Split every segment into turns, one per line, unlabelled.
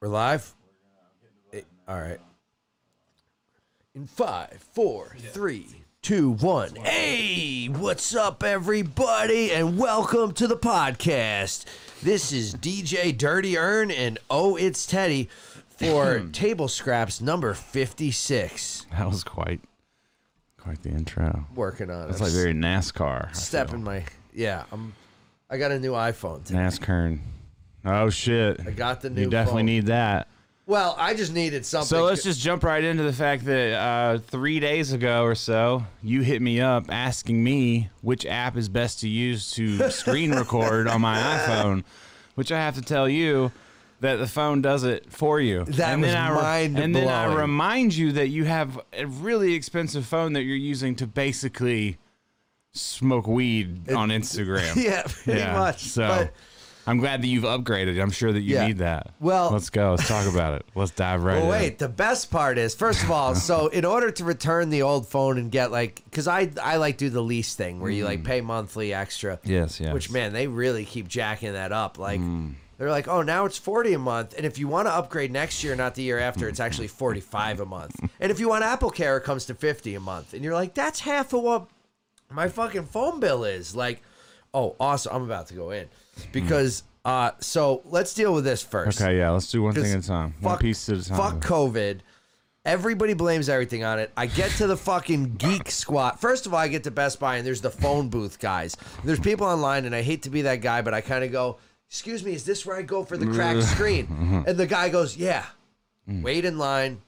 We're live. Eh, all right. In five, four, three, two, one. Hey, what's up, everybody, and welcome to the podcast. This is DJ Dirty Earn and Oh, it's Teddy for Table Scraps number fifty-six.
That was quite, quite the intro.
Working on it.
That's like very NASCAR. I
stepping my yeah. I'm. I got a new iPhone.
feel. NASCAR. Oh shit! I
got the
You
new
definitely
phone.
need that.
Well, I just needed something.
So let's just jump right into the fact that uh, three days ago or so, you hit me up asking me which app is best to use to screen record on my iPhone, which I have to tell you that the phone does it for you.
That was
And then I
mind-blowing.
remind you that you have a really expensive phone that you're using to basically smoke weed on Instagram.
yeah, pretty
Yeah,
much.
So
But-
I'm glad that you've upgraded. I'm sure that you
Yeah.
need that.
Well-
let's go. Let's talk about it. Let's dive right
Well,
in.
wait. The best part is, first of all, so in order to return the old phone and get like, because I I like do the lease thing where you like pay monthly extra.
Yes, Mm. yes. Mm.
Which man, they really keep jacking that up. Like they're like, oh, now it's forty a month, and if you want to upgrade next year, not the year after, it's actually forty five a month. And if you want Apple Care, it comes to fifty a month, and you're like, that's half of what my fucking phone bill is. Like, oh, awesome, I'm about to go in
Mm.
because. Uh, so let's deal with this first.
Okay, yeah, let's do one thing at a
Because
time. one
fuck-
piece at a time.
Fuck COVID. Everybody blames everything on it. I get to the fucking geek squad. First of all, I get to Best Buy and there's the phone booth guys. There's people online, and I hate to be that guy, but I kind of go, Excuse me, is this where I go for the cracked
Mm-hmm.
screen? And the guy goes, Yeah.
Mm.
Wait in line.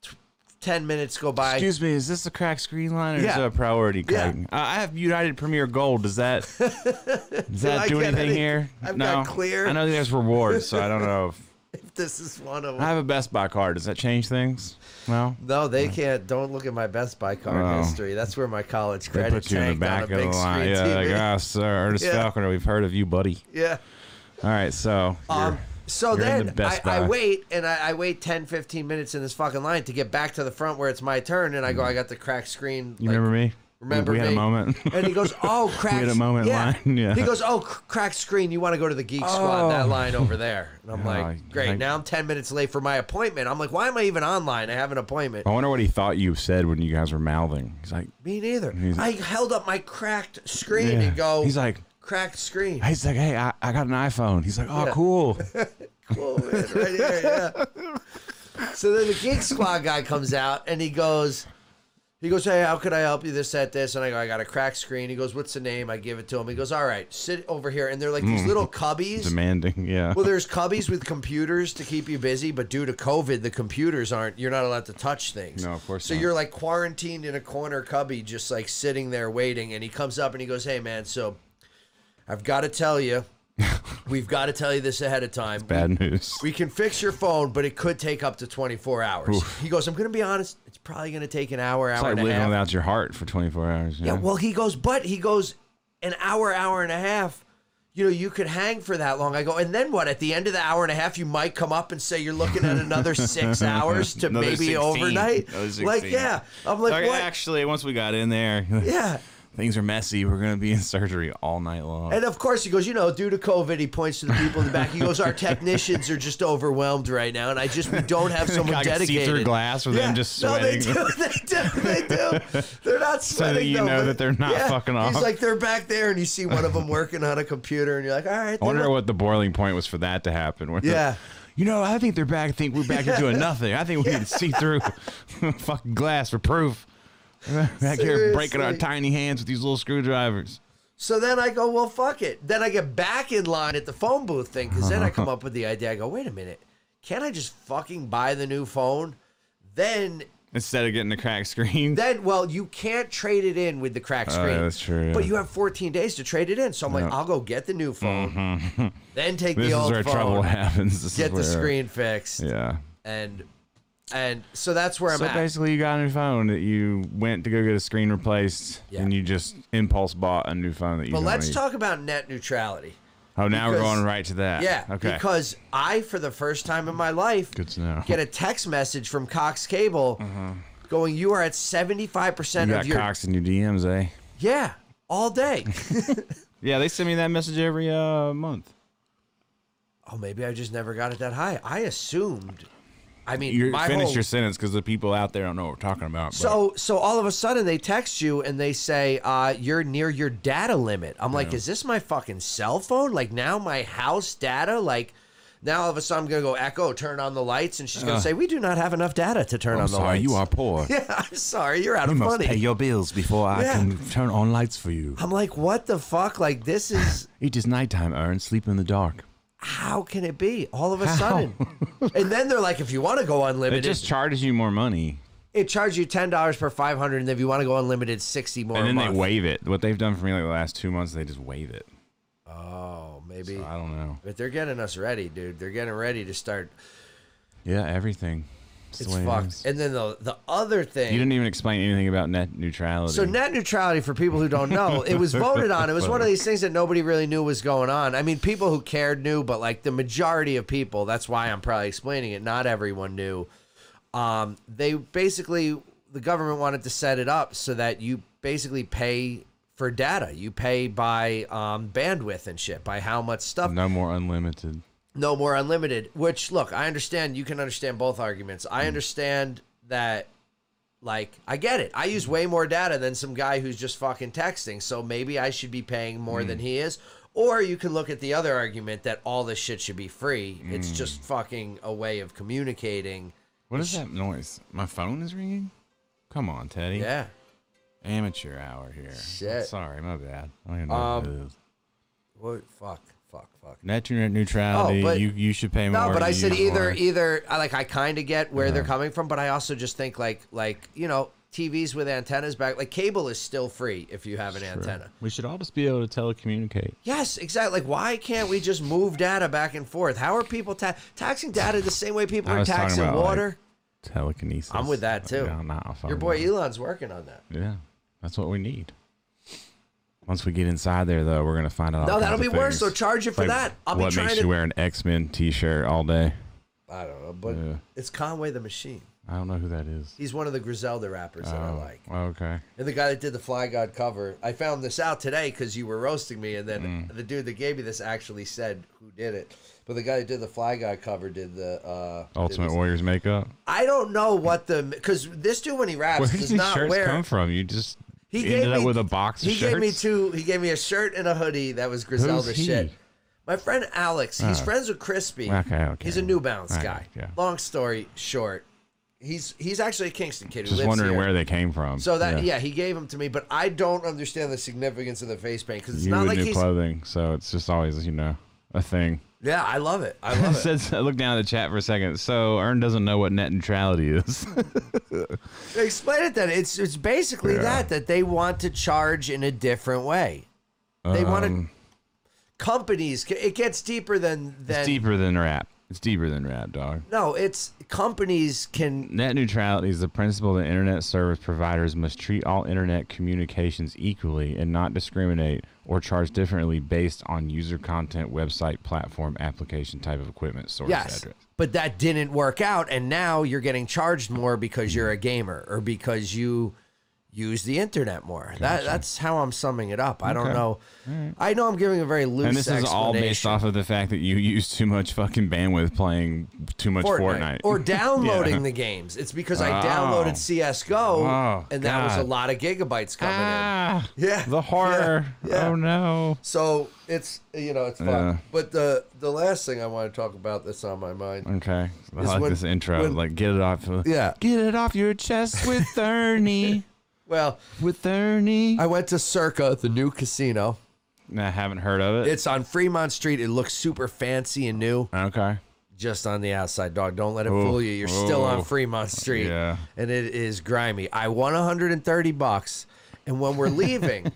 T- 10 minutes go by.
Excuse me, is this a crack screen line or is
Yeah.
it a priority
Yeah.
crack? Uh, I have United Premier Gold. Does that does
I
that do
get
anything
any-
here?
I've
no.
got clear.
I know there's rewards, so I don't know. If,
if this is one of
I
them.
have a Best Buy card. Does that change things? No.
No, they
Mm.
can't. Don't look at my Best Buy card
Wow.
history. That's where my college
They
credit
put you in the
tanked
back
on
of
a big
the line.
screen
Yeah,
TV.
like, ah, sir, Ernest
Yeah.
Falconer, we've heard of you, buddy.
yeah.
All right, so
Um, so
you're in the
then
Best
I, I
Buy.
wait and I, I wait 10, 15 minutes in this fucking line to get back to the front where it's my turn. And I go, I got the cracked screen.
Mm. you remember me?
remember
we had
me.
a moment.
And he goes, Oh, crack.
had a moment line, yeah.
He goes, Oh, cr- crack screen. You want to go to the Geek Squad, that
Oh.
line over there. And I'm
Yeah,
like, Great.
Oh, like-
now I'm 10 minutes late for my appointment. I'm like, Why am I even online? I have an appointment.
I wonder what he thought you said when you guys were mouthing. He's like,
Me neither.
He's-
I held up my cracked screen
Yeah.
and go,
He's like-
Cracked screen.
he's like, hey, I, I got an iPhone. He's like, oh,
Yeah.
cool.
Cool, man, right here, yeah. So then the Geek Squad guy comes out and he goes, he goes, hey, how could I help you? This, that, this, and I go, I got a crack screen. He goes, what's the name? I give it to him. He goes, all right, sit over here, and they're like
Mm.
these little cubbies.
Demanding, yeah.
Well, there's cubbies with computers to keep you busy, but due to COVID, the computers aren't. You're not allowed to touch things.
No, of course
So
not.
you're like quarantined in a corner cubby, just like sitting there waiting. And he comes up and he goes, "Hey, man, so I've got to tell you, we've got to tell you this ahead of time.
Bad news.
We can fix your phone, but it could take up to 24 hours. He goes, I'm going to be honest, it's probably going to take an hour,
It's
hour
like
and a
living
half.
without your heart for 24 hours.
yeah,
Yeah.
well, he goes, but he goes, an hour, hour and a half. You know, you could hang for that long. I go, and then what? At the end of the hour and a half, you might come up and say you're looking at another six hours to
Another
maybe
16.
overnight.
Another
Like,
16.
yeah. I'm like,
Like,
what?
Actually, once we got in there,
yeah.
things are messy. We're going to be in surgery all night long.
And of course, he goes, you know, due to COVID, he points to the people in the back. He goes, our technicians are just overwhelmed right now, and I just we don't have someone
I can
dedicated.
see through glass with them just sweating.
No, they do. They do. They do. They're not sweating.
you
though,
know
but-
that they're not
yeah,
fucking
He's
off.
like they're back there, and you see one of them working on a computer, and you're like, all right.
I
they
wonder
look-
what the boiling point was for that to happen. where-
Yeah.
You know, I think they're back. I think we're back into a nothing. I think we need to see through fucking glass for proof. Back here breaking our
Seriously.
tiny hands with these little screwdrivers.
So then I go, well, fuck it. Then I get back in line at the phone booth thing because then I come up with the idea. I go, wait a minute, can't I just fucking buy the new phone? Then
Instead of getting a cracked screen.
Then, well, you can't trade it in with the crack
yeah,
screen.
Uh, that's true, yeah.
But you have 14 days to trade it in. So I'm like, I'll go get the new phone, then take
Mm-hmm.
the
this is
old
where
phone,
trouble happens. This is
get the
where-
screen fixed,
Yeah.
and and so that's where I'm
So
at.
basically, you got a new phone that you went to go get a screen replaced,
Yeah.
and you just impulse bought a new phone that you.
But
don't
let's
need.
talk about net neutrality.
Oh, now
because-
we're going right to that.
Yeah,
Okay.
because I, for the first time in my life,
Good to know. Uh-huh.
get a text message from Cox Cable going, "You are at 75 percent
you
of
got
your
Cox in your DMs, eh?
yeah." All day.
Yeah, they send me that message every uh, month.
oh, maybe I just never got it that high. I assumed. I mean,
You
my
finish
whole,
your sentence because the people out there don't know what we're talking about. but-
So so all of a sudden they text you and they say uh, you're near your data limit. I'm like, is this my fucking cell phone? Like now my house data like. Now all of a sudden I'm gonna go echo, turn on the lights, and she's gonna say, "We do not have enough data to turn
I'm
on the
Uh. Oh, sorry,
lights."
you are poor.
Yeah, I'm sorry, you're out
You
of
must
money.
pay your bills before I
Yeah.
can turn on lights for you.
I'm like, what the fuck? Like this is
It is nighttime, Aaron. Sleep in the dark.
how can it be? All of a sudden, and then they're like, if you want to go
It
unlimited,
just charges you more money,
it charges you ten dollars per five hundred, and if you want to go unlimited, sixty more.
and
a
then
month.
they waive it. What they've done for me like the last two months, they just waive it.
Oh, maybe.
I don't know.
But they're getting us ready, dude. They're getting ready to start.
Yeah, everything. It's, the
It's
way it
fucked.
is.
And then the the other thing.
You didn't even explain anything about net neutrality.
so net neutrality for people who don't know, it was voted on. It was one of these things that nobody really knew was going on. I mean, people who cared knew, but like the majority of people, that's why I'm probably explaining it. Not everyone knew. Um, they basically the government wanted to set it up so that you basically pay for data. You pay by um, bandwidth and shit, by how much stuff
no more unlimited.
no more unlimited which look i understand you can understand both arguments i understand that like i get it i use way more data than some guy who's just fucking texting so maybe i should be paying more than he is or you can look at the other argument that all this shit should be free it's just fucking a way of communicating
What is that noise? My phone is ringing. Come on, Teddy.
yeah
Amateur hour here.
Shit. Um,
Sorry, my bad. I don't even know what it is.
what fuck fuck fuck
Net to net neutrality.
Oh, but-
you you should pay more.
No, but I
you
said
use
either
more.
either I like I kind of get where they're coming from, but I also just think like like you know TVs with antennas back like cable is still free if you have an antenna.
We should all just be able to telecommunicate.
Yes, exactly. Like why can't we just move data back and forth? How are people ta- taxing data the same way people
I
are
was talking
taxing
about, like, um,
water?
Telekinesis.
I'm with that, too.
Yeah, nah, fuck
Your boy
that.
Elon's working on that.
Yeah, that's what we need. Once we get inside there, though, we're gonna find out. all
No,
kinds
that'll
of
be worse. So
things.
charge you for
Like,
that. I'll be
what
trying
makes
to.
you wear an X Men T shirt all day?
I don't know, but
Yeah.
it's Conway the Machine.
I don't know who that is.
He's one of the Griselda rappers that I like.
Oh, okay.
And the guy that did the Fly God cover, I found this out today because you were roasting me, and then
Mm.
the dude that gave me this actually said who did it. But the guy that did the Fly God cover did the uh, did
Ultimate
this-
Warriors makeup.
I don't know what the because this dude when he raps
Where did
does
these
not
shirts
wear.
come from? You just
He
ended up with a box. Of
He gave me
shirts?
two. He gave me a shirt and a hoodie that was Griselda
he? Oh.
shit. My friend Alex, he's friends with Crispy.
Okay, okay.
He's a New Balance
All
guy.
right, yeah.
Long story short, he's he's actually a Kingston kid who
Just
lives
wondering
here.
where they came from.
So that yeah. he gave them to me, but I don't understand the significance of the face paint because it's
you
not
would
like
new
he's
clothing, so it's just always you know a thing.
yeah. I love it. I love it.
Since I looked down at the chat for a second, so Ern doesn't know what net neutrality is.
Explain it then. It's it's basically that that they want to charge in a different way. They want to companies. It gets deeper than than
Um, it's deeper than rap. It's deeper than rap, dog.
no. It's companies can
Net neutrality is the principle that internet service providers must treat all internet communications equally and not discriminate or charge differently based on user content, website, platform, application type of equipment, source
yes.
address.
But that didn't work out, and now you're getting charged more because you're a gamer or because you use the internet more. That that's how I'm summing it up. I don't
Okay.
know. I know I'm giving a very loose.
And this is all based
explanation.
off of the fact that you use too much fucking bandwidth playing too much Fortnite.
Or downloading the games. It's because I downloaded
Oh.
CSGO
Oh,
and that was a
God.
lot of gigabytes coming in.
ah,
Yeah,
the horror.
yeah, yeah.
Oh no.
So it's you know it's fun.
Yeah.
But the the last thing I want to talk about that's on my mind.
Okay. I
Is
like
when-
this intro.
when-
like get it off.
Yeah.
Get it off your chest with Ernie.
Well,
with Ernie.
I went to Circa, the new casino.
I haven't heard of it.
It's on Fremont Street. It looks super fancy and new.
okay.
Just on the outside, dog. Don't let it fool you. You're still
oh,
on Fremont Street.
yeah.
And it is grimy. I won 130 bucks. And when we're leaving,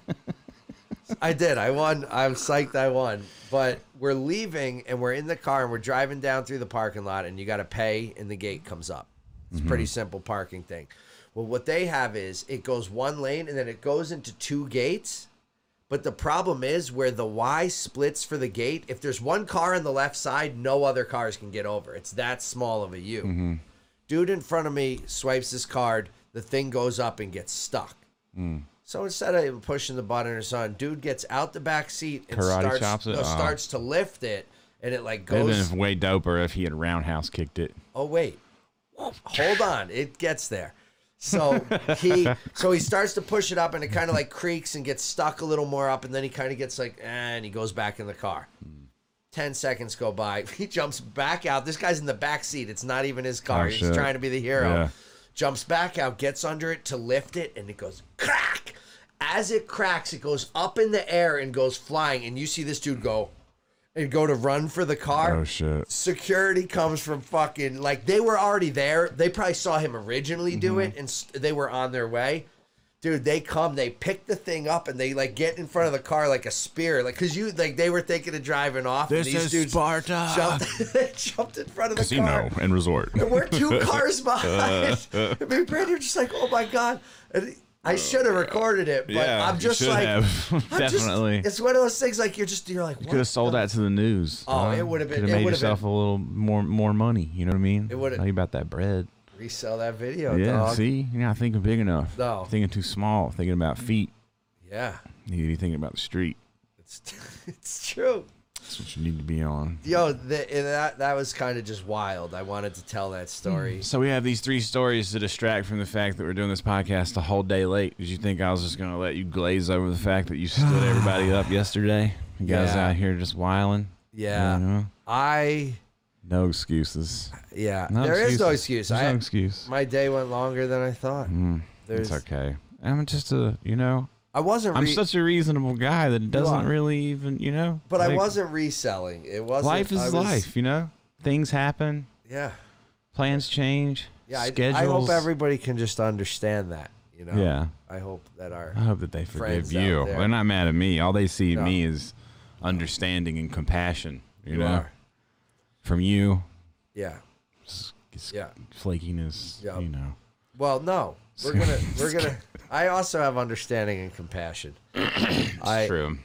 I did. I won. I'm psyched I won. But we're leaving and we're in the car and we're driving down through the parking lot and you got to pay and the gate comes up. It's a pretty simple parking thing. Well, what they have is it goes one lane and then it goes into two gates. But the problem is where the Y splits for the gate, if there's one car on the left side, no other cars can get over. It's that small of a U.
Mm-hmm.
Dude in front of me swipes his card, the thing goes up and gets stuck.
Mm.
So instead of pushing the button or something, dude gets out the back seat and
Karate
starts,
chops it?
no,
Oh.
starts to lift it. and it like
It'd
goes.
have been way doper if he had roundhouse kicked it.
Oh wait, hold on, it gets there. So he so he starts to push it up, and it kind of like creaks and gets stuck a little more up, and then he kind of gets like, eh, and he goes back in the car. Ten seconds go by. He jumps back out. This guy's in the back seat. It's not even his car.
Oh,
He's
shit.
trying to be the hero.
Yeah.
Jumps back out, gets under it to lift it, and it goes crack. As it cracks, it goes up in the air and goes flying. And you see this dude go and go to run for the car
Oh shit!
security comes from fucking like they were already there. They probably saw him originally
Mm-hmm.
do it, and st- they were on their way. Dude, they come, they pick the thing up, and they like get in front of the car like a spear, like because you like they were thinking of driving off.
This
and these
is
dudes
Sparta.
Jumped, they jumped in front of the car.
Casino and resort.
There were two cars behind.
Uh,
I mean, Brandon was just like, oh my god. And I should have recorded it, but
Oh, Yeah,
I'm
you
just
should
like,
have.
I'm just-
Definitely.
it's one of those things like you're just you're like,
Could have sold that to the news.
Oh, it would've been-
Could
it
have made
would've
yourself a little more more money. You know what I mean? It
would've-
How you about that bread?
resell that video,
yeah.
dog.
See, you're not thinking big enough.
No.
Thinking too small. Thinking about feet.
Yeah.
You need to be thinking about the street.
It's, it's true.
That's what you need to be on.
Yo, the, and that that was kind of just wild. I wanted to tell that story.
So we have these three stories to distract from the fact that we're doing this podcast a whole day late. Did you think I was just gonna let you glaze over the fact that you stood everybody up yesterday? You guys
Yeah.
out here just whiling.
Yeah,
You know?
I
No excuses.
yeah.
No
there is no excuse.
excuses. There's
I,
no excuse. Hmm.
My day went longer than I thought. There's
It's okay. I'm just a you know
I wasn't.
I'm
Re-
such a reasonable guy that it doesn't
are.
really even you know.
but I
like,
wasn't reselling. It wasn't.
Life is
I was-
life. You know, things happen.
Yeah,
Plans change.
yeah. I,
Schedules.
I hope everybody can just understand that. You know.
Yeah.
I hope that our
I hope that they forgive
friends
you.
out there.
They're not mad at me. All they see in
No.
me is understanding and compassion. You,
you
know,
are.
from you,
Yeah.
s- s-
Yeah.
flakiness.
Yeah.
You know,
Well, no. We're gonna. We're gonna. I also have understanding and compassion. I,
it's true.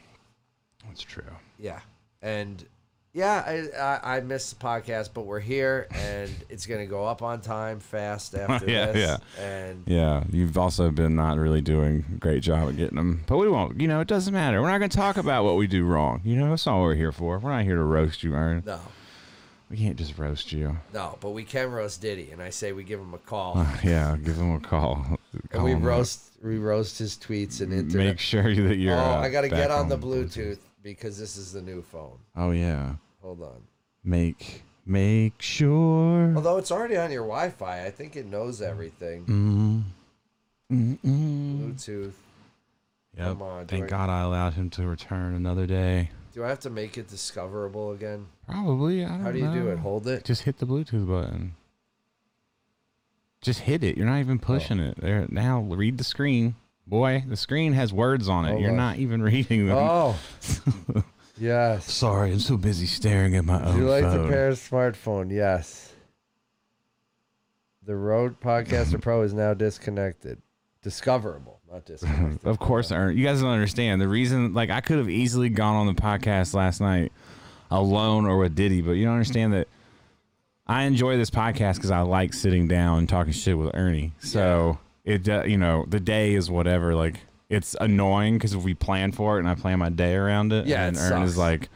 It's true.
yeah and yeah I, I i missed the podcast but we're here and it's gonna go up on time fast after
Yeah,
this and
Yeah, you've also been not really doing a great job at getting them, but we won't. You know, it doesn't matter. We're not going to talk about what we do wrong. You know, that's all we're here for. We're not here to roast you, Aaron.
no
We can't just roast you.
no but we can roast diddy and i say we give him a call
Yeah, give him a call.
and we
Call him up.
roast we roast his tweets and internet
Oh, Make sure that you're.
oh
uh,
i gotta
back
get on, the
Bluetooth.
bluetooth because this is the new phone
Oh yeah.
hold on
Make make sure.
although it's already on your wi-fi i think it knows everything
Mm-hmm.
bluetooth
Yep.
come on,
Thank
Dwight.
God I allowed him to return another day.
do i have to make it discoverable again
Probably. I don't
how do you do
know.
it hold it
Just hit the Bluetooth button. Just hit it. You're not even
Oh.
pushing it. There now. Read the screen, boy. The screen has words on it.
Hold
You're
on.
not even reading them.
Oh. yes.
Sorry, I'm so busy staring at my
Do
own
you like
phone.
the pair smartphone? Yes. The Rode Podcaster Pro is now disconnected. Discoverable, not disconnected.
Of course, Aaron. You guys don't understand the reason. Like, I could have easily gone on the podcast last night alone or with Diddy, but you don't understand that I enjoy this podcast because I like sitting down and talking shit with Ernie. So it, do- you know, the day is whatever. Like, it's annoying because we plan for it and I plan my day around it.
Yeah,
and
it
Ern is
sucks.
like,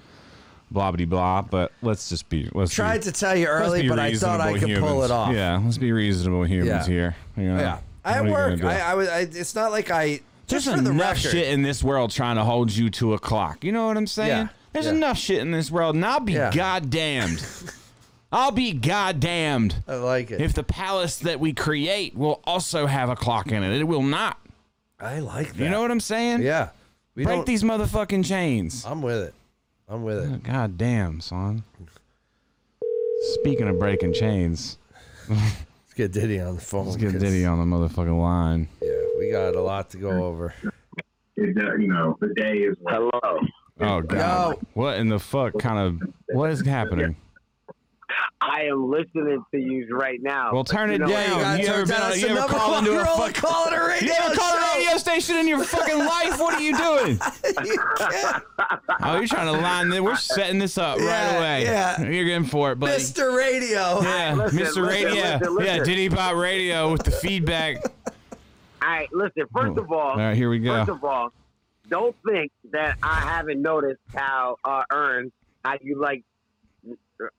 blah blah blah. But let's just be. Let's be-
Tried to tell you
let's
early,
be
but I thought I could
reasonable
pull
humans.
it off.
Yeah, let's be reasonable humans
Yeah.
here. You know?
Yeah. I at
What are you gonna
work.
do?
I, I was. I, it's not like I.
There's
Just for the
enough
record.
shit in this world trying to hold you to a clock. You know what I'm saying?
Yeah,
There's
yeah.
enough shit in this world, and I'll be
Yeah.
goddamned. I'll be goddamned
I like it.
if the palace that we create will also have a clock in it. It will not.
I like that.
You know what I'm saying?
Yeah. We
Break
don't.
these motherfucking chains.
I'm with it. I'm with it.
God damn, son. Speaking of breaking chains,
Let's get Diddy on the phone.
let's get
'cause-
Diddy on the motherfucking line.
Yeah, we got a lot to go over.
it, uh, you know, the day is. Hello.
Oh god. What in the fuck kind of what is happening?
I am listening to you right now.
Well, turn
You
it
know
down.
what?
you ever been on- you ever called into a fuck-
call it a radio
You ever called a radio station in your fucking life? What are you doing?
you can't.
Oh, you're trying to line this. We're setting this up right
Yeah,
away.
yeah.
You're getting for it, buddy.
Mr. Radio.
Yeah,
Listen,
Mr.
listen,
Radio.
listen, listen.
Yeah, Diddy Pop Radio with the feedback.
All right, listen. First of all,
All right, here we
Oh, first
go.
of all, don't think that I haven't noticed how uh, Earn how you like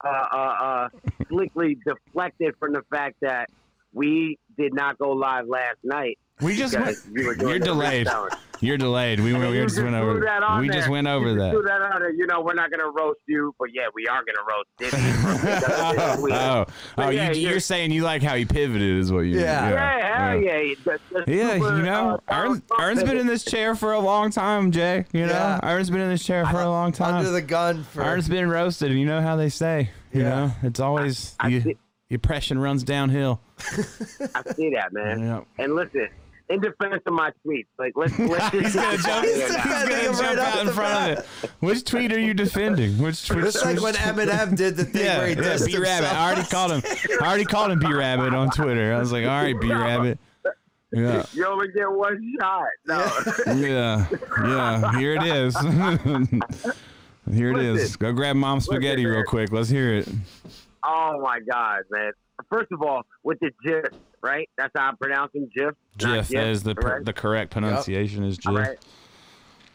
uh, uh, uh, slickly deflected from the fact that we did not go live last night.
We just went,
because you were doing
you're
the
delayed.
countdown.
You're delayed. We, went, we
You
just went
threw
over.
that on
We just
there.
went
You
over
just threw
that.
that on there. You know, we're not gonna roast you, but yeah, we are gonna roast
oh,
Diddy.
oh,
But
you,
yeah,
you're,
you're-
saying you like how he pivoted, is what you
Yeah.
yeah, hell
yeah.
yeah. The- the
Yeah,
super,
you know,
uh,
Ern,
Donald Trump
Ern's been in this chair for a long time, Jay. You know,
Yeah.
Ern's been in this chair for a long
Under
time.
the gun for
Ern's been roasted. You know how they say. You
Yeah.
know, it's always
I
you,
thi-
the oppression runs downhill.
I see that, man.
Yeah.
And listen, in defense of my tweets, like let's let's just
He's gonna jump.
He's
He's gonna
defending him
jump
right off
out in
the
front of it. Which tweet are you defending? Which tweet?
It's like when Eminem did the thing
yeah,
where he
yeah,
dissed
B Rabbit.
himself.
I already called him. I already called him B Rabbit on Twitter. I was like, all right, B Rabbit. Yeah,
You only get one shot. No,
yeah, yeah. Here it is. Here it is.
Listen.
Go grab mom spaghetti real
man.
quick. Let's hear it.
oh my god, man. First of all, with the GIF, right? That's how I'm pronouncing GIF. not
Jiff, that is the pr-
right?
the correct pronunciation is Jiff.
All right.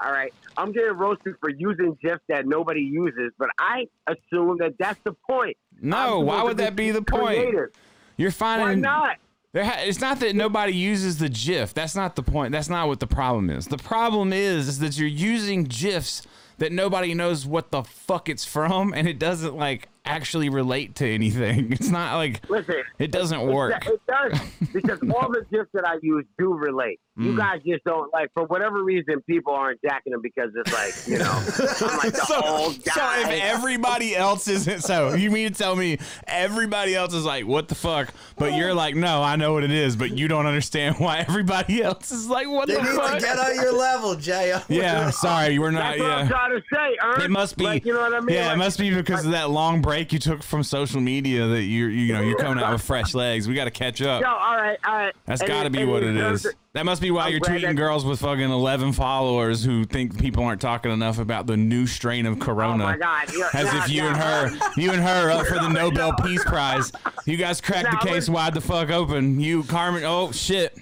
All right. I'm getting roasted for using GIF that nobody uses, but I assume that that's the point. I'm
No, Oh, why
supposed
would
to
that be the point?
creative.
You're
Why
finding
not?
There ha- it's not that nobody uses the GIF. That's not the point. That's not what the problem is. The problem is, is that you're using GIFs that nobody knows what the fuck it's from, and it doesn't like actually relate to anything. It's not like
Listen,
it doesn't work.
It does because all the gifts that I use do relate.
Mm.
You guys just don't like for whatever reason people aren't jacking them because it's like you know I'm like the
Oh,
So,
old guy.
so if uh, everybody else isn't, so you mean to tell me everybody else is like, what the fuck? But you're like, no, I know what it is, but you don't understand why everybody else is like, what
They
the
need to
fuck?
get on your level, Jay.
yeah, sorry, we're not.
that's what
yeah.
I'm trying to say, Ernst.
It must be.
Like, you know what I mean?
Yeah,
Like,
it must be because of that long break you took from social media that you're you know you're coming out with fresh legs. We got to catch
Yo,
up.
all right, all right.
That's
And
got to
it-
be
and
what it
deserves
is. That must be why
I'm
you're
glad
tweeting
that-
girls with fucking 11 followers who think people aren't talking enough about the new strain of
Oh
corona.
my God! Yo,
As
nah,
if you
nah,
and
nah.
her, you and her, are up for the Nobel Peace Prize. You guys cracked the
Nah,
case
listen.
wide the fuck open. You, Carmen. Oh shit!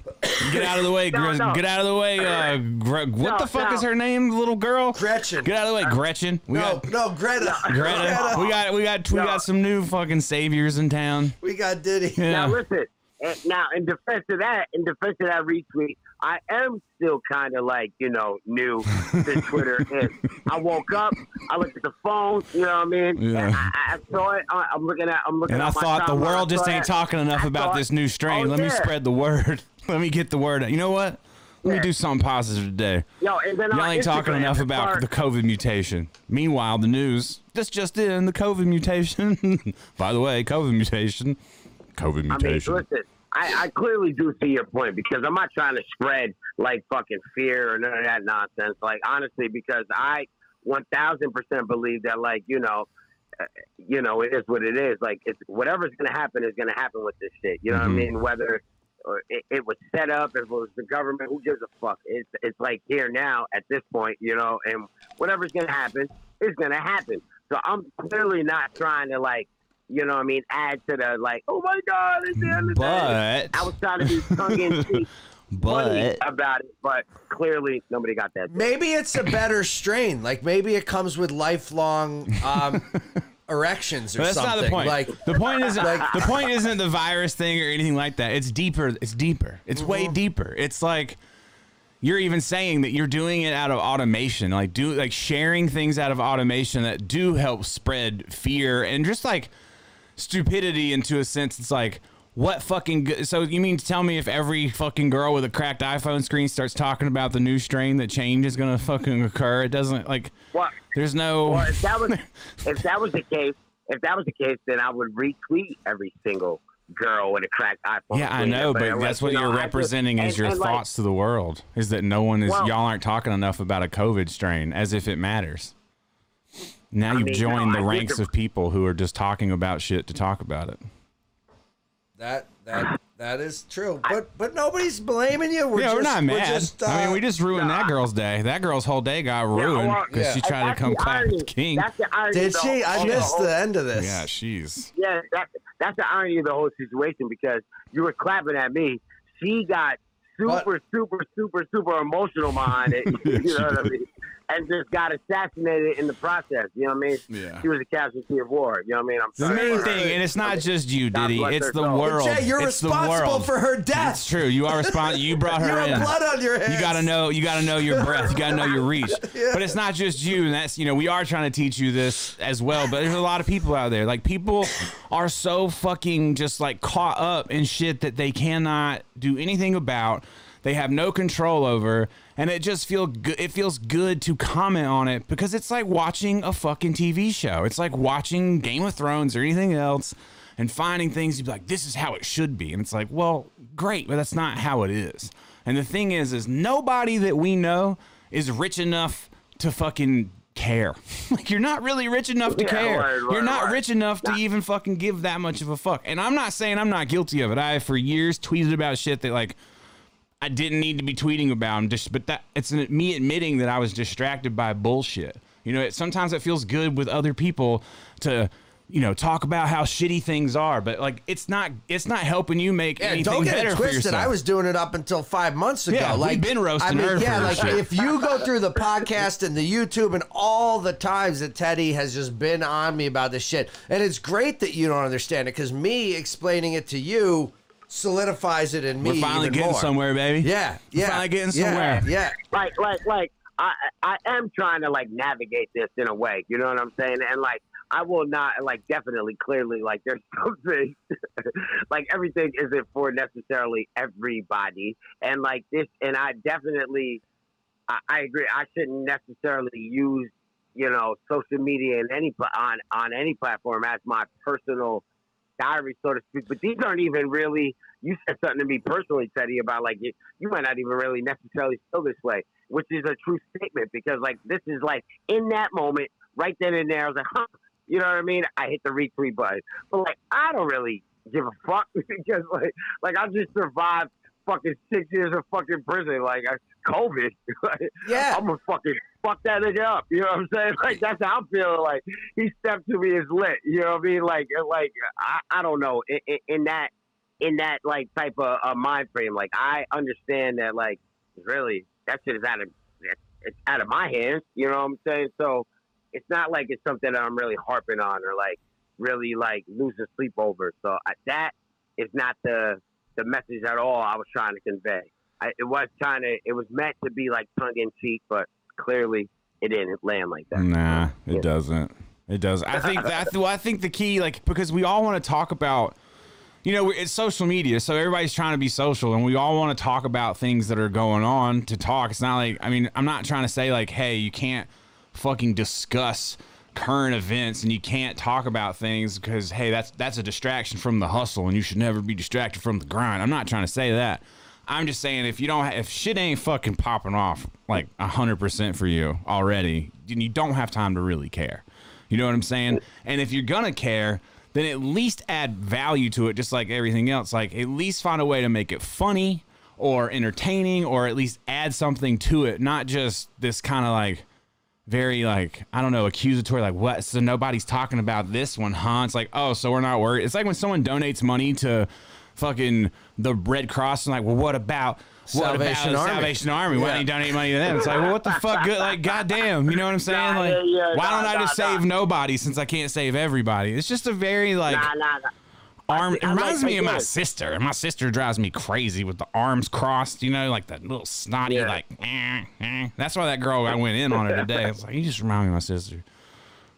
Get out of the way.
No,
Gre-
no.
Get out of the way. Uh, Gre- what
No,
the fuck
no.
is her name? Little girl.
Gretchen.
Get out of the way, Gretchen. We
No,
got
no, Greta.
Greta. We got we got we
No.
got some new fucking saviors in town.
We got Diddy.
Yeah.
Now listen. And now, in defense of that, in defense of that retweet, I am still kind of like you know new to Twitter. is. I woke up, I looked at the phone, you know what I mean?
Yeah.
And I, I I saw it. I, I'm looking at. I'm looking.
And
at
I
my
thought the
timeline,
world
I
just
saw
ain't
that.
talking enough
I
about
thought-
this new strain.
Oh,
Let me
yeah.
spread the word. Let me get the word out. You know what? Let me
Yeah.
do something positive today.
Yo, and then
Y'all
on
ain't talking
Instagram,
enough
it
about
started-
the COVID mutation. Meanwhile, the news. This just in, the COVID mutation. By the way, COVID mutation. COVID
I mean,
mutation.
listen, I, I clearly do see your point because I'm not trying to spread like fucking fear or none of that nonsense. Like honestly, because I 1,000 percent believe that like you know, uh, you know, it is what it is. Like it's whatever's gonna happen is gonna happen with this shit. You know
Mhm.
what I mean? Whether or it, it was set up, if it was the government, who gives a fuck? It's it's like here now at this point, you know, and whatever's gonna happen is gonna happen. So I'm clearly not trying to like, you know, what I mean, add to the like, oh my god, it's the end of the day.
but
I was trying to be tongue in cheek, funny
but
about it, but clearly nobody got that.
Maybe it's a better strain. Like maybe it comes with lifelong um, erections or
But that's
something.
not the point.
Like
the point isn't
Like-
the point isn't the virus thing or anything like that. It's deeper. It's deeper. It's way
Mm-hmm.
deeper. It's like you're even saying that you're doing it out of automation, like do like sharing things out of automation that do help spread fear and just like stupidity into a sense. It's like what fucking go- so you mean to tell me if every fucking girl with a cracked iPhone screen starts talking about the new strain that change is gonna fucking occur? It doesn't like
Well,
there's no
well, if that was if that was the case, if that was the case, then I would retweet every single girl with a cracked iPhone.
Yeah, I
screen.
know, but
like,
that's what
you know,
you're
I just-
representing is
and-
your
and, like,
thoughts to the world. Is that no one is
Well-
y'all aren't talking enough about a COVID strain as if it matters. Now you've
mean,
joined
no, I
the
think
ranks
the-
of people who are just talking about shit to talk about it.
that that that is true. But but nobody's blaming you. We're
yeah,
just,
we're not mad.
just,
I mean,
uh,
we just ruined that girl's day. That girl's whole day got ruined
well,
because she
and
tried to
that's
come
the
clap
irony.
with King.
That's the irony
Did
of the
she? I
whole-
missed
whole-
the end of this.
Yeah, she's.
Yeah, that's that's the irony of the whole situation because you were clapping at me. She got super, super, super, super emotional behind it. you know what I mean? And just got assassinated in the process. You know what I mean?
Yeah.
She was a casualty of war. You know what I mean? I'm
The
sorry
main
for her.
thing, and it's not just you,
God
Diddy.
bless
It's
her
the
soul.
world.
Jay, you're
It's the
responsible
world.
for her
That's
death.
true. You are responsible. You brought
You
her in.
have blood on your hands.
You gotta know. You gotta know your breath. You gotta know your reach. But it's not just you, and that's you know we are trying to teach you this as well. But there's a lot of people out there. Like people are so fucking just like caught up in shit that they cannot do anything about. They have no control over, and it just feel good. It feels good to comment on it because it's like watching a fucking TV show. It's like watching Game of Thrones or anything else. And finding things, you'd be like, this is how it should be. And it's like, well, great, but that's not how it is. And the thing is, is nobody that we know is rich enough to fucking care. like you're not really rich enough to
Yeah,
care.
right, right,
you're not
right.
rich enough to even fucking give that much of a fuck. And I'm not saying I'm not guilty of it. I for years tweeted about shit that like I didn't need to be tweeting about. i just, but that it's an, me admitting that I was distracted by bullshit. You know, it, sometimes it feels good with other people to. You know, talk about how shitty things are, but like it's not it's not helping you make
Yeah,
anything
don't get
better
it
for
twisted.
yourself.
I was doing it up until five months ago.
Yeah, we've
like
been roasting
I mean,
her
yeah,
for
like
shit.
if you go through the podcast and the YouTube and all the times that Teddy has just been on me about this shit, and it's great that you don't understand it because me explaining it to you solidifies it in me.
We're finally
even
getting
more.
somewhere, baby.
Yeah,
We're
yeah,
finally getting
yeah,
somewhere.
Yeah,
like like like I I am trying to like navigate this in a way, you know what I'm saying? And like I will not like definitely clearly like there's something like everything isn't for necessarily everybody. And like this and I definitely I, I agree I shouldn't necessarily use, you know, social media in any pla- on on any platform as my personal diary so to speak. But these aren't even really you said something to me personally, Teddy, about like you, you might not even really necessarily feel this way which is a true statement because like this is like in that moment, right then and there, I was like, huh, you know what I mean? I hit the retweet button, but like I don't really give a fuck because like like I just survived fucking six years of fucking prison, like I- COVID. Like,
yeah.
I'm gonna fucking fuck that nigga up. You know what I'm saying? Like that's how I'm feeling. Like he stepped to me is lit. You know what I mean? Like like I, I don't know in, in, in that in that like type of uh, mind frame. Like I understand that like really that shit is out of it's out of my hands. You know what I'm saying? So it's not like it's something that I'm really harping on or like really like losing sleep over. So I, that is not the the message at all I was trying to convey. I, it was kind of it was meant to be like tongue in cheek, but clearly it didn't land like that.
Nah, it
Yeah.
doesn't. It does. I think that. Well, I think the key, like, because we all want to talk about, you know, it's social media, so everybody's trying to be social, and we all want to talk about things that are going on to talk. It's not like, I mean, I'm not trying to say like, hey, you can't fucking discuss current events and you can't talk about things because hey, that's that's a distraction from the hustle, and you should never be distracted from the grind. I'm not trying to say that. I'm just saying if you don't ha- if shit ain't fucking popping off like 100% for you already, then you don't have time to really care. You know what I'm saying? And if you're going to care, then at least add value to it just like everything else. Like at least find a way to make it funny or entertaining or at least add something to it, not just this kind of like very like I don't know accusatory like what so nobody's talking about this one huh it's like oh so we're not worried it's like when someone donates money to fucking the Red Cross and like well what about what about
Salvation
the
Army.
Salvation Army why
Yeah.
don't you donate money to them it's like well what the fuck good like goddamn you know what I'm saying
Nah,
like
yeah, yeah,
why
nah,
don't I
nah,
just
nah.
save nobody since I can't save everybody it's just a very like
Nah, nah, nah.
arm. It
I
reminds
like-
me of my
again-
sister. And my sister drives me crazy with the arms crossed, you know, like that little snotty,
Yeah.
like, eh, eh. that's why that girl, I went in on her today. It's like, you just remind me of my sister.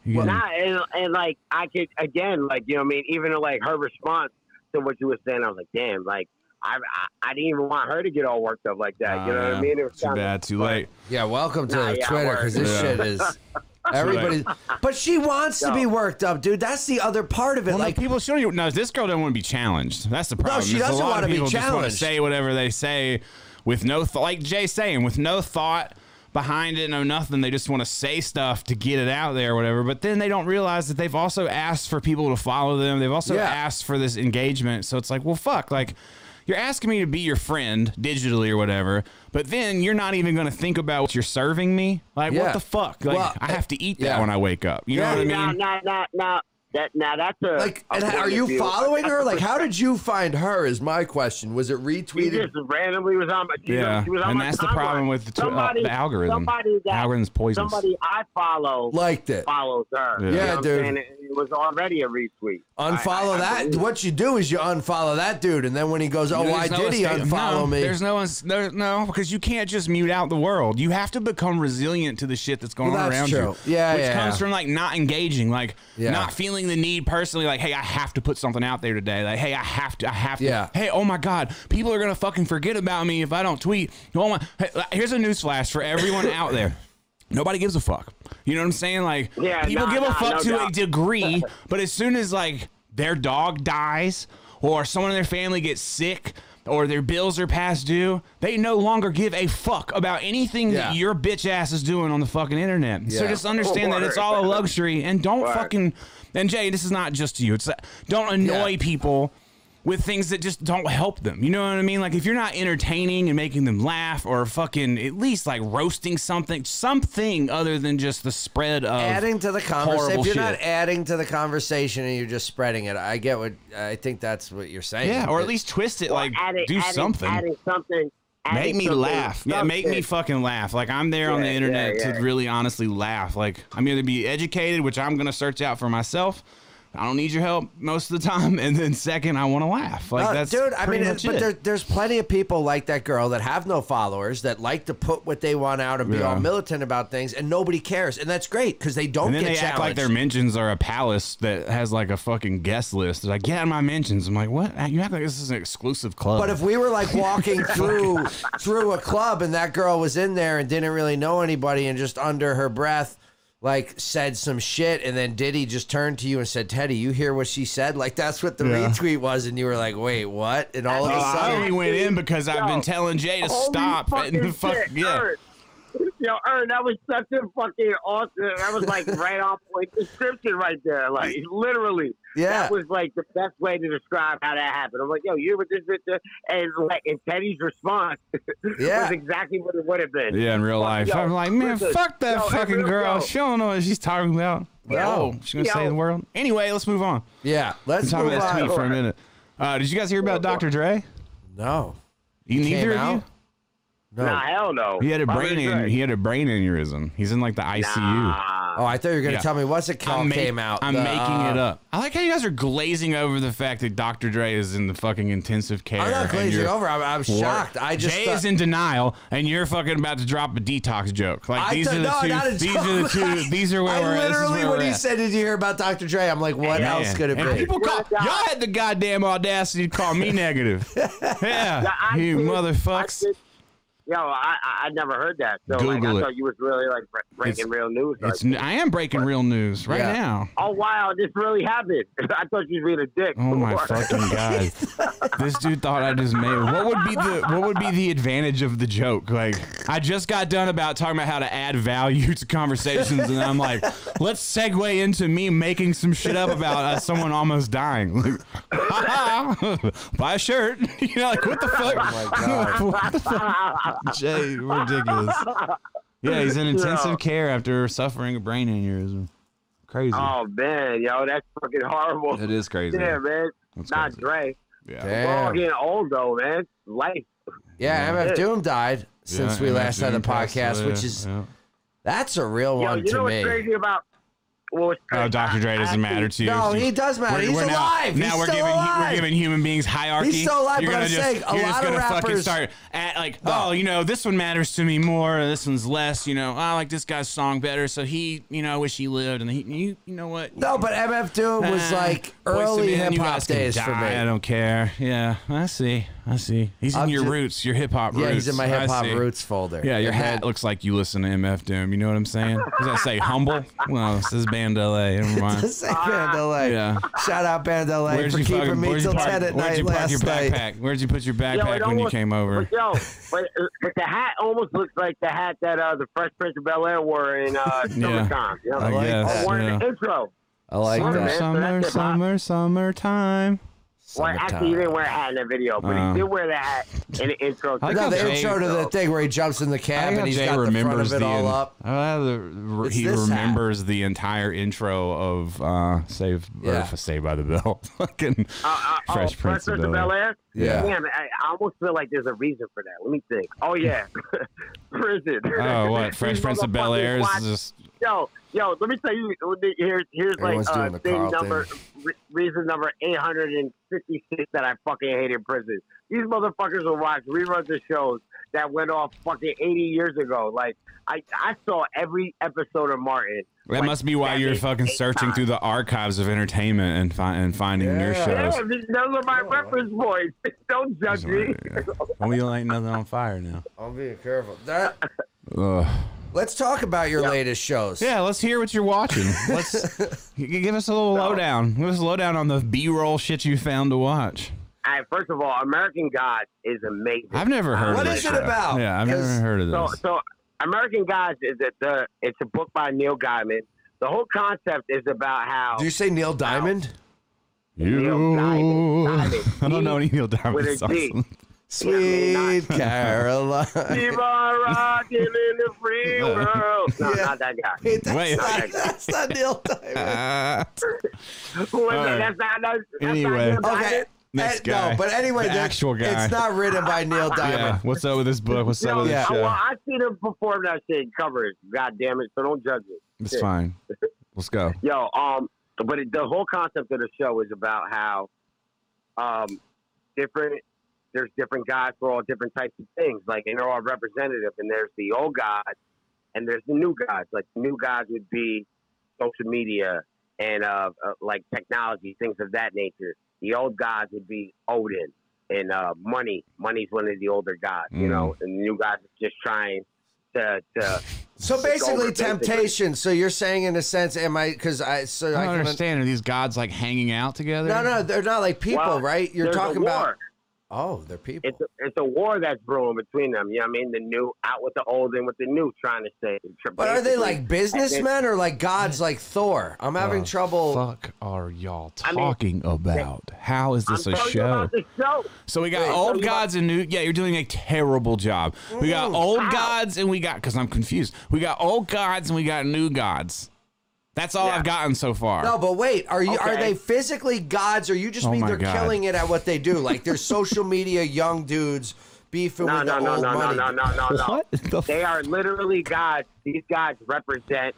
You
Well,
gotta-
nah, and, and like I could again, like you know, what I mean, even though, like her response to what you were saying, I was like, damn, like I, I, I didn't even want her to get all worked up like that.
Oh,
you know what
yeah.
I mean? It was
Too
kinda-
bad, too
but-
late.
Yeah, welcome to
Nah, yeah,
Twitter because this
word.
shit is everybody. But she wants to be worked up, dude. That's the other part of it.
Well,
like,
no, people, she don't even, no, this girl doesn't want to be challenged. That's the problem.
she
is
doesn't
a lot
wanna
of
be
people Just want to
challenged.
say whatever they say with no, th- like Jay saying, with no thought behind it, no nothing. They just want to say stuff to get it out there or whatever. But then they don't realize that they've also asked for people to follow them. They've also
Yeah.
asked for this engagement. So it's like, well, fuck, like. You're asking me to be your friend digitally or whatever, but then you're not even going to think about what you're serving me. Like,
Yeah.
what the fuck? Like,
Well,
I have to eat that
yeah.
when I wake up. You
Yeah.
know what I mean?
Now, now, now, now, That now that's a
Like,
a
and
point
are
of
you
view.
following her?
That's a
Like, how did you find her? Is my question. Was it
She
retweeted?
just randomly was on my. She
Yeah,
was, she was on
and
my
that's the
timeline.
problem with the tw- uh,
somebody,
the algorithm.
Somebody that
Algorithm's poisonous.
somebody I follow
Liked it.
follows her.
Yeah.
You know
Yeah,
what I'm
dude.
saying? It it was already a retweet. I-
Unfollow
I- I
that.
believe it.
What you do is you unfollow that dude, and then when he goes, "Oh,
There's
why
no
did he
escape-
unfollow
no,
me?"
There's no uns- no no because you can't just mute out the world. You have to become resilient to the shit that's going
Well,
on
that's
around
true.
you.
Yeah,
which
yeah.
comes from like not engaging, like
Yeah.
not feeling the need personally. Like, hey, I have to put something out there today. Like, hey, I have to. I have to.
Yeah.
Hey, oh my god, people are gonna fucking forget about me if I don't tweet. Oh my. Hey, like, here's a newsflash for everyone out there. Nobody gives a fuck. You know what I'm saying? Like,
Yeah,
people
nah,
give a
nah,
fuck
no
to a
doubt.
degree, but as soon as like their dog dies or someone in their family gets sick or their bills are past due, they no longer give a fuck about anything
Yeah.
that your bitch ass is doing on the fucking internet. So
Yeah.
just understand that it's all a luxury and don't
Word.
fucking and Jay, this is not just to you. It's uh, don't annoy
Yeah.
people with things that just don't help them. You know what I mean? Like if you're not entertaining and making them laugh or fucking at least like roasting something, something other than just the spread of
adding to the conversation.
horrible
If you're not
shit.
adding to the conversation and you're just spreading it, I get what I think that's what you're saying.
Yeah, or at
It-
least twist it like
adding,
do
adding,
something.
Adding something. Adding
make me
something,
laugh. Yeah, make me
something.
fucking laugh. Like I'm there on the
Yeah, yeah,
internet
yeah.
to really honestly laugh. Like I'm either be educated, which I'm gonna search out for myself. I don't need your help most of the time. And then second, I want to laugh. Like
Uh,
that's
dude, I mean,
much
but
it.
there, there's plenty of people like that girl that have no followers that like to put what they want out and be
Yeah.
all militant about things, and nobody cares, and that's great because they don't
and then
get
they
challenged.
act like their mentions are a palace that has like a fucking guest list. They're like, yeah, my mentions. I'm like, what? You act like this is an exclusive club.
But if we were like walking through through a club and that girl was in there and didn't really know anybody and just under her breath like said some shit and then Diddy just turned to you and said, Teddy, you hear what she said? Like that's what the
Yeah.
retweet was and you were like, Wait, what? And all
Oh,
of a
I
sudden
only went in because I've been
Yo,
telling Jay to
Holy
stop
fucking
and fuck
shit,
yeah.
Ern. Yo, Ern, that was such a fucking awesome. That was like right on point description right there. Like literally,
Yeah.
that was like the best way to describe how that happened. I'm like, yo, you with this bitch, uh, and like, and Teddy's response
Yeah.
was exactly what it would have been.
Yeah, in real
Fuck,
life.
yo,
I'm like, man,
listen,
fuck that
yo, in
fucking
real-
girl.
yo,
She don't know what she's talking about.
Yo.
No, she's gonna
Yo.
say the world. Anyway, let's move on.
Yeah. Let's
Let's talk
move
about this
on.
tweet for a minute. Uh, did you guys hear about Dr. Dre?
No.
You
Came
neither of
out? No.
Nah, hell no.
you. He had a
Why
brain.
would
An-
they?
he had a brain aneurysm. He's in like the ICU.
Oh, I thought you were gonna
Yeah.
tell me what's it called
I'm ma-
came out.
I'm
The,
making
uh,
it up. I like how you guys are glazing over the fact that Dr. Dre is in the fucking intensive care.
I'm not
and
glazing
you're
over. I'm, I'm
wor-
shocked. I just
Jay
thought-
is in denial, and you're fucking about to drop a detox joke. Like
I
these
thought-
are the
no,
two.
not a
these
joke.
are the two. These are where
I
we're at. This is
literally
where
when
we're
he
at.
said, "Did you hear about Dr. Dre?" I'm like, "What
Man.
else could it
and
be?"
People call,
Yeah.
y'all had the goddamn audacity to call me negative. Yeah,
I
you
did-
motherfucks.
I did- Yo, I, I I never heard that. So like,
Google
I
it.
thought you was really like bre- breaking
It's-
real news. Like,
It's n- I am breaking real news right
Yeah.
now.
oh wow, this really happened. I thought you was being a dick.
Oh my
before.
fucking god! This dude thought I just made. What would be the What would be the advantage of the joke? Like I just got done about talking about how to add value to conversations, and I'm like, let's segue into me making some shit up about uh, someone almost dying. Like, "Ha-ha, buy a shirt. you know, like what the fuck?
Oh God.
what the fuck? Jay, ridiculous. Uh, Yeah, he's in intensive
Yeah.
care after suffering a brain aneurysm. Crazy.
Oh man, yo, that's fucking horrible.
It is crazy.
Yeah, man.
That's
Not
crazy.
Dre.
Yeah.
Damn.
We're all getting old though, man. Life.
Yeah, MF Doom died since
Yeah,
we
and
last had a
Jimmy passed
podcast,
away.
which is
Yeah.
that's a real
Yo,
one
you know
to
what's
me.
crazy about? Well, what's
Oh,
crazy-
Dr. Dre
I-
doesn't
I
matter to you.
No,
You-
he does matter. He's
now-
alive.
Now,
He's
we're
still
giving hu-
alive.
we're giving human beings hierarchy.
He's still alive,
You're
but
gonna
I'm
just,
saying a
you're
lot
just
of
gonna fucking
rappers-
start at like,
No.
oh, you know, this one matters to me more, or this one's less. You know, I like this guy's song better, so he, you know, I wish he lived, and he, you, you know what?
No, but MF Doom was
Ah,
like
voice of
early
man,
hip
you
hop
guys can
days for
die, I
me.
don't care. Yeah, I see. I see. He's in
I'm
your
ju-
roots, your hip hop
Yeah,
roots.
he's in my
I
hip hop
see.
roots folder.
Yeah, your
And then-
hat looks like you listen to MF Doom. You know what I'm saying? What Does that say humble? Well, this is Band LA. Never mind.
Say Band LA.
Yeah.
Shout out Band LA
Where'd
for
you
keeping
fucking-
me
where'd you
till
park-
ten at
where'd
night
you park
last
your
night.
backpack? Where'd you put your
Yo, it
backpack when you
almost-
came over?
But yo, but, uh, but the hat almost looks like the hat that uh, the Fresh Prince of Bel Air wore in uh, summertime. You know,
I
like,
guess,
or wore in
yeah.
the intro.
I like
summer,
man.
that.
So
summer,
that's hip-hop.
summer, summertime.
Well, actually, he didn't wear a hat in the video, but
Uh.
he did wear the hat in the intro. To
I
No,
got
the
the
Jay-
intro to the thing where he jumps in the cab and he's got the front of it all up.
Uh, the,
It's
he
this hat.
remembers the entire intro of uh, Save
Yeah.
or Saved by the Bell. Fucking
uh, uh,
Fresh
oh,
Prince of
Bel Air.
Yeah.
Damn, I, I almost feel like there's a reason for that. Let me think. Oh yeah, prison.
Oh, what? Fresh
These
Prince of Bel Air is
motherfuckers watch-
just
Yo, yo, let me tell you. let me- Here's here's
Everyone's
like
doing
uh,
the
thing
Carlton.
number re- reason number eight hundred and fifty six that I fucking hate in prison. These motherfuckers will watch reruns of shows that went off fucking eighty years ago. Like I I saw every episode of Martin.
That
like,
must be why you're
seven,
fucking
eight
searching
times.
through the archives of entertainment and fi- and finding your
Yeah.
shows.
Yeah, these- those are my reference points. Don't judge me.
Well, you ain't nothing on fire now.
I'm being careful. That,
Ugh.
let's talk about your latest shows.
Yeah, let's hear what you're watching. Let's g- g- give us a little lowdown. Give us a lowdown on the B-roll shit you found to watch.
All right, first of all, American Gods is amazing.
I've never heard
What
of
is
this.
it
show.
about?
Yeah, I've
'Cause-
never heard of
so,
this.
so American Gods is a, the it's a book by Neil Gaiman. The whole concept is about how
Do you say Neil Diamond?
you.
Diamond, Diamond,
I don't know
D
any Neil
with a
Diamond
D.
songs.
Sweet Caroline.
Keep on rocking in the free
No.
world. No,
Yeah.
not that guy.
Wait, that's,
Wait.
Not, that's not Neil Diamond.
Uh,
Who is
All
it?
right.
That's not. That's, that's
Anyway.
Not Neil
Okay.
Diamond.
Next
Eh,
guy.
No, but anyway,
The
that-
actual guy.
It's not written by Neil
yeah.
Diamond.
What's up with this book? What's up
Yo,
with
Yeah.
this
I, well,
show?
I seen him perform that shit in covers. God damn it! So don't judge me.
It's fine. Let's go.
Yo, um, but it, the whole concept of the show is about how, um, different. There's different gods for all different types of things, like and they're all representative. And there's the old gods, and there's the new gods. Like the new gods would be social media and uh, uh like technology, things of that nature. The old gods would be Odin and uh, money. Money's one of the older gods, you
Mm.
know. And the new gods is just trying to to
So basically, temptation. So you're saying, in a sense, am I? Because I so
I
I
don't
can
understand. Are these gods like hanging out together?
No, no, they're not like people,
Well,
right? You're
there's a
talking
war.
about oh, they're people.
it's a, it's a war that's brewing between them. You know what I mean? The new out with the old and with the new, trying to say.
but are they
basically-
like businessmen or like gods, like Thor? I'm having
The
trouble.
Oh, Fuck are y'all
I mean,
talking about? How is
I'm
this a
telling you
show?
about the show.
So we got
Wait,
old
tell me about-
gods and new. Yeah, you're doing a terrible job. We got
Mm,
old
how?
gods and we got because I'm confused. We got old gods and we got new gods. That's all
Yeah.
I've gotten so far.
No, but wait, are you are
Okay.
they physically gods, or you just
Oh
mean
my
they're
God.
killing it at what they do? Like they're social media young dudes beefing
No,
with
no,
the
no,
old
no, no,
money.
no, no, no, no.
what the? F-
They are literally gods. These gods represent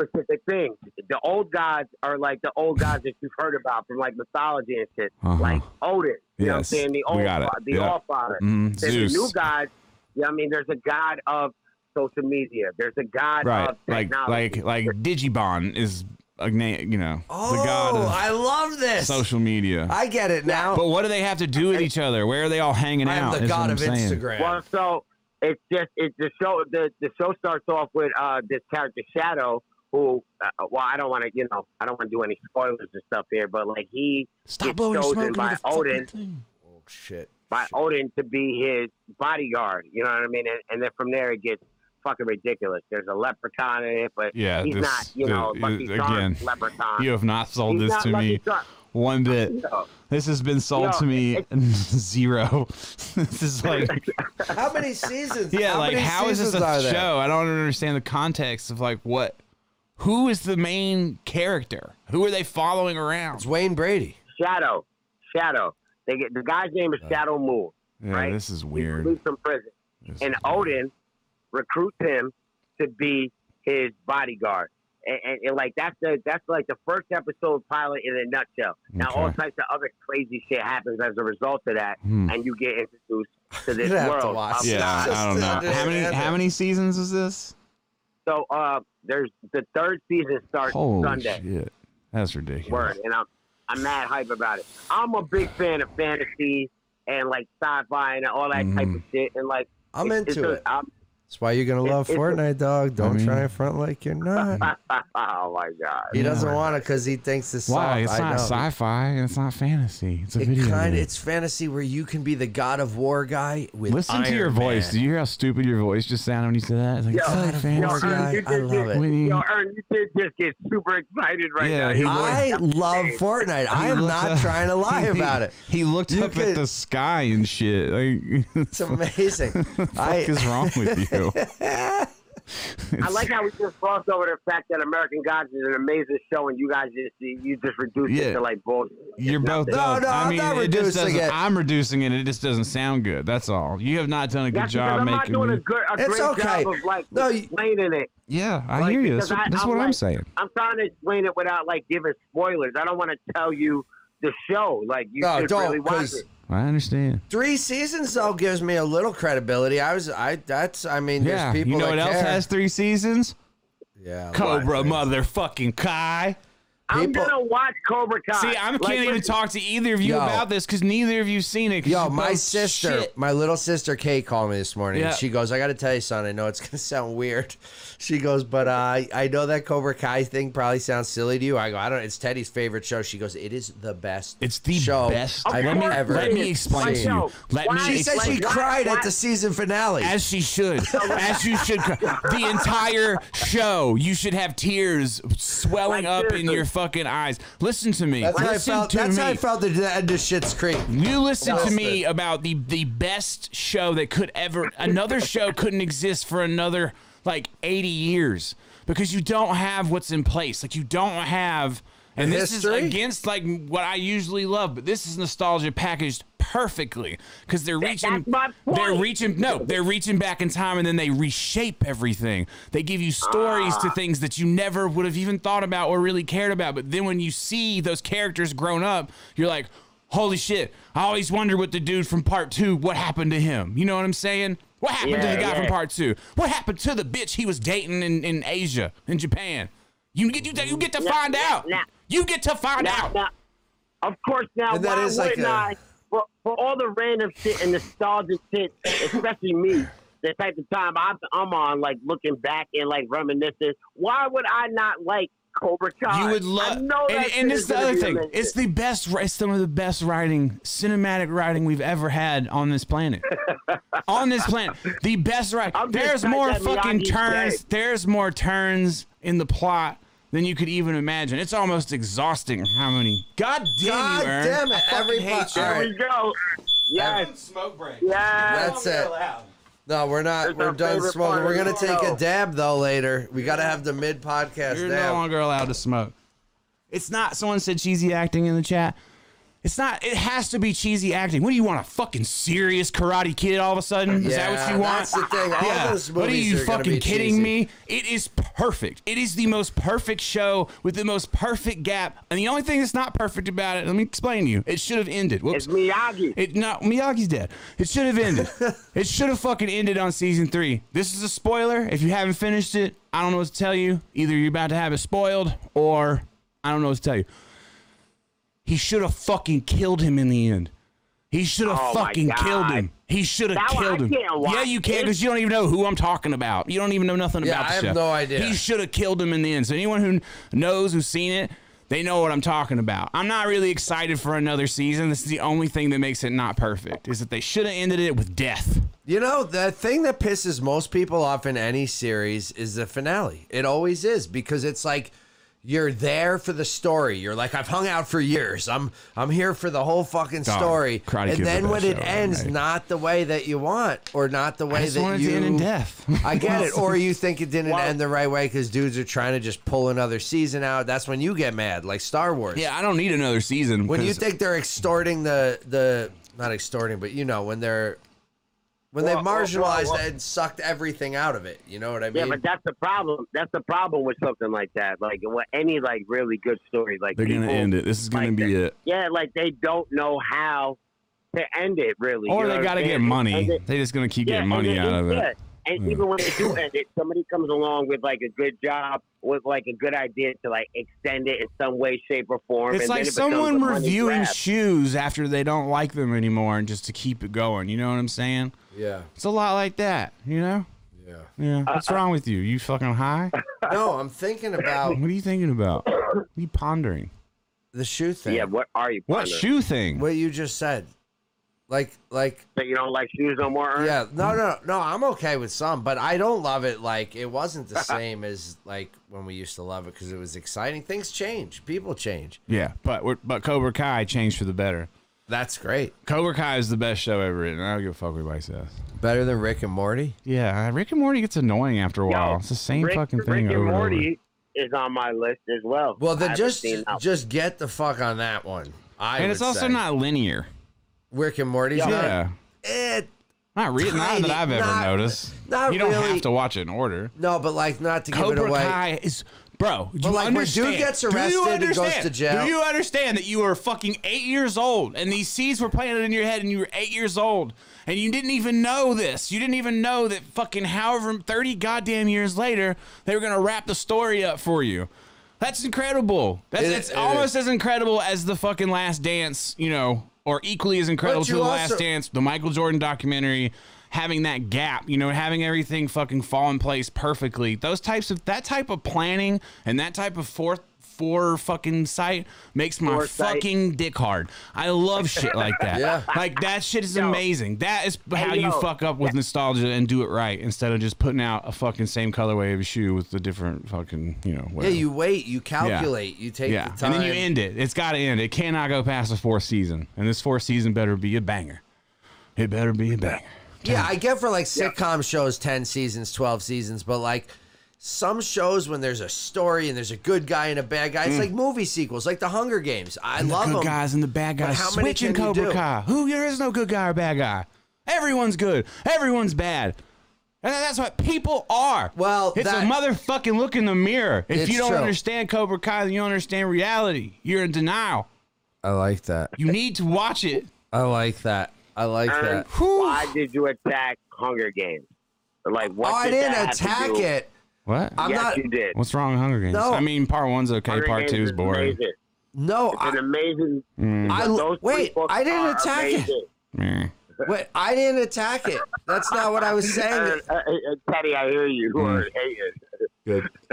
specific things. The old gods are like the old gods that you've heard about from like mythology and shit,
Uh-huh.
like Odin. You know what I'm
Yes,
saying? The
we
old,
got it.
fa- the
Yeah.
all father.
Mm,
There's a new
Zeus.
god. You know what I mean? There's a god of social media. There's a god
Right,
of
like
technology.
like like Digimon is a name. You know, the god
Oh,
of
I love this.
social media.
I get it now.
but what do they have to do with each other? Where are they all hanging
I am
out?
the
is what
god
I'm
of
saying.
Instagram.
Well, so it's just it's the show. The the show starts off with uh, this character Shadow, who uh, well, I don't want to you know I don't want to do any spoilers and stuff here, but like he
Stop
It's
blowing your
chosen
smoke into
by
the fucking
Odin.
thing.
oh shit.
by Odin to be his bodyguard. You know what I mean? And, and then from there it gets fucking ridiculous. There's a leprechaun in it, but
Yeah,
he's
this-
not you
the-
know Lucky
uh,
Charms
again,
leprechaun.
You have not sold
He's
this
not
to
Lucky
me
Charms.
one bit.
No.
This has been sold
Yo,
to me zero. this is like,
How many seasons?
yeah, like
many
how is this
seasons are
a
there?
show? I don't understand the context of like what, who is the main character? Who are they following
It's
around?
Wayne Brady.
Shadow, Shadow. They get the guy's name is Shadow Moon.
Yeah,
Right.
this is
He's
weird.
released from prison.
This
and
is weird.
Odin recruits him to be his bodyguard. And, and, and like that's the that's like the first episode pilot in a nutshell. Now all
Okay.
types of other crazy shit happens as a result of that,
Hmm.
and you get introduced to
You're
this
gonna have to
world.
watch
of
it.
Yeah,
gods.
Just
I don't know.
to
How many
understand
how
it.
many seasons is this?
So uh, there's the third season starts
Holy
Sunday.
shit, that's ridiculous.
Word, and I'm I'm mad hype about it. I'm a big fan of fantasy and like sci-fi and all that type
Mhm.
of shit, and like
Mm-hmm. I'm
it's- it's
into
a-
it.
I'm,
That's why you're gonna love
it's-
Fortnite, dog. Don't
mean-
try and front like you're not.
oh my god.
He doesn't want it because he thinks it's
Why?
soft.
It's
I
not
know.
sci-fi and it's not fantasy. It's a
It
video.
kind of
game.
it's fantasy where you can be the god of war guy with
Listen to your
Iron
voice.
Man.
Do you hear how stupid your voice just sounded when you said that? It's like,
Yo,
it's not
yo,
fantasy.
Iron-
Ern, you
I
did
love
get-
it.
When you-
Yo, Ern, you did just get super excited right
Yeah,
now.
he
You
was.
I love Fortnite. I am
looked
not
up-
trying to lie
he-
about it.
He looked
You
up
could-
at the sky and shit. Like,
It's amazing.
what
I,
the fuck is wrong with you?
I like how we just glossed over the fact that American Gods is an amazing show, and you guys just you you just reduced
Yeah.
it to like bullshit.
You're both.
Nothing.
up.
no,
I
I'm
mean,
not
it just
reducing
doesn't-
it.
I'm reducing it. It just doesn't sound good. That's all. You have not done a good
That's because
job
I'm
making.
not doing a good, a
It's
great
okay.
job of like
No, you-
explaining it.
yeah, I
Like,
hear you.
because
That's, what-
I-
that's
I'm
what I'm
like-
saying.
I'm trying to explain it without like giving spoilers. I don't want to tell you the show. Like you
No,
should
don't,
really watch
'cause-
it.
I understand.
three seasons though gives me a little credibility. I was I that's I mean
Yeah,
there's people
you know
that
what else
care.
has three seasons?
yeah
Cobra
lots.
motherfucking Kai.
I'm
People-
gonna watch Cobra Kai.
See, I can't
Like,
even talk to either of you
Yo.
about this because neither of you seen it. 'cause
Yo,
you're
my
both
sister,
shit.
my little sister Kate called me this morning.
Yeah.
And she goes, I got to tell you, son, I know it's going to sound weird. She goes, but uh, I- I know that Cobra Kai thing probably sounds silly to you. I go, I don't It's Teddy's favorite show. She goes, it is the best.
It's the
show
best.
I've
Let me-
ever
let me
seen."
explain to you. Let me
She said
explain.
she
Like,
cried at the season finale.
As she should. As you should. cry. The entire show. You should have tears swelling up
Like,
in
seriously.
your fucking eyes. Listen to me.
that's how I
listen
felt.
to
That's
me.
how I felt at the end of Shit's Creek.
You listen to
Listen.
me about the the best show that could ever another show couldn't exist for another like 80 years because you don't have what's in place. Like you don't have and this
History?
is against like what I usually love, but this is nostalgia packaged perfectly cuz they're reaching
that's my point.
they're reaching no, they're reaching back in time and then they reshape everything. They give you stories
Ah.
to things that you never would have even thought about or really cared about, but then when you see those characters grown up, you're like Holy shit. I always wonder what the dude from part two, what happened to him. You know what I'm saying? What happened to
Yeah,
the guy from
yeah.
part two? What happened to the bitch he was dating in, in Asia, in Japan? You get you, you get to
Nah,
find
nah,
out.
nah.
You get to find
Now,
out.
now, of course, now
And that
why
is like
wouldn't
a-
I? For, for all the random shit and nostalgic shit, especially me, the type of time I'm, I'm on, like looking back and like reminiscing. Why would I not like Cobra Kai?
You would
I
love,
know
and,
that shit
and it's
is
the
gonna
other
be
thing.
amazing.
It's the best. wri- It's some of the best writing, cinematic writing we've ever had on this planet. on this planet, the best writing.
I'm just
There's
like
more
that
fucking
Miyagi
turns.
say.
There's more turns in the plot than you could even imagine. It's almost exhausting how many. God damn
God
you, Ern.
damn it. Every
hate
part-
you.
all
There
right.
we go. Yes,
Smoke break.
yes.
That's it. No, we're not.
It's
We're
our
done
favorite
smoking.
part
We're
of
gonna
the
take a
show.
dab though later. We gotta have the mid
You're
podcast
no
dab.
longer allowed to smoke. It's not. Someone said cheesy acting in the chat. It's not. It has to be cheesy acting. What do you want? A fucking serious Karate Kid all of a sudden? Is that what
Yeah,
you want?
that's the thing. All those
what are
movies
you
are gonna
fucking
be
kidding
cheesy.
me? It is perfect. It is the most perfect show with the most perfect gap. And the only thing that's not perfect about it, let me explain to you. It should have ended. Whoops.
It's Miyagi.
It no Miyagi's dead. It should have ended. it should have fucking ended on season three. This is a spoiler. If you haven't finished it, I don't know what to tell you. Either you're about to have it spoiled, or I don't know what to tell you. He should have fucking killed him in the end. He should have
Oh my
fucking
God.
killed him. He should have
That one I
killed him.
can't watch.
Yeah, you can because you don't even know who I'm talking about. You don't even know nothing
Yeah,
about the
I have
show.
no idea.
He should have killed him in the end. So anyone who knows who's seen it, they know what I'm talking about. I'm not really excited for another season. This is the only thing that makes it not perfect is that they should have ended it with death.
You know, the thing that pisses most people off in any series is the finale. It always is because it's like you're there for the story. You're like, I've hung out for years. I'm I'm here for the whole fucking
Dog,
story.
Karate Kid's
and
the
then
best
when
show
it
ever
ends,
made.
not the way that you want, or not the way
I just
that
wanted
you
to end in death.
I get it. Or you think it didn't
Well-
end the right way because dudes are trying to just pull another season out. That's when you get mad, like Star Wars.
yeah, I don't need another season.
when you
'cause-
think they're extorting the the not extorting, but you know when they're when
Well,
they've
well,
marginalized
well, well.
and sucked everything out of it. You know what I
Yeah,
mean?
but that's the problem. That's the problem with something like that. Like what any like really good story. Like
they're gonna
people-
end it. This is gonna
like
be
that.
it.
Yeah, like they don't know how to end it really.
Or
you know
they
what
gotta
I'm
get
saying?
money.
And it-
They just gonna keep getting
and
money
it-
out of it.
yeah. And
Yeah.
even when they do end it, somebody comes along with like a good job, with like a good idea to like extend it in some way, shape, or form.
It's
and then
like
it becomes a
someone
money
reviewing
grab.
shoes after they don't like them anymore and just to keep it going. You know what I'm saying?
yeah,
It's a lot like that, you know?
yeah.
Yeah.
Uh,
What's wrong with you? You fucking high?
No, I'm thinking about
What are you thinking about? What are you pondering?
the shoe thing.
Yeah, what are you?
What
partner?
shoe thing?
What you just said. Like like
That you don't like shoes no more? Ernst?
yeah, no no no, I'm okay with some, but I don't love it like it wasn't the same as like when we used to love it cuz it was exciting. Things change. People change.
Yeah, but we're, but Cobra Kai changed for the better.
That's great.
Cobra Kai is the best show ever written. I don't give a fuck what anybody says.
Better than Rick and Morty?
Yeah, uh, Rick and Morty gets annoying after a while. it's the same
Rick,
fucking thing
Rick
over and
and
over.
Morty is on my list as well.
Well,
I
then
haven't
just
seen uh, that
just get the fuck on that one. I
And
would
it's also
say.
not linear.
Rick and Morty's
Yeah.
not.
Yeah.
Eh,
Not, re- not
Tiny-
that I've ever
not-
noticed.
not
you don't
really.
have to watch it in order.
no, but like not to give
Cobra
it away.
Kai is. Bro, do
But,
you
like, when dude
understand?
gets
Do you
arrested and goes to
understand?
jail-
Do you understand that you were fucking eight years old and these seeds were planted in your head and you were eight years old and you didn't even know this? You didn't even know that fucking however 30 goddamn years later, they were going to wrap the story up for you. That's incredible. That's
It-
it's
it
almost as incredible as the fucking Last Dance, you know, or equally as incredible
But
to
you
the Last
also-
Dance. Dance, the Michael Jordan documentary, having that gap, you know, having everything fucking fall in place perfectly. Those types of that type of planning and that type of forth for fucking sight makes my
Foresight.
fucking dick hard. I love shit like that.
Yeah.
Like that shit is amazing. That is how
Hey,
you
yo.
fuck up with nostalgia and do it right instead of just putting out a fucking same colorway of a shoe with the different fucking, you know,
Yeah,
whatever.
you wait, you calculate, you take
Yeah.
the time.
And then you end it. It's got to end. It cannot go past the fourth season. And this fourth season better be a banger. It better be a banger.
Yeah, I get for like sitcom shows, 10 seasons, 12 seasons, but like some shows when there's a story and there's a good guy and a bad guy, it's like movie sequels, like The Hunger Games. I
the
love
good
them.
guys Mm. and the bad
But
guys
how many
switching
can you
Cobra
do?
Kai. Who there is no good guy or bad guy. Everyone's good. Everyone's bad. And that's what people are.
Well,
it's
that-
a motherfucking look in the mirror. If
It's
you don't
true.
understand Cobra Kai, then you don't understand reality. You're in denial.
I like that.
You need to watch it.
I like that. I like that.
Ernst, Why did you attack Hunger Games? Like what?
Oh, I
did
didn't
that have to
attack
do-
it.
What?
I'm
yes,
not.
you did.
What's wrong with Hunger Games?
No.
I mean, part one's okay.
Hunger
part
Games
two is boring. Mm.
Amazing.
No,
It's
I,
an amazing.
I-
those three
wait,
books
I didn't
are
attack it.
amazing.
Meh.
wait, I didn't attack it. That's not what I was saying.
Ernst, uh, uh, Teddy, I hear you.
Mm.
Or, hey, uh,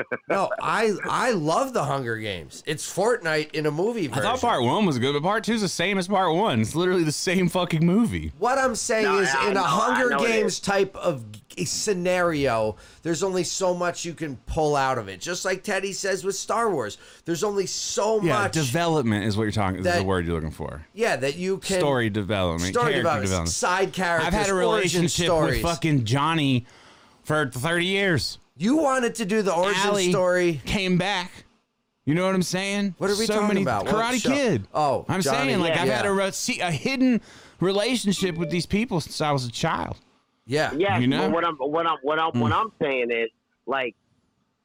No, I I love The Hunger Games. It's Fortnite in a movie
I
version.
thought part one was good, but part two's the same as part one. It's literally the same fucking movie.
What I'm saying
No,
is,
I- I
in a
know- I
Hunger
know it
Games
is.
type of g- scenario, there's only so much you can pull out of it. Just like Teddy says with Star Wars, there's only so
Yeah,
much,
development is what you're talking. Is the
That-
word you're looking for.
yeah, that you can
Story development,
story
character
development,
development.
side characters,
I've had a relationship
origin
with
stories.
fucking Johnny for 30 years.
you wanted to do the origin
Allie
story.
came back. You know what I'm saying?
What are we
so
talking
many,
about? What
Karate
show?
Kid.
Oh,
I'm
Johnny,
saying like
yeah,
I've had
yeah.
a, re- see, a hidden relationship with these people since I was a child.
Yeah,
Yes,
You know? Mm.
but what I'm what I'm what I'm what I'm saying is like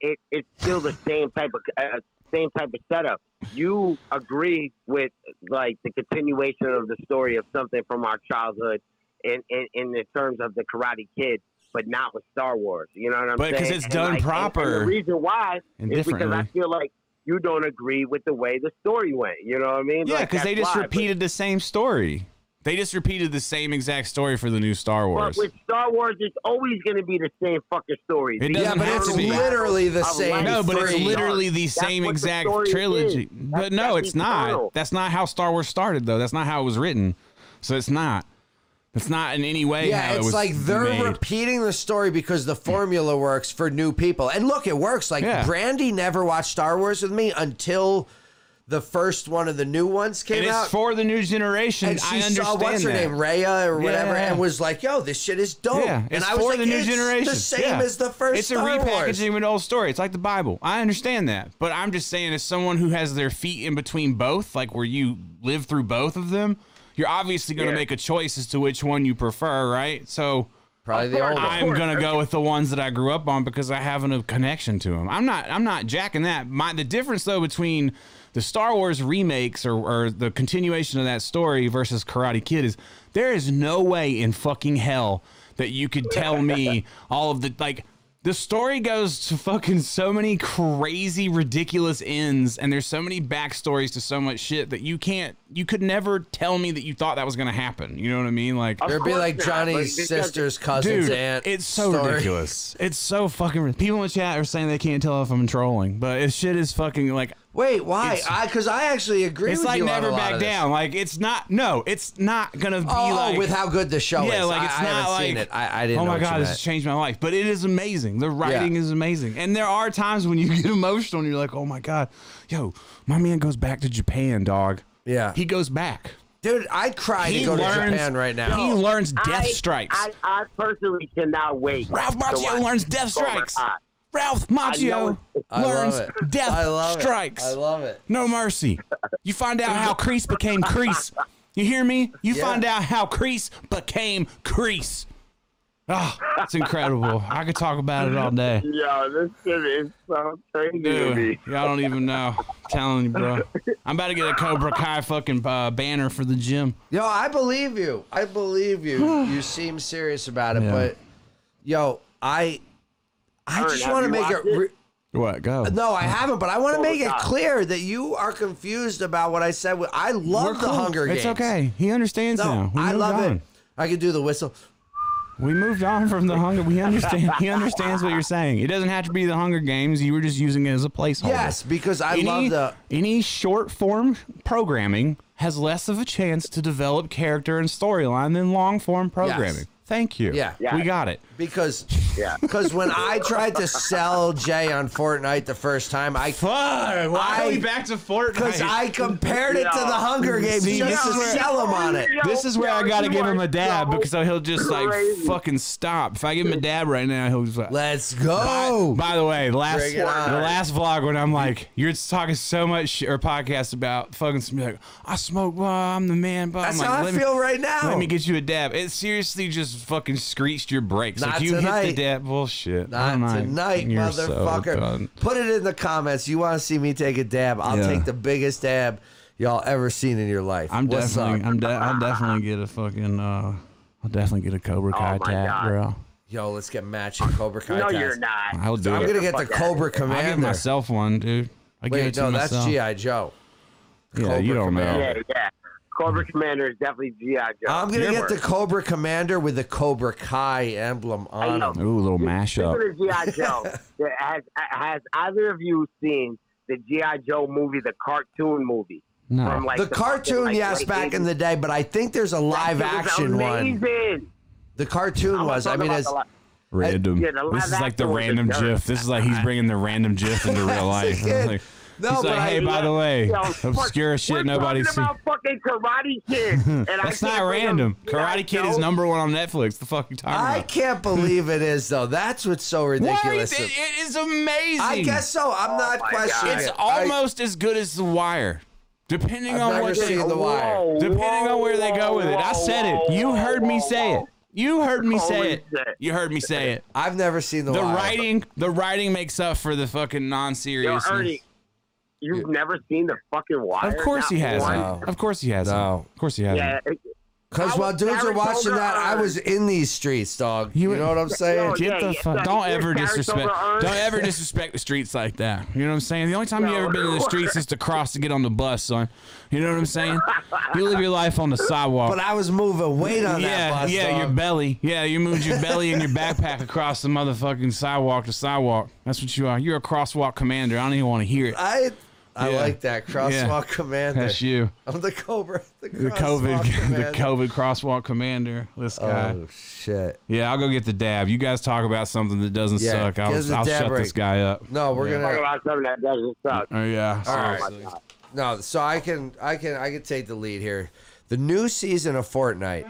it it's still the same type of uh, same type of setup. You agree with like the continuation of the story of something from our childhood, in in, in the terms of the Karate Kid, but not with Star Wars. You know what I'm
But
saying?
'cause it's
And,
done
like, and- And,
proper
the reason why
and
is because I
differently.
feel like you don't agree with the way the story went. You know what I mean?
Yeah,
Like,
because they
that's
just
why, but-
repeated the same story. They just repeated the same exact story for the new Star Wars.
But with Star Wars, it's always going to be the same fucking story.
It
yeah,
doesn't
but
have
it's
to be.
literally the
Of
same.
life.
No, but it's
three.
literally the
That's
same
what the
exact
story is.
trilogy.
That's-
But no,
that's
it's not.
eternal.
That's not how Star Wars started, though. That's not how it was written. So it's not. It's not in any way.
Yeah,
how it
it's
was
like they're
made.
repeating the story because the formula works for new people. And look, it works. Like
Yeah.
Brandy never watched Star Wars with me until the first one of the new ones came
and it's
out.
for the new generation.
and she
I understand
saw what's her
that.
name, Raya or whatever,
Yeah.
and was like, "Yo, this shit is dope."
Yeah,
and
it's
I was
for
like,
the new
"It's
generation.
the same
Yeah.
as the first
It's
Star
a
Wars."
repackaging of an old story. It's like the Bible. I understand that, but I'm just saying, as someone who has their feet in between both, like where you live through both of them, you're obviously going to
Yeah.
make a choice as to which one you prefer, right? So
Probably the old one.
I'm gonna go with the ones that I grew up on because I have a connection to them. I'm not I'm not jacking that. My the difference though between the Star Wars remakes or, or the continuation of that story versus Karate Kid is there is no way in fucking hell that you could tell me all of the like The story goes to fucking so many crazy, ridiculous ends, and there's so many backstories to so much shit that you can't, you could never tell me that you thought that was gonna happen. You know what I mean? Like,
There'd be
course
like
not, but
Johnny's
because-
sister's cousin's
dude,
aunt.
it's so
story.
ridiculous. It's so fucking. rid- People in the chat are saying they can't tell if I'm trolling, but it shit is fucking like
Wait, why?
It's-
I Because I, actually agree
it's
with
like
you on a
never
lot
back
of this.
down. Like it's not. No, it's not gonna be
Oh,
like
with how good the show
yeah,
is.
like
I-
it's
I,
not
haven't
like
seen it. I, I didn't.
oh my
know what you
god, this has
meant.
changed my life. But it is amazing. The writing is amazing, and there are times when you get emotional and you're like, oh my god, yo, my man goes back to Japan, dog.
Yeah.
he goes back.
dude, I'd cry to
He
go to
learns-
Japan right now.
He learns death
I-
strikes.
I, I personally cannot wait.
Ralph Macchio
watch
learns death
Cobra
strikes.
Kai.
Ralph Macchio
I love
learns
it.
death
I love it.
strikes.
I love it.
No mercy. You find out how Crease became Crease. You hear me? You
Yeah.
find out how Crease became Crease. Ah, it's incredible. I could talk about it all day.
Yo, this shit is so crazy to
Dude,
me.
y'all don't even know. I'm telling you, bro. I'm about to get a Cobra Kai fucking uh, banner for the gym.
Yo, I believe you. I believe you. you seem serious about it,
Yeah.
but yo, I, I
Aaron,
just
have
want to
you
make
watched
it. Re-
it?
What? Go.
no, I haven't, but I want to
Oh,
make it
God.
clear that you are confused about what I said. I love
We're
the
cool.
Hunger Games.
It's okay. He understands
No,
now. We
I
moved
love
on.
it. I could do the whistle.
We moved on from the Hunger. We understand. He understands what you're saying. It doesn't have to be the Hunger Games. You were just using it as a placeholder.
Yes, because I
any,
love the.
any short form programming has less of a chance to develop character and storyline than long form programming. Thank you.
Yeah.
Yeah.
we got it.
Because,
Yeah.
because when I tried to sell Jay on Fortnite the first time, I
Fuck. Why
are we back
to Fortnite?
because I compared it to the
Yeah.
Hunger Games
See,
just
this
to
is where-
sell him on it.
Yo,
this is where I
yo,
gotta
you
give him
are
a dab
so
because he'll just
crazy.
like fucking stop. If I give him a dab right now, he'll just like.
Let's go.
By the way, the last
Bring
the
it on.
last vlog when I'm like, you're talking so much shit or podcast about fucking sm- like, I smoke, blah, I'm the man, blah.
That's
I'm like,
how I
let me-
feel right now.
Let me get you a dab. It seriously just fucking screeched your brakes.
Not
like you
tonight.
hit the dab bullshit.
Not tonight,
You're so
motherfucker.
done.
Put it in the comments. You want to see me take a dab? I'll
Yeah.
take the biggest dab y'all ever seen in your life.
I'm
What's
definitely,
up?
I'm de- I'll definitely get a fucking, uh, I'll definitely get a Cobra Kai
Oh my
tab,
God.
bro.
Yo, let's get matching Cobra Kai.
No,
tabs.
you're not.
I'll do
I'm
it.
gonna get the
Fuck that.
Cobra
I'll give
Commander.
myself one, dude. I give it
Wait,
to
no, that's
myself.
GI Joe.
Yeah,
Cobra
you don't
Commander.
know.
Yeah, yeah. Cobra Commander is definitely GI Joe.
I'm gonna
Sure.
get the Cobra Commander with the Cobra Kai emblem
I
on
know.
him.
Ooh, little
Speaking
mashup.
of GI Joe, there- has has either of you seen the GI Joe movie, the cartoon movie?
No.
like
The
fucking,
cartoon,
like,
yes,
late
back in
80s?
the day, but I think there's a live
That shit was
action one.
amazing.
The cartoon
I'm
was. I
talking
mean,
about
as
the li-
Random.
Yeah, the live
this is like the
action was a
random
jerk.
GIF. This is like he's bringing the random GIF into real life.
kid.
Like,
No,
he's
but
like,
I-
hey, by the way,
Yo,
obscure
we're-
shit
we're
nobody's
talking
seen.
about fucking Karate Kid. And
That's
I can't
not
think of
random.
GI
Karate Kid
Joe.
is number one on Netflix. The fuck you
I
talking
can't believe it is though. That's what's so
about? Why?
ridiculous.
It, it is amazing.
I guess so. I'm not
Oh my
questioning
God.
it's
it. I-
almost as good as The Wire, depending
I've
on
never
what they,
seen The Wire.
Whoa,
depending
whoa,
on where they go with it. I said it.
whoa,
You
whoa,
heard me
whoa,
say
whoa.
it. You heard me say it.
Holy shit.
You heard me say it.
I've never seen the,
The
Wire.
writing, the writing makes up for the fucking
Yo,
non-serious.
Ernie, you've never seen the fucking wire?
Of course
Not
he has.
one?
No.
not Of course he has. not
No.
Of course he has.
Yeah,
not
it-
Because
I
while
was
dudes are watching
Saratoga
that, I was in these streets, dog. You,
You-
know what I'm saying?
Yo,
Get
Oh, yeah,
the
yeah,
fuck!
like,
don't
you're
ever
Saratoga
disrespect.
Ernie.
Don't ever disrespect the streets like that. You know what I'm saying? The only time you
No.
ever been in the streets is to cross to get on the bus, son. You know what I'm saying? You live your life on the sidewalk.
But I was moving weight on that
yeah,
bus,
yeah, your
dog.
belly. Yeah, you moved your belly and your backpack across the motherfucking sidewalk to sidewalk. That's what you are. You're a crosswalk commander. I don't even want to hear it.
I, I
Yeah.
like that crosswalk
Yeah.
commander.
That's you.
I'm the Cobra. The,
The COVID,
commander.
the COVID crosswalk commander. This guy.
Oh shit!
Yeah, I'll go get the dab. You guys talk about something that doesn't
Yeah,
suck.
give us
I'll,
a
I'll
dab
shut
break.
this guy up.
No, we're
Talk
gonna
about something that doesn't suck.
Oh yeah.
All right.
seriously.
no. So I can, I can, I can take the lead here. The new season of Fortnite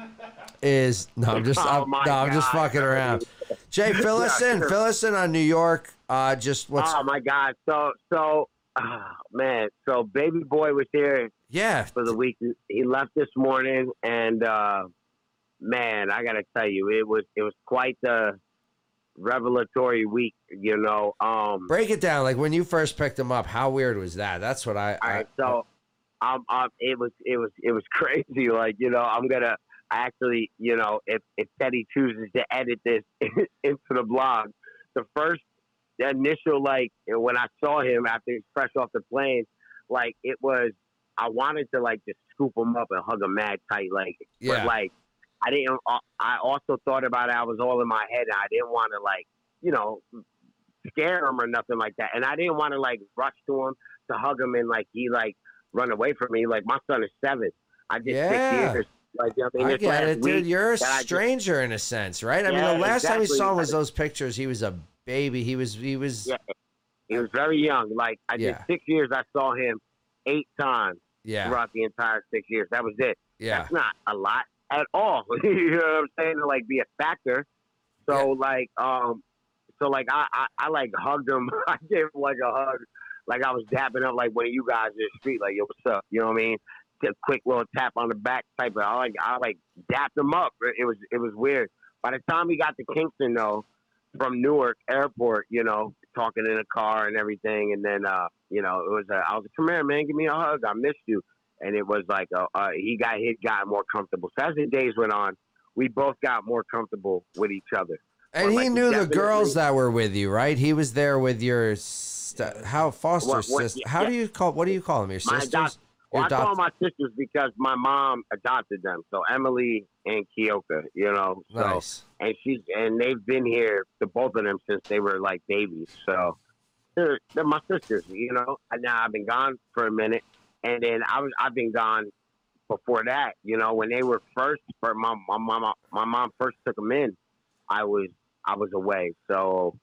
is no, I'm just,
Oh
I'm, no,
my
I'm just
God.
fucking around. Jay, fill us
Yeah,
in,
sure.
fill us in on New York. Uh, just what's
Oh my God! So so, oh, man. So baby boy was here
yeah,
for the week. He left this morning, and uh, man, I gotta tell you, it was it was quite the revelatory week. You know, um,
Break it down. Like when you first picked them up, how weird was that? That's what I.
All
I
right, so um, um, it was it was it was crazy. Like you know, I'm gonna I actually you know if if Teddy chooses to edit this into the blog, the first the initial like when I saw him after he's fresh off the plane, like it was I wanted to like just scoop him up and hug him mad tight, like
Yeah.
but like I didn't. uh, I also thought about it. I was all in my head. And I didn't want to like you know scare him or nothing like that, and I didn't want to like rush to him to hug him and like he like run away from me. Like my son is seven. I did
Yeah.
six years. Like you know what I mean,
I
This
get
last
it, dude.
week
You're a
that I just-
stranger in a sense, right? I
Yeah,
mean, the last time we
exactly.
saw him was those pictures. He was a baby. He was, he was, yeah.
Yeah. He was very young. Like I did
Yeah.
six years. I saw him eight times
Yeah.
throughout the entire six years. That was it.
Yeah.
That's not a lot at all. you know what I'm saying? To like be a factor. So like um so like I, I, I like hugged him. I gave him like a hug. Like I was dapping up like one of you guys in the street, like, yo, what's up? You know what I mean? Just a quick little tap on the back type of I like I like dapped him up. It it was it was weird. By the time we got to Kingston though, from Newark Airport, you know, talking in a car and everything, and then uh, you know, it was uh, I was like, come here, man, give me a hug. I missed you and it was like uh uh, he got hit, got more comfortable. So as the days went on, we both got more comfortable with each other.
And
Or,
he
like,
knew the
definitely-
girls that were with you, right? He was there with your st- how foster
What- what-
sister. How do you call? What do you call them? Your
My
sisters?
adopt-
Your
Well, I
adopt-
call my sisters because my mom adopted them, so Emily and Kioka, you know. So
nice.
and she's and they've been here, the both of them, since they were like babies. So they're, they're my sisters, you know. And now I've been gone for a minute, and then I was I've been gone before that, you know. When they were first, for my my mom my mom first took them in, I was I was away. So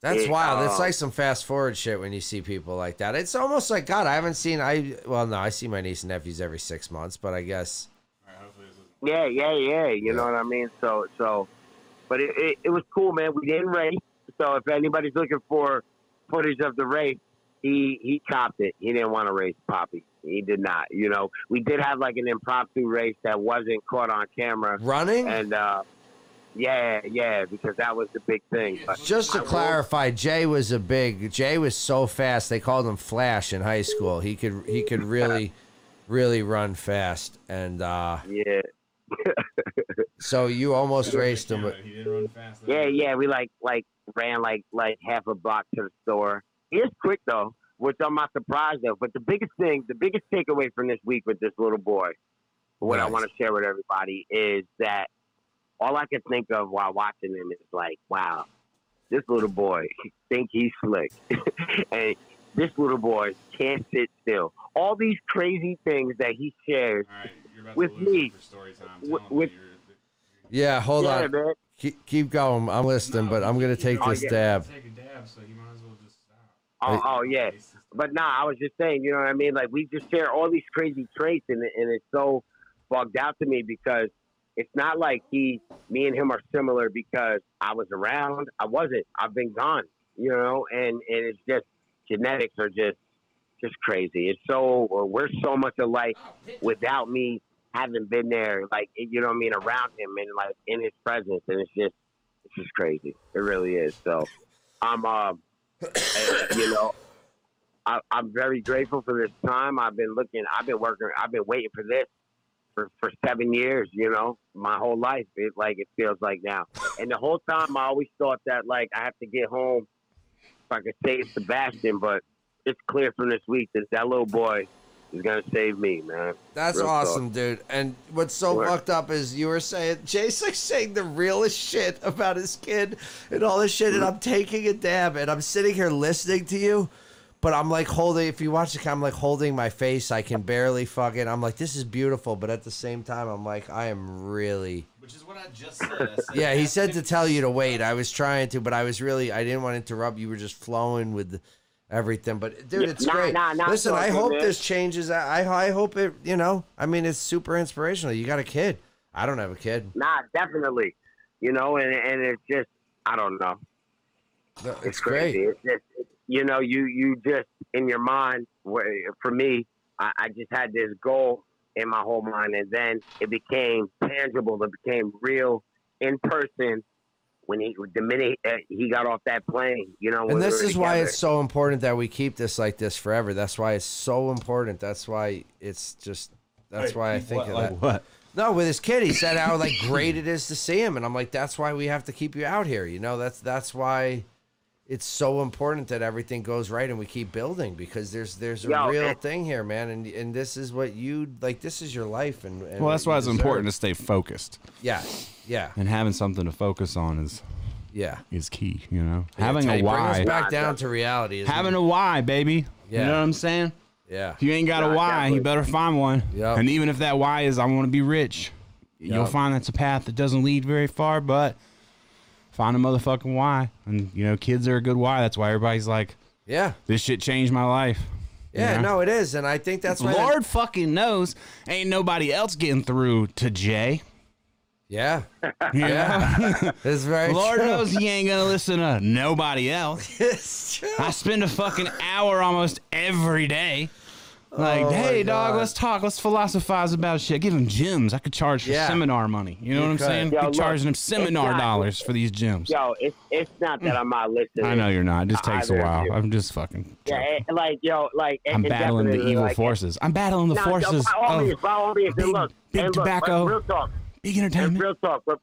That's
it,
wild. That's
uh,
like some fast forward shit when you see people like that. It's almost like God. I haven't seen. I well, no, I see my niece and nephews every six months, but I guess
yeah, yeah, yeah. You know what I mean. So so, but it, it, it was cool, man. We didn't race. So if anybody's looking for footage of the race, he he copped it. He didn't want to race Poppy. He did not. You know, we did have like an impromptu race that wasn't caught on camera,
running.
and uh, yeah, yeah, because that was the big thing. But
Just to
I will-
clarify, Jay was a big. Jay was so fast. They called him Flash in high school. He could he could really, really run fast. And uh,
yeah,
so you almost raced him.
He didn't run fast.
yeah, yeah, we like like ran like like half a block to the store. It's quick though, which I'm not surprised of. But the biggest thing, the biggest takeaway from this week with this little boy, what I
Nice.
want to share with everybody is that all I can think of while watching him is like, wow, this little boy think he's slick, and this little boy can't sit still. All these crazy things that he shares
right, you're about
With me.
story time.
Wi-
Tell him
with-
you're-
Yeah, hold
yeah,
on.
man.
Keep, keep going. I'm listening, but I'm gonna take
Oh,
this
yeah.
dab.
Take a dab, so you might as well just stop.
Oh, oh yeah. But nah, I was just saying, you know what I mean? Like we just share all these crazy traits, and it- and it's so bugged out to me because it's not like he, me and him are similar because I was around, I wasn't, I've been gone, you know, and and it's just genetics are just just crazy. It's so or we're so much alike without me having been there, like you know what I mean, around him and like in his presence, and it's just it's just crazy. It really is. So I'm um, uh, you know. I, I'm very grateful for this time. I've been looking, I've been working, I've been waiting for this for, for seven years, you know, my whole life. It like it feels like now. And the whole time I always thought that like I have to get home if I could save Sebastian, but it's clear from this week that that little boy is gonna save me, man.
That's
Real talk.
awesome, dude. And what's so
Word.
fucked up is you were saying Jay's like saying the realest shit about his kid and all this shit, and I'm taking a dab and I'm sitting here listening to you, but I'm like holding. If you watch the I'm like holding my face. I can barely fucking. I'm like this is beautiful, but at the same time, I'm like I am really.
Which is what I just said. I said
Yeah, he
that
said to
picture-
tell you to wait. I was trying to, but I was really I didn't want to interrupt. You were just flowing with everything. But dude, it's
Nah,
great.
nah, nah,
Listen,
it's all
I
good,
hope
man.
this changes. I I I hope it. You know, I mean, it's super inspirational. You got a kid. I don't have a kid.
Nah, definitely. You know, and and it's just I don't know.
No, It's,
it's
great.
crazy. It's just, you know, you you just in your mind. where- For me, I, I just had this goal in my whole mind, and then it became tangible. It became real in person when he the minute uh, he got off that plane. You know, when
And
we
this
were
is why
together.
it's so important that we keep this like this forever. That's why it's so important. That's why it's just. That's why I think
what,
of
like
that.
what?
No, with his kid, he said how like great it is to see him, and I'm like, that's why we have to keep you out here. You know, that's that's why it's so important that everything goes right and we keep building because there's there's a
Yo,
real
it-
thing here, man. And and this is what you like. This is your life, and, and
Well, that's
what you
why it's
deserve.
important to stay focused,
Yeah, yeah,
and having something to focus on is
yeah.
is key. You know, having
Yeah,
a
Teddy, bring us
why,
back down to reality. Is
having a why, baby. You
Yeah.
know what I'm saying?
yeah,
If you ain't got a
Nah,
why, you
definitely.
better find one.
Yep.
And even if that why is I want to be rich, you'll
Yep.
find that's a path that doesn't lead very far, but find a motherfucking why. And you know, kids are a good why. That's why everybody's like,
yeah,
this shit changed my life. You
yeah.
know?
No, it is, and I think that's why. that-
Lord fucking knows, ain't nobody else getting through to Jay.
yeah,
You know?
it's very
Lord
true.
knows he ain't gonna listen to nobody else.
It's true.
I spend a fucking hour almost every day. Like,
Oh my
hey, dog,
God.
let's talk. Let's philosophize about shit. Give him gyms. I could charge for
Yeah.
seminar money. You know what I'm
could.
saying?
Yo,
Be
look,
charging him seminar
not-
dollars for these gyms.
Yo, it's it's not that I'm not listening.
I know you're not. It just
I-
takes
I
a
hear
while.
you.
I'm just fucking.
Yeah, it, like yo, like it-
I'm
it
battling the
definitely,
evil
like,
forces. I'm battling the
Nah,
forces
By all means,
of
by all means, and
big-
look,
big
and look, but
tobacco.
Real talk,
big
and
entertainment.
real talk for,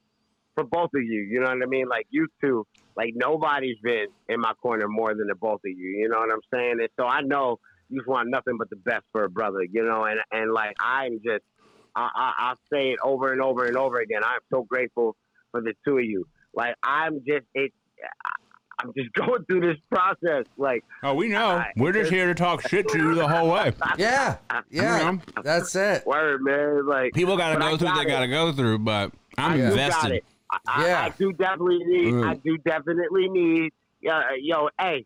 for both of you. You know what I mean? Like you two, like nobody's been in my corner more than the both of you. You know what I'm saying? And so I know you just want nothing but the best for a brother. You know, and and like I'm just, I, I I say it over and over and over again. I'm so grateful for the two of you. Like I'm just it. I- I'm just going through this process. Like
Oh, we know.
I-
We're just here to talk shit to you the whole way.
Yeah, yeah.
You
That's it.
word, man. Like
People got to
But I
go through.
got
what they
it.
got to go through. But I'm
You Got
invested.
it. I, I-
Yeah.
I do definitely need. I
Mm.
do definitely need. Yeah, yo, hey,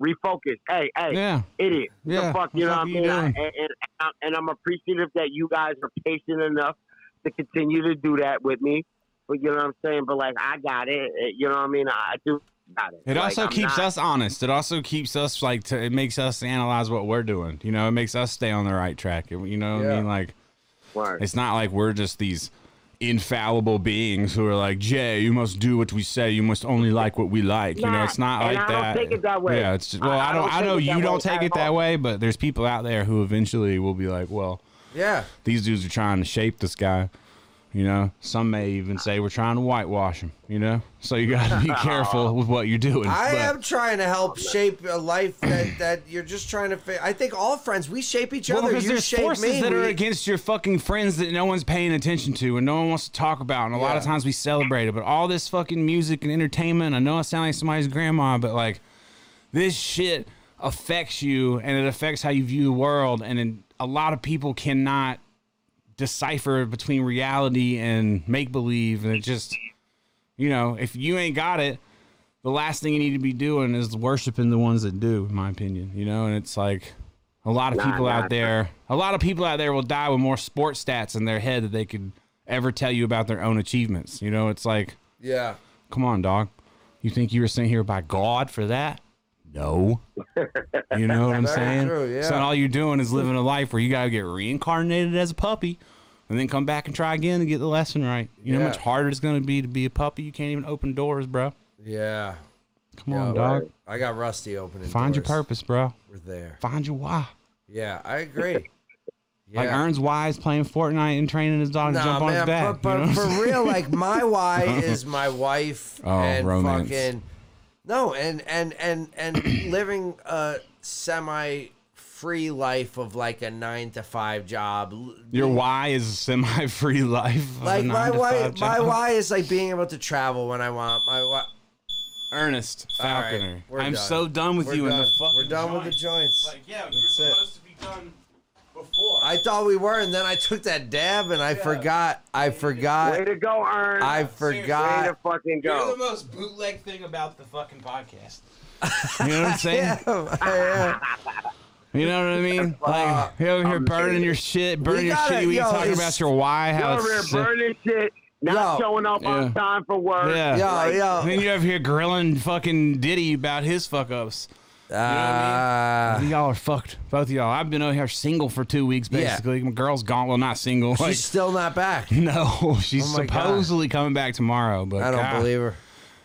refocus. Hey, hey,
Yeah.
idiot.
Yeah,
The fuck, you know what
what
I
the
mean? I,
fuck
and, and, I'm- and I'm appreciative that you guys are patient enough to continue to do that with me. But you know what I'm saying? But like, I got it. eh, You know what I mean? I do got it.
It
Like,
also
I'm
keeps
not-
us honest. It also keeps us like to, it makes us analyze what we're doing. You know, it makes us stay on the right track. You know what I
Yeah.
mean? Like
Word.
it's not like we're just these infallible beings who are like, Jay, you must do what we say. You must only like what we like. you know,
Nah,
it's not
and
like
I don't
that.
take it that way.
Yeah, it's just,
I-
well, I,
I
don't.
don't
I
take
know
it that
you don't
way
take
at
it that
all.
way, but there's people out there who eventually will be like, well,
Yeah,
these dudes are trying to shape this guy. You know, some may even say we're trying to whitewash him. You know, so you got to be careful with what you're doing.
I
but-
am trying to help shape a life that that you're just trying to. Fi- I think all friends we shape each
Well,
other.
because
you
there's
shape
forces
me.
that are
we-
against your fucking friends that no one's paying attention to and no one wants to talk about. And a lot of
Yeah.
times we celebrate it, but all this fucking music and entertainment. I know I sound like somebody's grandma, but like this shit affects you and it affects how you view the world. And then a lot of people cannot decipher between reality and make believe. And it just, you know, if you ain't got it, the last thing you need to be doing is worshiping the ones that do, in my opinion. You know, and it's like a lot of
Nah,
people
nah.
out there, a lot of people out there will die with more sports stats in their head that they could ever tell you about their own achievements. You know, it's like,
yeah.
come on, dog. You think you were sent here by God for that? No. You know what I'm
Very
saying?
true, yeah.
So all you're doing is living a life where you gotta get reincarnated as a puppy and then come back and try again and get the lesson right. You know how
Yeah.
much harder it's gonna be to be a puppy? You can't even open doors, bro.
Yeah.
Come on,
Yeah,
dog.
I got rusty opening.
Find your
doors.
purpose, bro.
We're there.
Find your why.
Yeah, I agree. Yeah.
Like Ern's why is playing Fortnite and training his dog to jump on his
But,
back.
but
you know?
for real, like my why is my wife
Oh,
and
romance.
fucking no, and and and and living a semi free life of like a nine to five job.
your why is semi free life. of a
like my
nine to
why,
five
my
job.
why is like being able to travel when I want. My why.
Ernest
All right,
Falconer.
we're
I'm
done.
so done with
We're
you
done.
and the fucking.
We're done with the
joint.
joints.
yeah, you
That's it.
to be done before.
I thought we were, and then I took that dab, and I forgot. I
Way
forgot.
to go, Ern.
I
Way to
forgot.
fucking
You're the
go.
most bootleg thing about the fucking podcast. you know what I'm saying?
Yeah, yeah.
You know what I mean?
Uh,
Like you're over here burning your shit, burning your
gotta-
shit. We
yo,
can talk
it's-
about your why,
You're
how
over here
it's sick.
burning shit, not
Yo.
showing up
Yeah.
on time for work.
Yeah.
Yo,
Like,
yo.
And then you're over here grilling fucking Diddy about his fuck ups.
Ah.
y'all are fucked, both of y'all. I've been over here single for two weeks,
Yeah.
basically. My girl's gone. Well, not single. Like,
She's still not back.
no, she's
Oh my God.
supposedly coming back tomorrow, but
I don't
God.
believe her.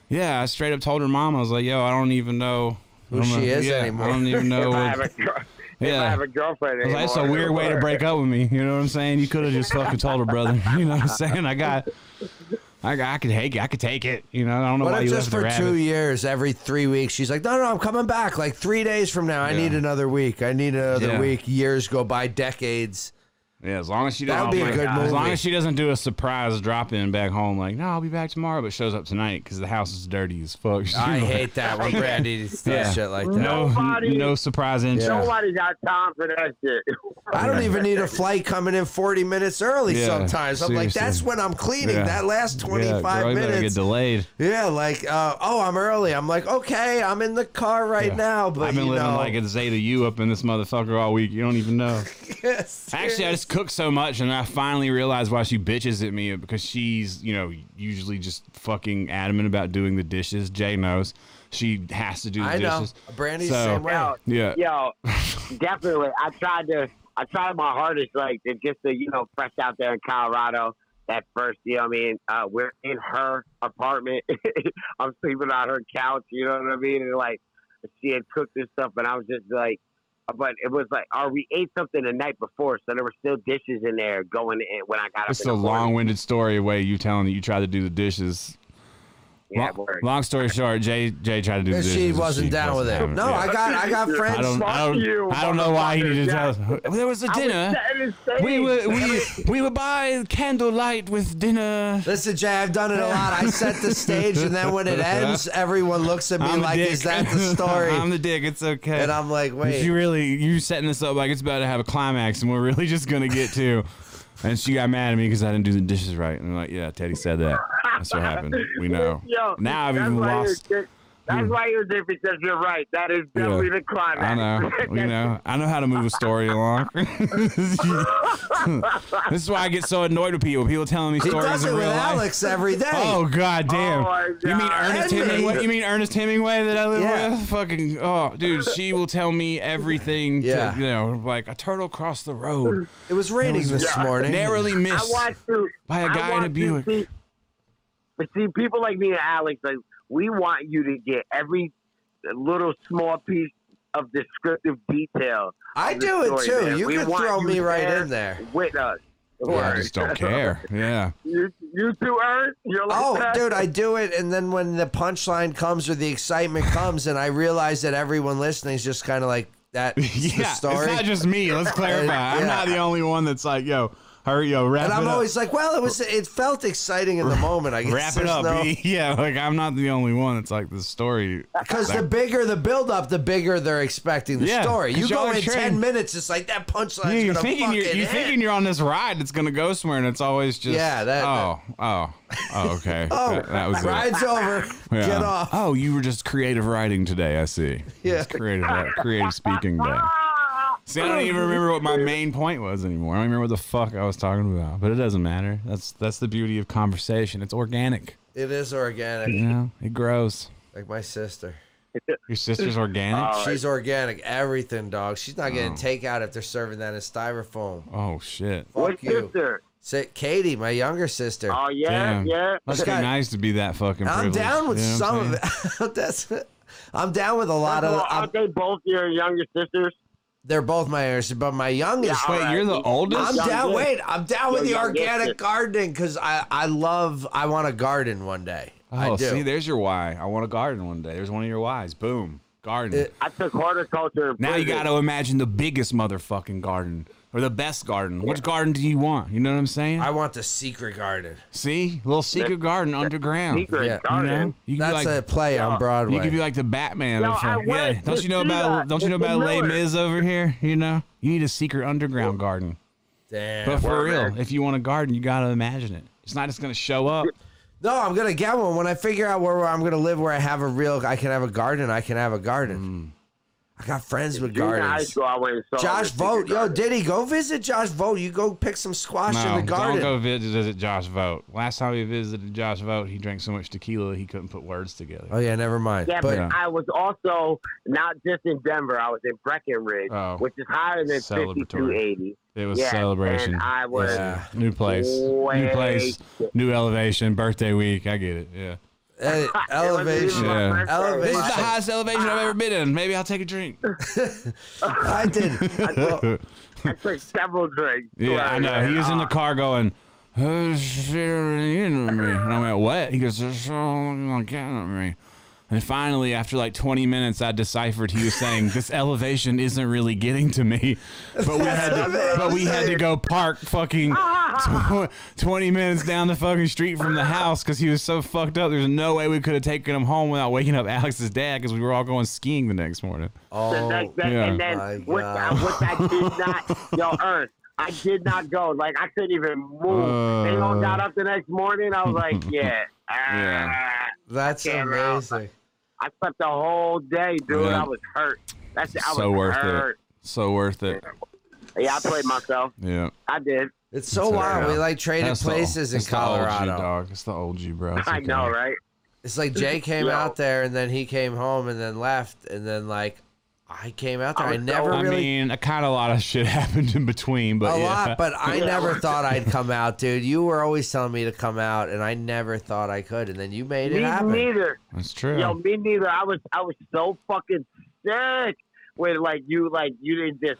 Yeah, I straight up told her mom. I was like, "Yo, I don't even know
Who
I don't
she
know-
is
yeah,
anymore.
I don't even know."
If I
what,
have a, girl, if
Yeah.
I have a girlfriend,
I was like, that's a
anymore,
weird way to
it'll
break up with me. You know what I'm saying? You could have just fucking told her brother. You know what I'm saying? I got I, I could take it. I could take it. You know, I don't know
What
why
if
you
just
left the
for
rabbit.
two years, every three weeks, she's like, no, no, I'm coming back. Like three days from now, I
Yeah.
need another week. I need another
Yeah.
week. Years go by, decades.
Yeah, as long as she
That
doesn't,
would be
oh
a
my
good
God. as long
movie.
as she doesn't do a surprise drop in back home, like no, I'll be back tomorrow, but shows up tonight because the house is dirty as fuck.
I hate that when Brandy does
Yeah.
shit like that.
no
Nobody-
no surprise entrance.
Nobody got time for that shit.
I don't even need a flight coming in 40 minutes early
Yeah,
sometimes. I'm like,
seriously.
that's when I'm cleaning.
Yeah.
That last 25
yeah, girl, you better get
minutes.
delayed.
Yeah, like, uh, oh, I'm early. I'm like, okay, I'm in the car right
Yeah.
now. But
I've been
you
living
know,
like a Zeta U up in this motherfucker all week. You don't even know.
yes,
Actually, I
yes.
just cooked so much, and I finally realized why she bitches at me because she's, you know, usually just fucking adamant about doing the dishes. Jay knows she has to do the
I know.
dishes.
Brandy's
So-
same way.
Yo,
Yeah.
yo, definitely. I tried to, I tried my hardest, like to just to, you know, fresh out there in Colorado. That first, you know, what I mean, uh, we're in her apartment. I'm sleeping on her couch. You know what I mean? And like, she had cooked this stuff, and I was just like, but it was like, or we ate something the night before, so there were still dishes in there going in when I got
It's
up. in
a
the morning.
long-winded story away. You telling that you tried to do the dishes.
Yeah,
long,
word.
long story short, Jay Jay tried to do the
And
dishes.
she
and
wasn't
she
down with
wasn't
it.
having
No, I got, I got
I
friends.
I don't, I don't,
Fuck you,
I don't know why he needed to tell
motherfucker,
us. There was a
I was
dinner.
setting the stage.
We were we we were by candlelight with dinner.
Listen, Jay, I've done it a lot. I set the stage, and then when it ends, everyone looks at me
I'm
like,
the dick.
"Is that the story?"
I'm the dick. It's okay.
and I'm like,
If
"Wait."
you really you setting this up like it's about to have a climax, and we're really just gonna get to. And she got mad at me because I didn't do the dishes right. And I'm like, yeah, Teddy said that. That's what happened. We know.
Yo,
now I've
that's
even
why
lost.
You're, di- that's
Hmm.
why you're different because you're right. That is
Yeah.
definitely the climax.
I know. You know. I know how to move a story along. this is why I get so annoyed with people. People telling me
he
stories
does it
in
with
real life.
Alex every day.
Oh god damn!
Oh, my
You mean
God.
Ernest
Henry.
Hemingway? You mean Ernest Hemingway that I live
Yeah.
with? Fucking oh, dude, she will tell me everything.
Yeah.
to, you know, like a turtle crossed the road,
It was
It
raining
was
this
n-
morning.
narrowly
I
missed
want to.
by a
I
guy in
want
a
to
Buick.
see- But see, people like me and Alex, like we want you to get every little small piece of descriptive detail
I
the
do it
story,
too.
man.
You
We
could
want
throw
you
me right
there.
in there.
with us.
I
Word.
just don't care. Yeah,
You, you two, Ernst, you're like,
Oh,
that?
dude, I do it, and then when the punchline comes or the excitement comes, and I realize that everyone listening is just kind of like that. the
yeah. It's
story.
not just me. Let's clarify.
yeah.
I'm not the only one that's like, yo, hurry, yo, wrap
and
it
I'm
up.
always like, well, it was. It felt exciting in the moment. I guess
Wrap it
there's
up,
no-
B. yeah. Like I'm not the only one. that's like the story.
Because the bigger the buildup, the bigger they're expecting the
Yeah,
story. You
'cause y'all
go
are
in ten
trained.
minutes, it's like that punchline.
Yeah, you're
gonna
thinking you're,
fucking
you're
hit.
thinking you're on this ride that's gonna go somewhere, and it's always just
Yeah, that-
oh oh oh okay
Oh,
that, that was it.
ride's over.
Yeah.
Get off.
Oh, you were just creative writing today. I see.
Yeah.
It's creative uh, creative speaking day.
Ah!
See, I don't even remember what my main point was anymore. I don't remember what the fuck I was talking about, but it doesn't matter. That's that's the beauty of conversation. It's organic.
It is
You
organic,
know, it grows.
like my sister.
Your sister's organic.
All right. Oh.
She's organic, everything, dog. She's not getting takeout if they're serving that in styrofoam.
Oh shit.
Fuck
What
you.
sister?
Say, Katie, my younger sister.
Oh yeah,
Damn.
yeah.
Must be
Scott,
nice to be that fucking.
I'm
privileged,
down with
you know what I'm
some
saying?
of it. That's. I'm down with a lot of.
Well,
I'm-
aren't they both your younger sisters?
they're both my youngest, but my youngest.
Wait, you're the oldest?
I'm
Young
down. Wait, I'm down with
Yo,
the
young
organic
dick.
gardening because I I love. I want to garden one day.
Oh,
I do.
see, there's your why. I want a garden one day. There's one of your whys. Boom, garden.
It-
I took horticulture. in
now you
prison.
got to imagine the biggest motherfucking garden or the best garden. Which garden do you want? You know what I'm saying?
I want the secret garden.
see, little secret garden underground.
secret
Yeah.
You
garden.
know, you could be
That's
like
a play on Broadway.
you could be like the Batman.
Yo,
of,
I
uh, yeah.
went
Don't
to
you know
see
about
that.
Don't you know
It's
about
in
Les
Miller.
Mis over here? You know, you need a secret underground garden.
Damn.
But for
word,
real,
man.
if you want a garden, you gotta imagine it. It's not just gonna show up.
No, I'm gonna get one when I figure out where, where I'm gonna live, where I have a real, I can have a garden. I can have a
Mm-hmm.
garden. I got friends with
Junior high
gardens.
school, I went and saw the
Josh
secret
Vote, yo
garden.
Diddy, go visit Josh Vote. You go pick some squash in
No,
the garden.
don't go visit Josh Vote. Last time we visited Josh Vote, he drank so much tequila he couldn't put words together.
Oh yeah, never mind.
Yeah, but
but
Yeah.
I was also not just in Denver. I was in Breckenridge,
Oh.
which is higher than
Celebratory.
5280.
It was
Yeah,
celebration.
and I was
Yeah.
New place, new place, new elevation, birthday week. I get it. Yeah.
eh, elevation.
Yeah. This is the
Elevation.
highest elevation I've ever been in. Maybe I'll take a drink.
I did. Well,
I took several drinks.
yeah, I know. He was in the car going, who's staring at me? And I went, what? He goes, there's someone looking at me. And finally, after like 20 minutes, I deciphered he was saying, this elevation isn't really getting to me. But we had to, but we had to go park
Ah,
fucking tw- 20 minutes down the fucking street from the house because he was so fucked up. There's no way we could have taken him home without waking up Alex's dad because we were all going skiing the next morning.
the
Oh,
next day,
yeah.
and then
My
what I, what I did not, yo, Earth, I did not go. Like I couldn't even move. they all got up the next morning. I was like, yeah,
Uh. Yeah.
ah.
that's
I can't rouse
amazing.
I slept the whole day, dude.
Yeah.
I was hurt. That's I
So
was
worth it.
hurt.
So worth it.
Yeah, I played myself.
Yeah.
I did.
It's so
That's
wild.
okay.
We like traded
That's the-
places in
that's the old you,
Colorado.
dog. It's the old you, bro. It's
I
okay.
know, right?
It's like Jay came
Yo.
out there and then he came home and then left and then like I came out there. I,
was
never
so-
I
really
mean, a kind of lot of shit happened in between, but
a
yeah.
lot, but I never thought I'd come out, dude. You were always telling me to come out, and I never thought I could, and then you made it
Me
happen.
neither.
that's true.
Yo, me neither. I was I was so fucking sick when like you like you didn't just.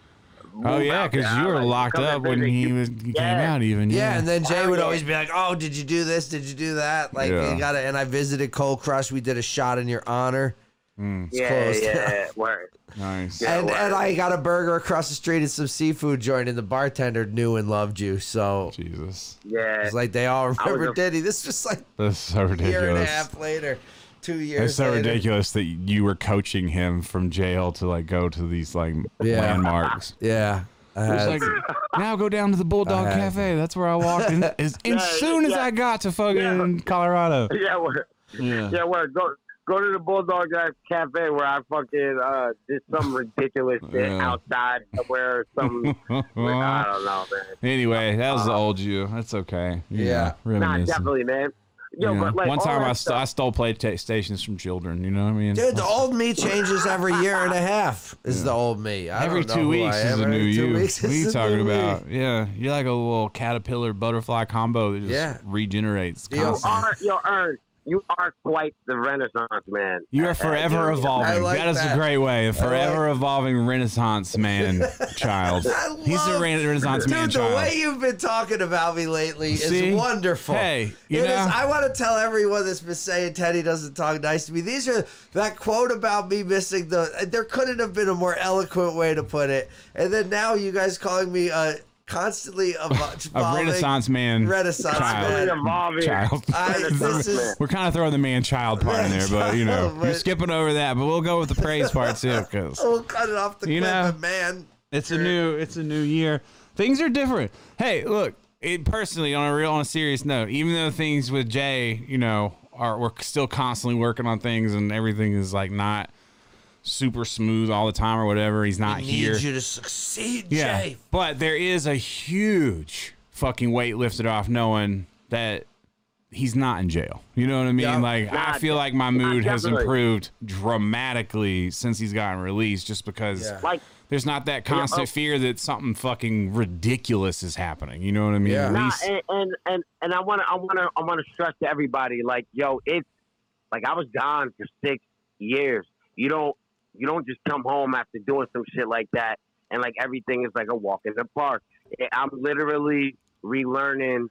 oh
move
yeah,
out there.
because
I
you
was
were
like,
locked
come
up
and
when
visit
he
you.
was he came
Yeah.
out, even. Yeah,
Yeah, and then Jay
Oh,
would
yeah.
always be like, "Oh, did you do this? Did you do that?" Like,
Yeah.
you got to And I visited Cold Crush. We did a shot in your honor,
Yeah,
closed.
yeah, word.
Mm, nice.
Yeah,
and
wow.
and I got a burger across the street and some seafood joint, and the bartender knew and loved you. So
Jesus,
Yeah.
it's like they all remember
a-
Diddy. This was like
that's so
a year and a
ridiculous.
half later, two years.
It's so
later.
ridiculous that you were coaching him from jail to like go to these like
Yeah.
landmarks.
Yeah, I
It's
had-
like now go down to the Bulldog
I had-
Cafe. That's where I walked, in, as, as soon as
yeah.
I got to fucking Colorado.
yeah, word. Yeah, word. Go go to the Bulldog Guys Cafe where I fucking uh did some ridiculous shit
Yeah.
outside somewhere or something. I don't know, man.
Anyway, that was the old you. That's okay. You
Yeah.
know,
Nah,
reminiscing.
definitely, man. Yo,
You know,
but like
one
all
time
that
I, st-
stuff-
I stole play ta- stations from children. You know what I mean?
Dude, the old me changes every year and a half. Is the old me. I
Every
don't know
two
who
weeks
I
is
am.
a new
Every two
you.
weeks
What are
is
you
a
talking
new me.
about? Yeah, you're like a little caterpillar butterfly combo that just
Yeah.
regenerates.
Yo,
You
Constantly.
are, you are, you are quite the Renaissance man.
You
Uh,
are forever
uh,
I
evolving.
like
that is
that.
a great way. A forever evolving Renaissance man child.
I
He's the
love-
re- Renaissance man
Dude, the
child.
way you've been talking about me lately
See?
is wonderful.
Hey, you
It is-
know-
I want to tell everyone that's been saying Teddy doesn't talk nice to me. These are that quote about me missing the. There couldn't have been a more eloquent way to put it. And then now you guys calling me uh, constantly evo-
a
evolving
Renaissance man.
Renaissance
child.
Constantly
man.
evolving.
Child.
I, this is
We're kind of throwing the man child part in there, but you know,
But-
you're skipping over that. But we'll go with the praise part too, because
we'll oh, cut it off the
You
clip,
know-
but man.
It's a new it's a new year. Things are different. Hey, look, it, personally on a real on a serious note, even though things with Jay, you know, are we're still constantly working on things and everything is like not super smooth all the time or whatever. He's not here.
Need you to succeed,
yeah.
Jay.
But there is a huge fucking weight lifted off knowing that he's not in jail. You know what I mean?
Yeah.
Like I
Nah,
feel like my mood has
definitely.
improved dramatically since he's gotten released just because
Yeah.
Like,
there's not that constant
oh.
fear that something fucking ridiculous is happening. You know what I mean?
Yeah.
At
nah,
least,
and, and and and I wanna, I wanna, I wanna stress to everybody, like, yo, it's like I was gone for six years. You don't, you don't just come home after doing some shit like that, and like everything is like a walk in the park. I'm literally relearning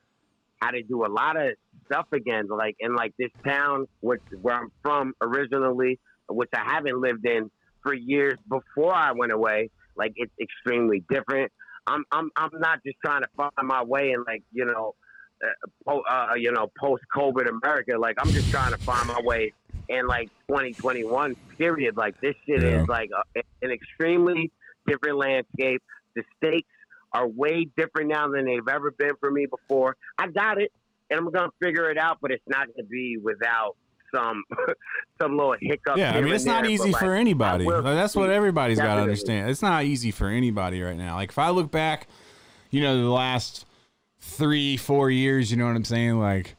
how to do a lot of stuff again. Like in like this town, which where I'm from originally, which I haven't lived in for years before I went away. Like it's extremely different. I'm I'm I'm not just trying to find my way in like you know, uh, po- uh, you know post COVID America. Like I'm just trying to find my way in like 2021 period. Like this shit
Yeah.
is like a, an extremely different landscape. The stakes are way different now than they've ever been for me before. I got it, and I'm gonna figure it out, but it's not gonna be without some some little hiccup.
yeah, I
here
mean,
and
it's not
there,
easy
but,
for
like,
anybody.
I will
Like, That's what
succeed.
everybody's got to
Definitely.
understand. It's not easy for anybody right now. Like, if I look back, you know, the last three, four years, you know what I'm saying? Like,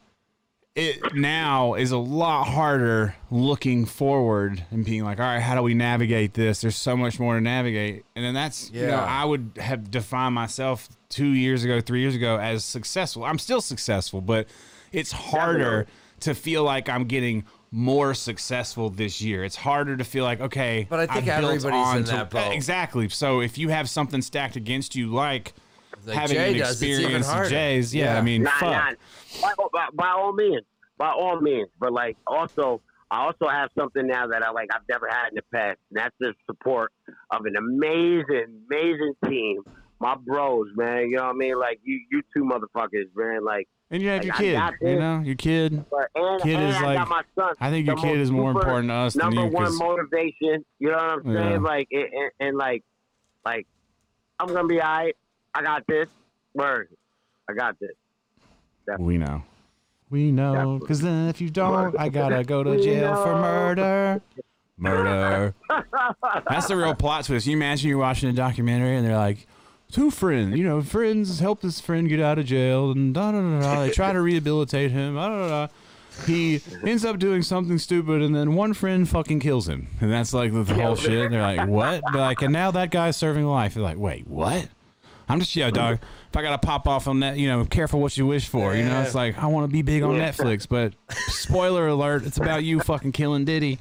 it now is a lot harder looking forward and being like, all right, how do we navigate this? There's so much more to navigate. And then that's, you know,
Yeah.
I would have defined myself two years ago, three years ago as successful. I'm still successful, but it's harder to feel like I'm getting more successful this year. It's harder to feel like, okay,
But I think
built
everybody's
on
in
to-
that boat.
Exactly. So if you have something stacked against you, like
Like
having
Jay
an
does, it's even
experience of
harder.
Jay's. Yeah,
Yeah.
I mean,
Nah,
fuck.
nah. By, by, by all means, by all means. But like, also, I also have something now that I like. I've never had in the past, and that's the support of an amazing, amazing team. My bros, man. You know what I mean? Like you, you two motherfuckers, man. Like,
And you have your
Like, I
kid.
got
You
this.
know, your kid.
but and,
Kid
and
is
I
like-
got my son.
I think your
The
kid is more
super
important to us than
number
you.
one
'cause-
motivation. You know what I'm saying?
Yeah.
Like and, and, and like like I'm gonna be alright. I got this. Word. I got this.
we know. We know.
Definitely.
Because then if you don't, I gotta go to
We
jail for
know.
murder. Murder. That's the real plot twist. You imagine you're watching a documentary and they're like, two friends, you know, friends help this friend get out of jail and da da da da. They try to rehabilitate him. Da, da, da, da. He ends up doing something stupid and then one friend fucking kills him. And that's like the whole shit. And they're like, what? They're like, and now that guy's serving life. They're like, wait, what? I'm just yo, dog. If I gotta pop off on that, you know, careful what you wish for. You know, it's like I want to be big on Netflix, but spoiler alert, it's about you fucking killing Diddy.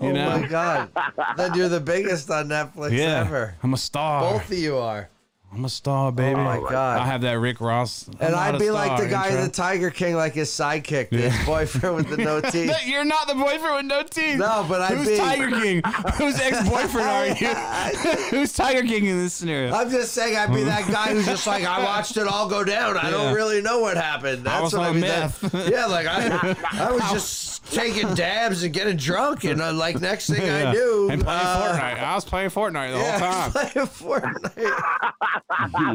You
oh
know,
my god. then you're the biggest on Netflix
yeah,
ever.
I'm a star.
Both of you are.
I'm a star, baby.
Oh my god.
I have that Rick Ross.
and I'd be like the guy in the Tiger King, like his sidekick, his boyfriend with the no teeth.
You're not the boyfriend with no teeth.
No, but I'd
Who's
be-
Tiger King? Whose ex-boyfriend are you? Who's Tiger King in this scenario?
I'm just saying, I'd be that guy who's just like, I watched it all go down. I
Mm-hmm. Yeah.
don't really know what happened. That's
was
what I
on
mean.
meth.
That- yeah, like I, I was just taking dabs and getting drunk, and uh, like next thing
Yeah.
I knew,
And playing
uh,
Fortnite. I was playing Fortnite the
Yeah, I
whole
was
time.
playing Fortnite.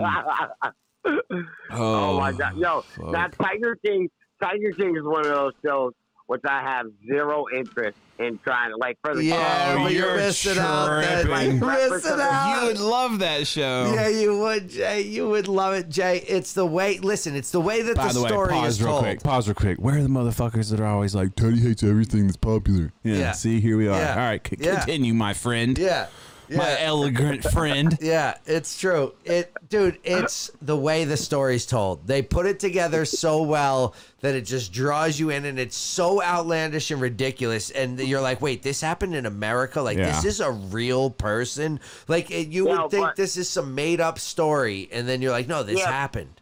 Oh my god, yo! Now Tiger King, Tiger King is one of those shows which I have zero interest in trying to like for the
Yeah,
Oh,
but you're,
you're
missing out. Then.
tripping.
You're missing out.
You would love that show.
yeah, you would, Jay. You would love it, Jay. It's the way. Listen, it's the way that
By
the,
the, way,
story
pause
is
real
told.
quick. Pause real quick. Where are the motherfuckers that are always like, Teddy hates everything that's popular? Yeah.
Yeah.
See, here we are.
Yeah.
All right, c-
Yeah.
continue, my friend.
Yeah, yeah.
My elegant friend.
Yeah, it's true. It, dude, it's the way the story's told. They put it together so well that it just draws you in, and it's so outlandish and ridiculous. And you're like, wait, this happened in America? Like, this
Yeah.
is a real person? Like, it, you
Yeah,
would think
but-
this is some made up story, and then you're like, no, this
Yeah.
happened.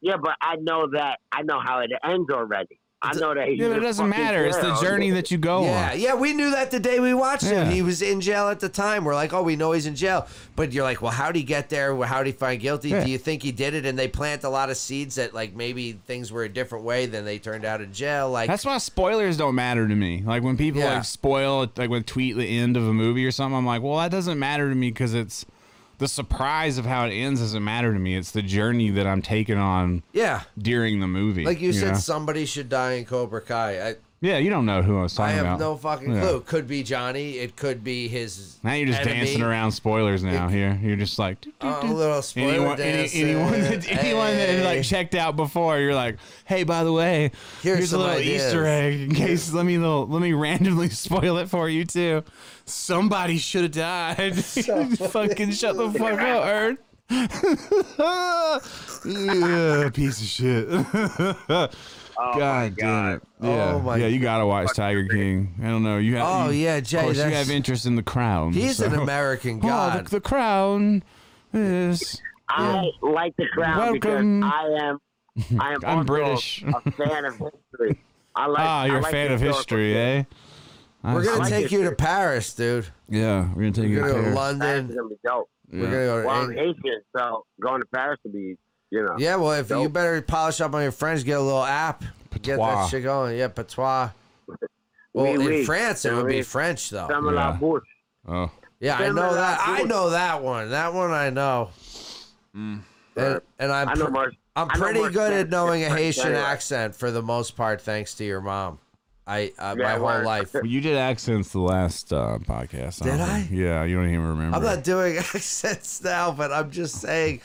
Yeah, but I know that I know how it ends already. I know that. he's
Yeah, but it
a
doesn't
fucking
matter. It's the
clown.
journey that you go
Yeah,
on.
yeah, we knew that the day we watched
Oh, Yeah.
him. He was in jail at the time. We're like, oh, we know he's in jail. But you're like, well, how'd he get there? Well, How'd he find guilty?
Yeah.
Do you think he did it? And they plant a lot of seeds that, like, maybe things were a different way than they turned out in jail. Like,
That's why spoilers don't matter to me. Like when people
Yeah.
like spoil, like when tweet the end of a movie or something, I'm like, well, that doesn't matter to me because it's the surprise of how it ends doesn't matter to me. It's the journey that I'm taking on
yeah.
during the movie.
Like you, said,
know?
somebody should die in Cobra Kai. I,
yeah, you don't know who I was
I
talking
have
about.
no fucking
Yeah.
clue. Could be Johnny. It could be his.
Now you're just
enemy.
dancing around spoilers. Now here, you're just like doo, doo,
Uh, a
doo.
little spoiler
anyone, any,
dance.
anyone, that,
Hey.
anyone that like checked out before. You're like, hey, by the way,
Here's
here's, a
some
little
ideas."
Easter egg in case. Let me little, let me randomly spoil it for you too. Somebody should have died. Fucking shut the fuck up, Ern. yeah, piece of shit. God, damn it. Yeah,
Oh my
yeah, you gotta watch Tiger King. I don't know. You have.
Oh,
you-
yeah, Jay,
Of course, you
that's-
have interest in the crown.
He's
so-
an American
Oh,
god.
the, the crown is.
I like the crown
Welcome.
because I am. I am.
I'm
also
British.
A fan of history. I like.
Ah, you're
I
a
like
fan of
historical
history, eh? I
we're
see.
gonna
like
take
it.
you to Paris, dude.
yeah, we're gonna take you
We're gonna go to
there.
Paris is
London.
gonna be dope.
We're gonna go to
Well, I'm
Eng-
Asian, so going to Paris would be, you know.
Yeah, well, if you
Dope.
better polish up on your French, get a little app, get
Patois.
that shit going. Yeah, patois. Well,
Oui,
in
oui.
France, it
You know
would
what I
be
mean?
French though.
Some of
Yeah.
la bouche.
Oh,
yeah, I
Some
know
of
that.
that
I
good.
know that one. That one I know.
Mm.
And, and I'm
I know
pre-
more.
I'm
I know
pretty
more
good
Spanish
at knowing a
than French
Haitian
anyway.
accent for the most part, thanks to your mom. I uh,
Yeah,
my whole
word.
life.
well, you did accents the last uh, podcast.
Did
don't
I?
think- Yeah, you don't even remember.
I'm not doing accents now, but I'm just saying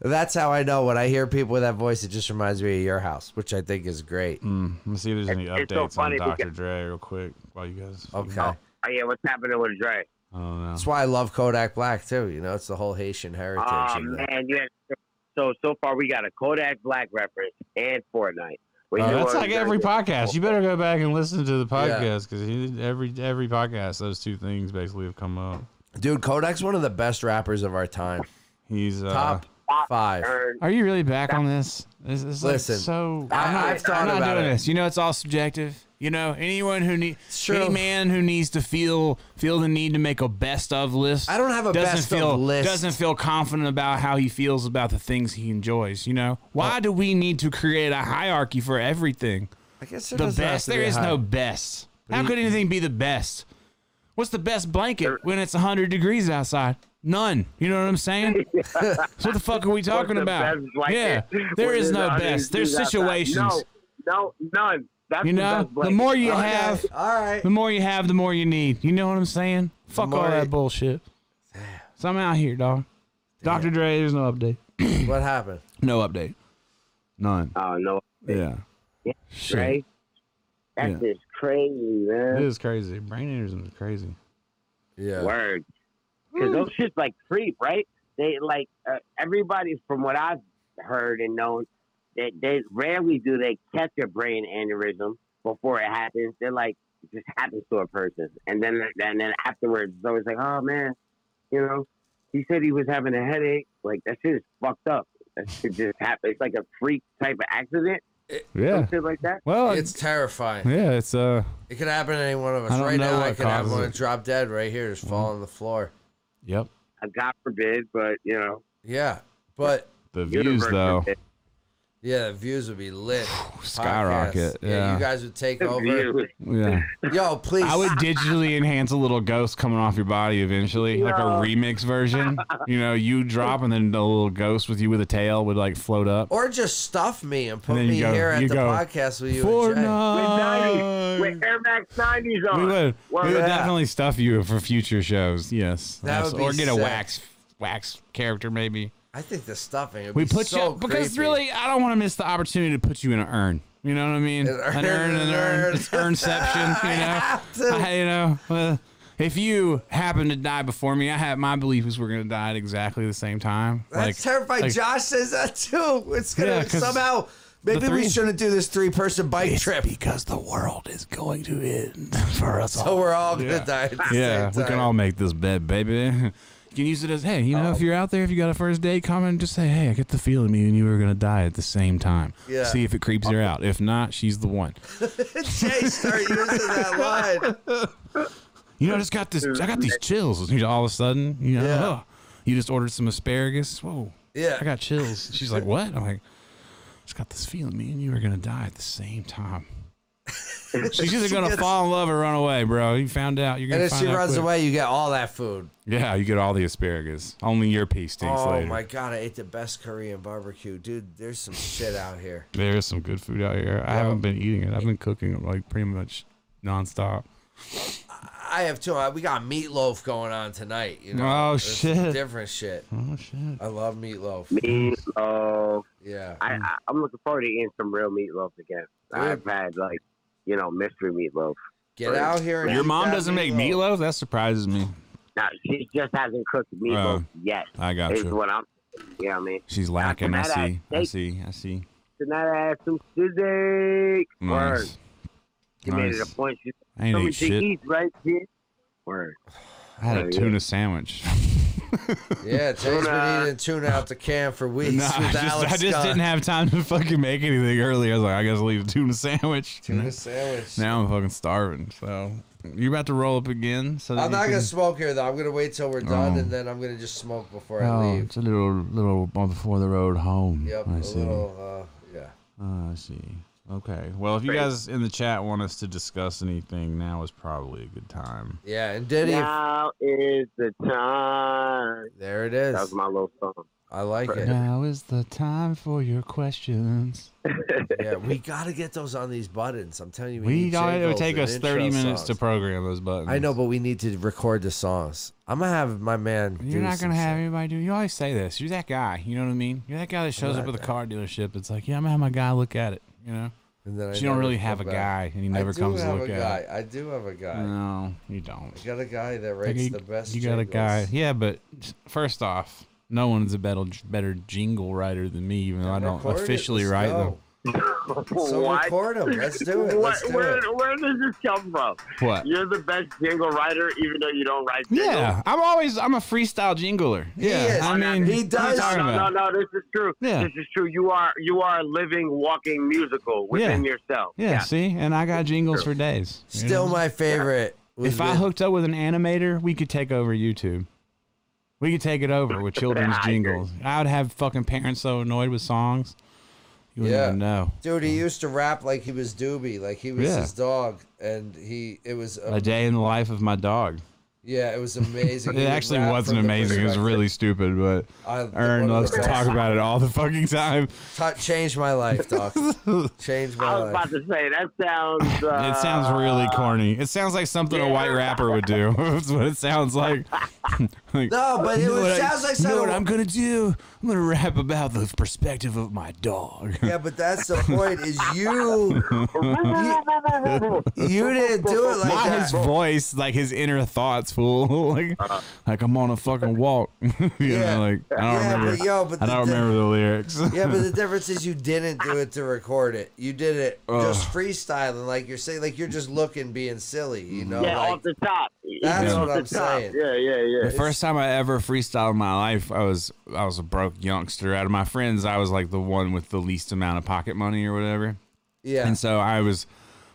that's how I know when I hear people with that voice. It just reminds me of your house, which I think is great.
Mm, let me see if there's any
It's
updates
so
on
funny
Dr.
because-
Dre real quick while you guys.
Okay.
Oh yeah, what's happening with Dre?
I don't know. Uh,
That's why I love Kodak Black too. You know, it's the whole Haitian heritage.
Oh
and the-
man, yeah. So so far we got a Kodak Black reference and Fortnite. We
Oh,
Uh,
knew
that's
what
like
we gotta
every
do.
podcast. You better go back and listen to the
Yeah.
podcast because every every podcast, those two things basically have come up.
Dude, Kodak's one of the best rappers of our time.
He's uh,
Top
Pop
Five.
turn.
Are you really back on this? This is like
Listen,
so.
I-
I'm not-
I've thought
I'm not
about
doing
it.
this. You know, it's all subjective. You know, anyone who needs,
Sure.
any man who needs to feel feel the need to make a best of list.
I don't have a
doesn't
best of
feel,
list.
Doesn't feel confident about how he feels about the things he enjoys. You know, why
Oh.
do we need to create a hierarchy for everything?
I guess there
the
doesn't have
best.
to be
There
a
is
high-
no best. How could anything be the best? What's the best blanket when it's 100 degrees outside? None. You know what I'm saying? so what the fuck are we talking
What's the
about?
best blanket
yeah, there
when
is
there's
no
100
best. There's
degrees outside?
situations.
No, no, none. That's
you
the
know,
best
the
blanket.
more you
Okay.
have,
Oh, All right.
the more you have, the more you need. You know what I'm saying? Fuck all
more
that
you-
bullshit. So I'm out here, dog. Dr. Dre, there's no update.
What happened?
No update. None.
Oh no,
Yeah.
Yeah,
Shit.
Dre. That's
Yeah.
just crazy,
It
man.
is crazy. Brain aneurysm is crazy.
Yeah.
Word. Because those shits like creep, right? They like uh, everybody from what I've heard and known, they, they rarely do they catch a brain aneurysm before it happens. They're like it just happens to a person, and then and then afterwards, it's always like, oh man, you know, he said he was having a headache. Like that shit is fucked up. That shit just happened. It's like a freak type of accident,
Yeah.
some shit like that.
Well,
It's terrifying.
yeah, it's uh,
It could happen to any one of us.
I don't
Right
know
now, I
what
could have
causes
one
it. Mm-hmm.
drop dead right here, just fall on the floor.
yep.
Uh, God forbid, but you know,
Yeah, but
The views
universe
though,
forbid.
yeah, the views would be lit.
skyrocket.
Podcasts.
Yeah,
you guys would take
The
over.
views.
yeah.
Yo, please.
I would digitally enhance a little ghost coming off your body eventually, like a
No.
remix version. You know, you drop and then a little ghost with you with a tail would like float up.
or just stuff me and put
And then you
me
go-
here at
you
the
go,
podcast with you. And
With 90s,
Fortnite.
with Air Max 90s on.
We would, we
Word.
would
Yeah.
definitely stuff you for future shows. Yes,
That would be
or get a
sick.
wax wax character maybe.
Jay. I think the stuffing. Would
We
be
put
so
you because
creepy.
really, I don't want to miss the opportunity to put you in an urn. You know what I mean?
An urn,
an urn,
an
an
urn.
urn. It's urnception.
I
You know,
have to.
I- you know. uh, if you happen to die before me, I had my belief was we're gonna die at exactly the same time.
That's
like,
terrifying.
like,
Josh says that too. It's gonna
Yeah, 'cause
somehow. Maybe we
three-
shouldn't do this three-person bike
it's
trip.
because the world is going to end for us
So we're all gonna
Yeah.
die. At the
Yeah,
same
we can
time.
all make this bed, baby. You can use it as hey, you
Um,
know, if you're out there, if you got a first date, comment, just say, hey, I get the feeling me and you are gonna die at the same time.
Yeah.
See if it creeps her out. If not, she's the one.
Jay, start using that line.
You know, I just got this. I got these chills. You know, all of a sudden, you know,
Yeah.
"Oh, you just ordered some asparagus. Whoa,
Yeah.
I got chills. She's like, what? I'm like, just got this feeling. Me and you are gonna die at the same time. She's either gonna
gets-
fall in love or run away, bro. You found out. You're
And
gonna.
if
find
she
out
runs
quick.
away, you get all that food.
yeah, you get all the asparagus. Only your piece stinks
Oh
later.
my god, I ate the best Korean barbecue, dude. There's some shit out here.
There is some good food out here. I haven't been eating it. I've been cooking it like pretty much nonstop.
I have two. uh, We got meatloaf going on tonight. You know,
Oh,
There's some
shit.
different shit.
Oh shit!
I love meatloaf.
Meatloaf.
Yeah,
I,
Hmm.
I, I'm looking forward to eating some real meatloaf again. I've had like, you know, mystery meatloaf.
get out here. And
Your
eat
mom
that
doesn't make meatloaf. That surprises me.
Now she just hasn't cooked meatloaf yet.
I got
Is
you.
what I'm. You know what I mean?
She's lacking. I
that ass
see. I
steak.
see. I see.
Tonight I had some steak. Word.
Nice.
She made it a
Nice.
point. She's
I ain't
coming
eat
to
shit.
eat right here. Word.
I had a
Yeah.
tuna sandwich.
Yeah, Jay's been
Tuna.
eating tuna out the can for weeks
Nah, I
with
just,
Alex
I just
gone.
didn't have time to fucking make anything earlier. I was like, I gotta leave a tuna sandwich.
tuna sandwich.
Now I'm fucking starving. So you about to roll up again? So that
I'm
you
not gonna
can-
smoke here though. I'm gonna wait till we're done,
Oh.
and then I'm gonna just smoke before I
Oh,
leave.
it's a little little before the road home.
Yep,
I
a
see. Ah,
little. Uh, yeah.
I see. Okay. Well, if you guys in the chat want us to discuss anything, now is probably a good time.
Yeah, and Diddy,
Now is the time.
there it
That was
is.
my little song.
I like it.
Now is the time for your questions.
Yeah, we gotta get those on these buttons. I'm telling you, we,
We
need
got it would
jingles
take
and
us 30
intro
minutes to
songs.
program those buttons.
I know, but we need to record the songs. I'm gonna have my man.
You're not gonna have anybody do. You always say this. You're that guy. You know what I mean. You're that guy that shows up
not
at the car dealership. It's like, yeah, I'm gonna have my guy look at it. You know,
And then I
but you don't
never
really
come
have a
back.
guy, and he
I
never
do
comes to
have
look
a
at. it.
guy. I do have a guy.
No, you don't.
I got a guy that
Like,
writes
you,
the best.
you got a
jingles.
guy. Yeah, but first off, no one's a better better jingle writer than me, even though I don't
Record it.
officially
Let's
write them.
go. So
What?
record them. Let's do it. Let's
What-
do
where,
it.
where does this come from?
What?
You're the best jingle writer, even though you don't write jingles.
Yeah, I'm always I'm a freestyle jingler. yeah,
is.
I mean
He
what are you
does.
talking
No, no,
about?
no. This is true.
Yeah.
This is true. You are you are a living, walking musical within
Yeah.
yourself.
Yeah, see, and I got jingles for days. you
Still
know?
my favorite. was
if I
with-
hooked up with an animator, we could take over YouTube. We could take it over with children's
I agree.
jingles. I would have fucking parents so annoyed with songs. You wouldn't
Yeah.
even know.
Dude, he used to rap like he was Doobie, like he was
Yeah.
his dog, and he it was
A
a,
day in the life of my dog.
yeah, it was amazing. He
It
would
actually
rap
wasn't
from the
amazing. It was
perspective-
really stupid, but
I-
Aaron
one of
loves
the
to
best.
talk about it all the fucking time.
Ta- changed my life, dog. changed my
I was
life.
about to say that sounds. Uh,
It sounds really corny. It sounds like something a white rapper would do. That's what it sounds like. Like,
No, but it
"You know
was-
what
sounds like
you know
something-
what I'm gonna do. I'm gonna rap about the perspective of my dog.
Yeah, but that's the point. Is you you didn't do it like
Not
that.
his voice, like his inner thoughts, fool. like, like I'm on a fucking walk. you
Uh-huh. Yeah.
know, like I don't
Yeah,
remember.
but yo, but
I
the-
don't
the-
remember the lyrics.
Yeah, but the difference is you didn't do it to record it. You did it just
Ugh.
freestyling, like you're saying, like you're just looking, being silly. You
Mm-hmm.
know,
yeah,
like
off the top.
That's
Off
what I'm
the top.
saying.
Yeah, yeah,
The
yeah.
first time I ever freestyled in my life, I was I was a broke youngster. Out of my friends, I was like the one with the least amount of pocket money or whatever.
yeah,
And so I was,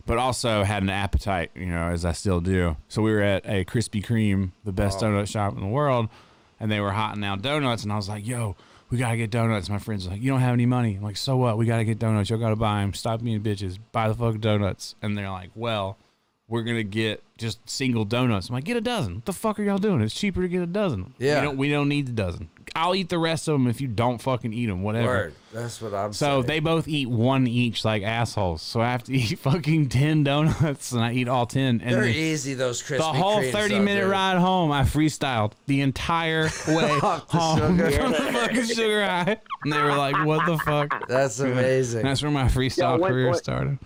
but also had an appetite, you know, as I still do. So we were at a Krispy Kreme, the best
Oh.
donut shop in the world, and they were hotting out donuts. And I was like, yo, we got to get donuts. My friend's like, you don't have any money. I'm like, so what? We got to get donuts. Y'all got to buy them. Stop being bitches. Buy the fucking donuts. And they're like, well, we're going to get just single donuts. I'm like, get a dozen. What the fuck are y'all doing? It's cheaper to get a dozen.
Yeah.
We don't, we don't need the dozen. I'll eat the rest of them if you don't fucking eat them, whatever.
word. That's what I'm
So
saying.
they both eat one each, like assholes. So I have to eat fucking ten donuts, and I eat all ten. And
They're
the,
easy. Those crispy.
the whole thirty-minute ride home, I freestyled the entire way
Off the
home
sugar.
from the fucking sugar high. And they were like, "What the fuck?"
That's amazing.
And that's where my freestyle
Yeah, what-
career
what-
started.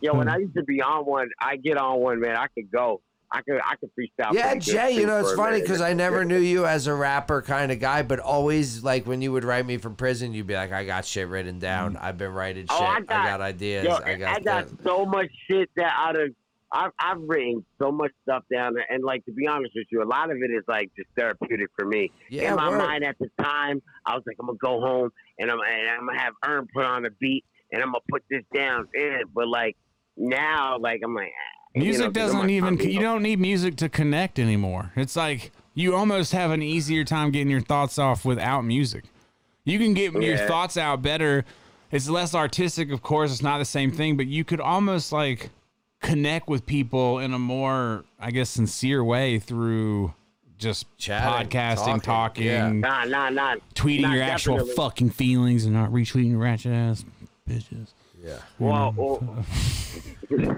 Yo,
Hmm.
when I used to be on one, I get on one, man. I could go. I could. I could freestyle.
yeah,
pretty good,
Jay,
too,
you know,
for
it's
a
funny
minute.
because I never knew you as a rapper kind of guy, but always, like, when you would write me from prison, you'd be like, I got shit written down.
Mm.
I've been writing shit.
Oh, I
I, got,
got-
ideas.
Yo,
I got, that."
so much shit that out of I've I've written so much stuff down, there, and like to be honest with you, a lot of it is like just therapeutic for me.
Yeah,
In my
word.
mind at the time, I was like, I'm gonna go home and I'm and I'm gonna have Earn put on a beat and I'm gonna put this down. Yeah, but like now, like I'm like ah, you
Music
know, 'cause I'm
doesn't
like,
even.
I'm-
You don't need music to connect anymore. It's like you almost have an easier time getting your thoughts off without music. You can get your
Yeah.
thoughts out better. It's less artistic, of course. It's not the same thing, but you could almost like connect with people in a more, I guess, sincere way through just
Chatting,
podcasting,
talking,
talking,
yeah.
Nah, nah, nah.
tweeting
Nah,
your actual
definitely.
fucking feelings, and not retweeting your ratchet ass bitches.
yeah.
Well, oh, well,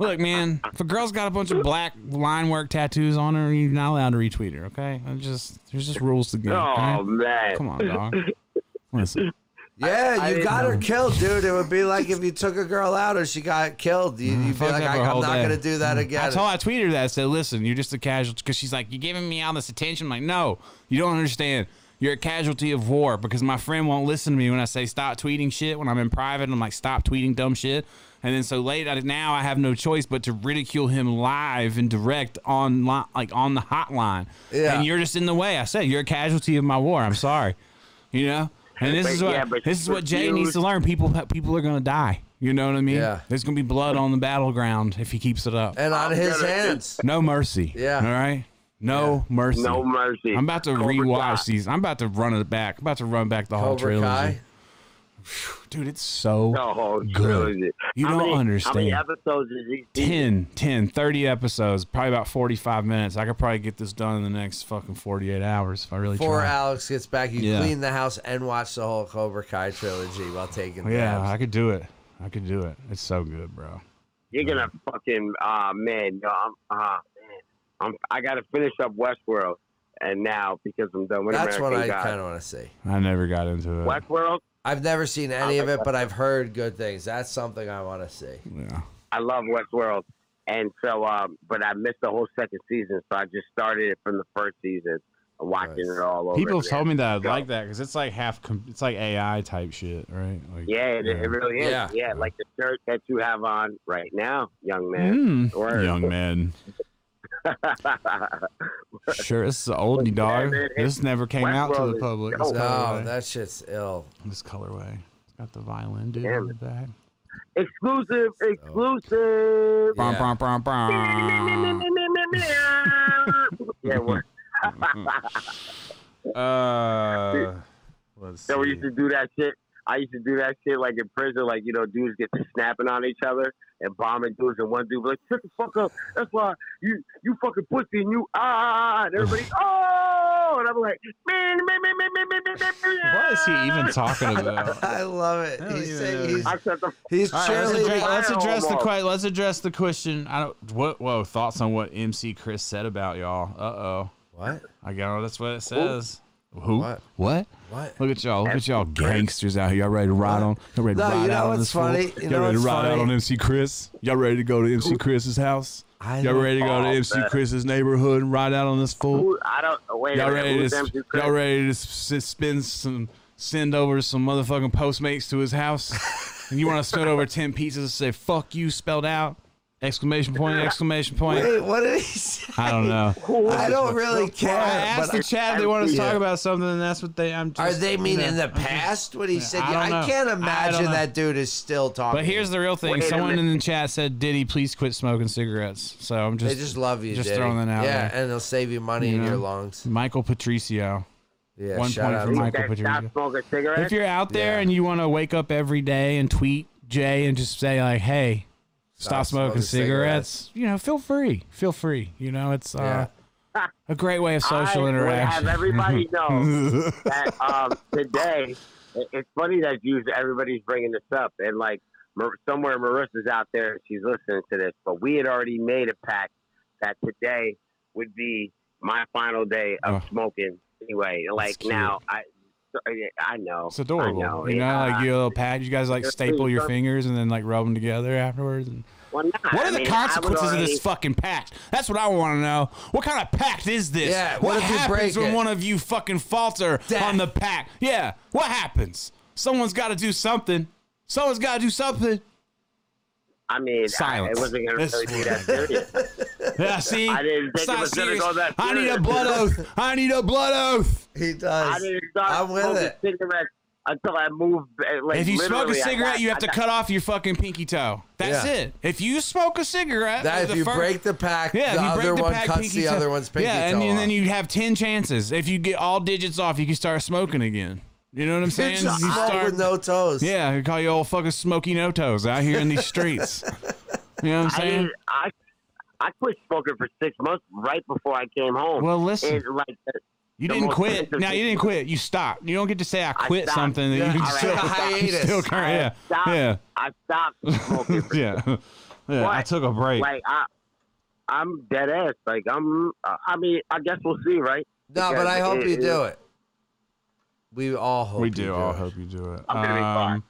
Look, man, if a girl's got a bunch of black line work tattoos on her, you're not allowed to retweet her, okay? I'm just there's just rules to game.
oh
alright?
man.
Come on, dog. Listen.
Yeah, you
didn't
got her
know.
killed, dude. It would be like if you took a girl out and she got killed. You, you'd be
fucked
like,
up
I,
her
I'm
whole
not
day. Mm.
going to do that again.
I told I tweeted her that I said, listen, you're just a casualty because she's like, You're giving me all this attention. I'm like, no, you don't understand. You're a casualty of war because my friend won't listen to me when I say stop tweeting shit when I'm in private. I'm like, stop tweeting dumb shit. And then so late I- now I have no choice but to ridicule him live and direct on li- like on the hotline.
Yeah.
And you're just in the way. I said, You're a casualty of my war. I'm sorry. You know? And this
But
is what
yeah, but
this is what Jay
refuse-
needs to learn. People people are gonna die. You know what I mean?
Yeah.
There's gonna be blood on the battleground if he keeps it up.
and on
I'm
his
gonna-
hands.
No mercy.
Yeah.
All right. No mercy.
No mercy.
I'm about to
Cobra Kai.
rewatch these. I'm about to run it back. I'm about to run back the whole
Cobra
trilogy.
Kai.
Dude, it's so
The whole
Good.
trilogy.
You
Oh, How
don't
many-
understand.
How many episodes is each season?
10, 10, 30 episodes, probably about 45 minutes. I could probably get this done in the next fucking 48 hours if I really
Before
try.
Alex gets back, you
Yeah.
clean the house and watch the whole Cobra Kai trilogy while taking
Yeah,
dabs.
I could do it. I could do it. It's so good, bro.
You're gonna fucking ah man, no, I'm ah man, I'm I gotta finish up Westworld, and now because I'm done with
That's what
American
I
Gods.
kind of want to see.
I never got into it.
Westworld,
I've never seen any of it, but I've heard good things. That's something I want to see.
Yeah.
I love Westworld, and so um, but I missed the whole second season, so I just started it from the first season, watching
Nice.
it all over.
People have
again.
told me that I'd
Go.
like that because it's like half, com- it's like AI type shit, right? Like,
Yeah, it, it really is.
Yeah.
Yeah. like the shirt that you have on right now, young man.
Mm,
Word.
young man. Sure, this is an oldie dog.
man, it-
This never came out to
Westworld
the
is
public. This
dope.
No,
colorway.
that shit's ill.
This colorway. It's got the violin dude
Damn
in the back.
exclusive, exclusive.
Yeah.
Brum, brum, brum, brum.
yeah, well,
Uh, let's
so we
see.
used to do that shit. I used to do that shit like in prison, like you know, dudes get to snapping on each other and bombing dudes, and one dude be like, "Shut the fuck up!" That's why you you fucking pussy and you ah, and everybody oh, and I'm like, man, man, man, man, man, man, man, man, man.
What is he even talking about?
I love it.
I don't
He's,
even
saying,
know.
he's,
I shut the
he's
All right, let's
cheerleading.
address, let's
Wow,
address the
Mark.
que- let's address the question. I don't. What? Whoa! Thoughts on what MC Chris said about y'all? Uh oh.
what?
I got that's what it says. Who?
What?
What?
What?
Look at y'all! Look at y'all, gangsters out here. Y'all ready to ride on? Y'all ready to
No,
ride
you know
out on
what's
this fool?
funny? You
Y'all
know
ready to
what's
ride out
funny?
on MC Chris? Y'all ready to go to MC Chris's house?
I
Y'all
love-
ready to go to
Oh,
MC
man.
Chris's neighborhood and ride out on this fool?
Who, I don't. oh, Wait, a
Y'all
minute,
ready
who's
to
MC Chris?
y'all ready to s- s- spin some send over some motherfucking Postmates to his house? and you want to spin over ten pizzas and say "fuck you" spelled out? Exclamation point! Exclamation point!
Wait, what did he say?
I don't know.
I don't really care.
I asked
but
the chat if they wanted to
Yeah.
talk about something, and that's what they. I'm. Just,
Are they mean
you know,
in the
I'm just-
past? What he said?
I
Yeah,
don't
I,
know.
can't
I don't
imagine
know.
that dude is still talking.
But here's the real thing.
Wait a
Someone
minute.
in the chat said, "Diddy, please quit smoking cigarettes." So I'm just,
they just love you.
just
Diddy.
throwing that out
Yeah,
there.
and they'll save you money
You
in your
know?
lungs.
Michael Patricio.
Yeah,
One
shout
point
out
for
to-
Michael
That
Patricio.
stop smoking cigarettes.
If you're out there
Yeah.
and you want to wake up every day and tweet Jay and just say like, "Hey, stop, smoking, cigarettes. You know, feel free. Feel free. You know, it's uh, a great way of social
I
interaction.
Would have everybody know that um, today. it- It's funny that you everybody's bringing this up, and like Mar- somewhere Marissa's out there and she's listening to this. But we had already made a pact that today would be my final day of
Oh.
smoking. Anyway, like
cute.
now I, I know Uh,
It's adorable.
I know,
you know,
yeah.
like you little pat. You guys like
It's
staple
really
your
fun.
fingers and then like rub them together afterwards. And
Well, nah,
what
I
are the
mean, I would
consequences of
already-
this fucking pact? That's what I want to know. What kind of pact is this?
Yeah,
What,
what if you
happens
break
when
it?
one of you fucking falter
Death.
on the pact? Yeah. What happens? Someone's got to do something. Someone's got to do something.
I mean, I,
Silence.
it wasn't gonna
This
really be that
was-
serious.
Yeah, see?
I didn't think
It's
it
not
was gonna
serious.
go that
I need a
serious.
blood oath. I need a blood oath.
He
I
does.
didn't start
I'm with
smoking
it.
cigarettes until I moved. uh, Like,
if you smoke a
literally, I
cigarette,
got-
you have
I
to
got-
cut off your fucking pinky toe. That's
Yeah.
it. If you smoke a cigarette,
That
the
if you
fir-
break the pack,
yeah,
the
if you break
other
the
one
pack,
cuts
pinky
the
toe-
other one's pinky
Yeah, and,
toe
and then
off.
you have ten chances. If you get all digits off, you can start smoking again. You know what I'm saying?
It's
You
just smoke
start-
with no toes.
yeah, we call you old fucking smoky no toes out here in these streets. you know what I'm
I,
saying?
didn't- I I quit smoking for six months right before I came home.
Well, listen.
And, like the-
You
the
didn't
most
quit.
expensive
Now you
thing-
didn't quit. You stopped. You don't get to say I quit
stopped.
something that
Yeah,
you can
I took
still,
a hiatus.
still current.
I
Yeah,
stopped.
yeah,
I stopped smoking. For,
yeah. Yeah, I
What?
took a break.
Like I, I'm dead ass. Like I'm. Uh, I mean, I guess we'll see, right?
No, but I
Because
hope
it-
you
it-
do it. We all hope
we
you
do. All
it.
hope you do it. Um,
I'm gonna be fine.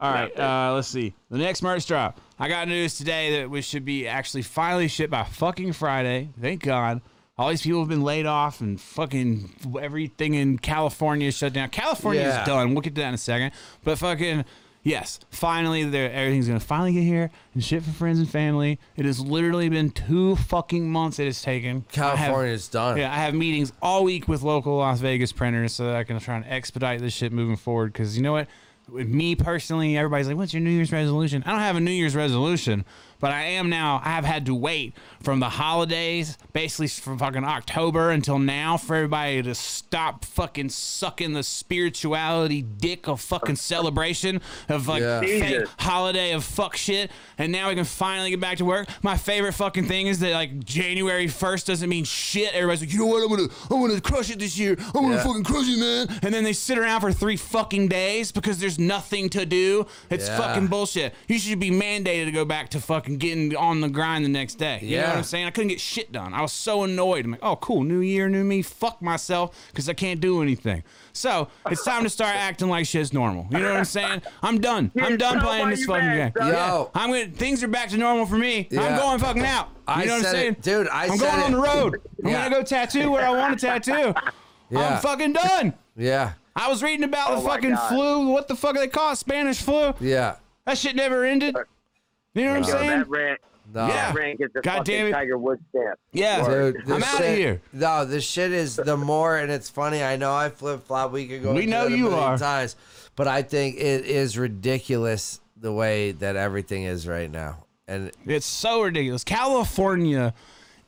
all right, uh, let's see. The next merch drop. I got news today that we should be actually finally shipped by fucking Friday. Thank God. All these people have been laid off and fucking everything in California is shut down. California
Yeah.
is done. We'll get to that in a second. But fucking yes, finally they're- everything's gonna finally get here and ship for friends and family. It has literally been two fucking months it has taken. I have-
California's done.
yeah, I have meetings all week with local Las Vegas printers so that I can try and expedite this shit moving forward. Because you know what? With me personally, everybody's like, what's your New Year's resolution? I don't have a New Year's resolution, but I am now. I have had to wait from the holidays, basically from fucking October until now, for everybody to stop fucking sucking the spirituality dick of fucking celebration of like
Yeah.
fake
Jesus.
holiday of fuck shit, and now we can finally get back to work. My favorite fucking thing is that like January first doesn't mean shit. Everybody's like, you know what? I'm gonna, I'm gonna crush it this year. I'm gonna
Yeah.
fucking crush it, man. And then they sit around for three fucking days because there's nothing to do. It's
Yeah.
fucking bullshit. You should be mandated to go back to fucking fucking getting on the grind the next day. You know
Yeah.
what I'm saying? I couldn't get shit done. I was so annoyed. I'm like, oh, cool, new year, new me. Fuck myself because I can't do anything. So it's time to start acting like shit's normal. You know what I'm saying? I'm done. I'm
Dude,
done
so
playing
why
this
you
fucking game.
mad, son?
Yeah.
Yo.
I'm gonna. Things are back to normal for me. I'm
Yeah.
going fucking out. You
I
know what I'm
said
saying,
it. Dude, I
I'm
said
going on
it.
the road. I'm
Yeah.
gonna go tattoo where I want to tattoo.
Yeah.
I'm fucking done.
Yeah.
I was reading about
Oh
the
my
fucking
God.
flu. What the fuck they call it? Spanish flu?
Yeah.
That shit never ended. You know what I'm
Yo,
saying?
that rant,
No.
Yeah.
that rant gets a
God
fucking
damn it.
Tiger Woods stamp.
Yeah.
Dude,
I'm
this
outta
shit-
here.
No, this shit is the more, and it's funny. I know I flip flop. We could go.
We
into
know
it a
you
million
are.
times, but I think it is ridiculous the way that everything is right now. And
It's so ridiculous. California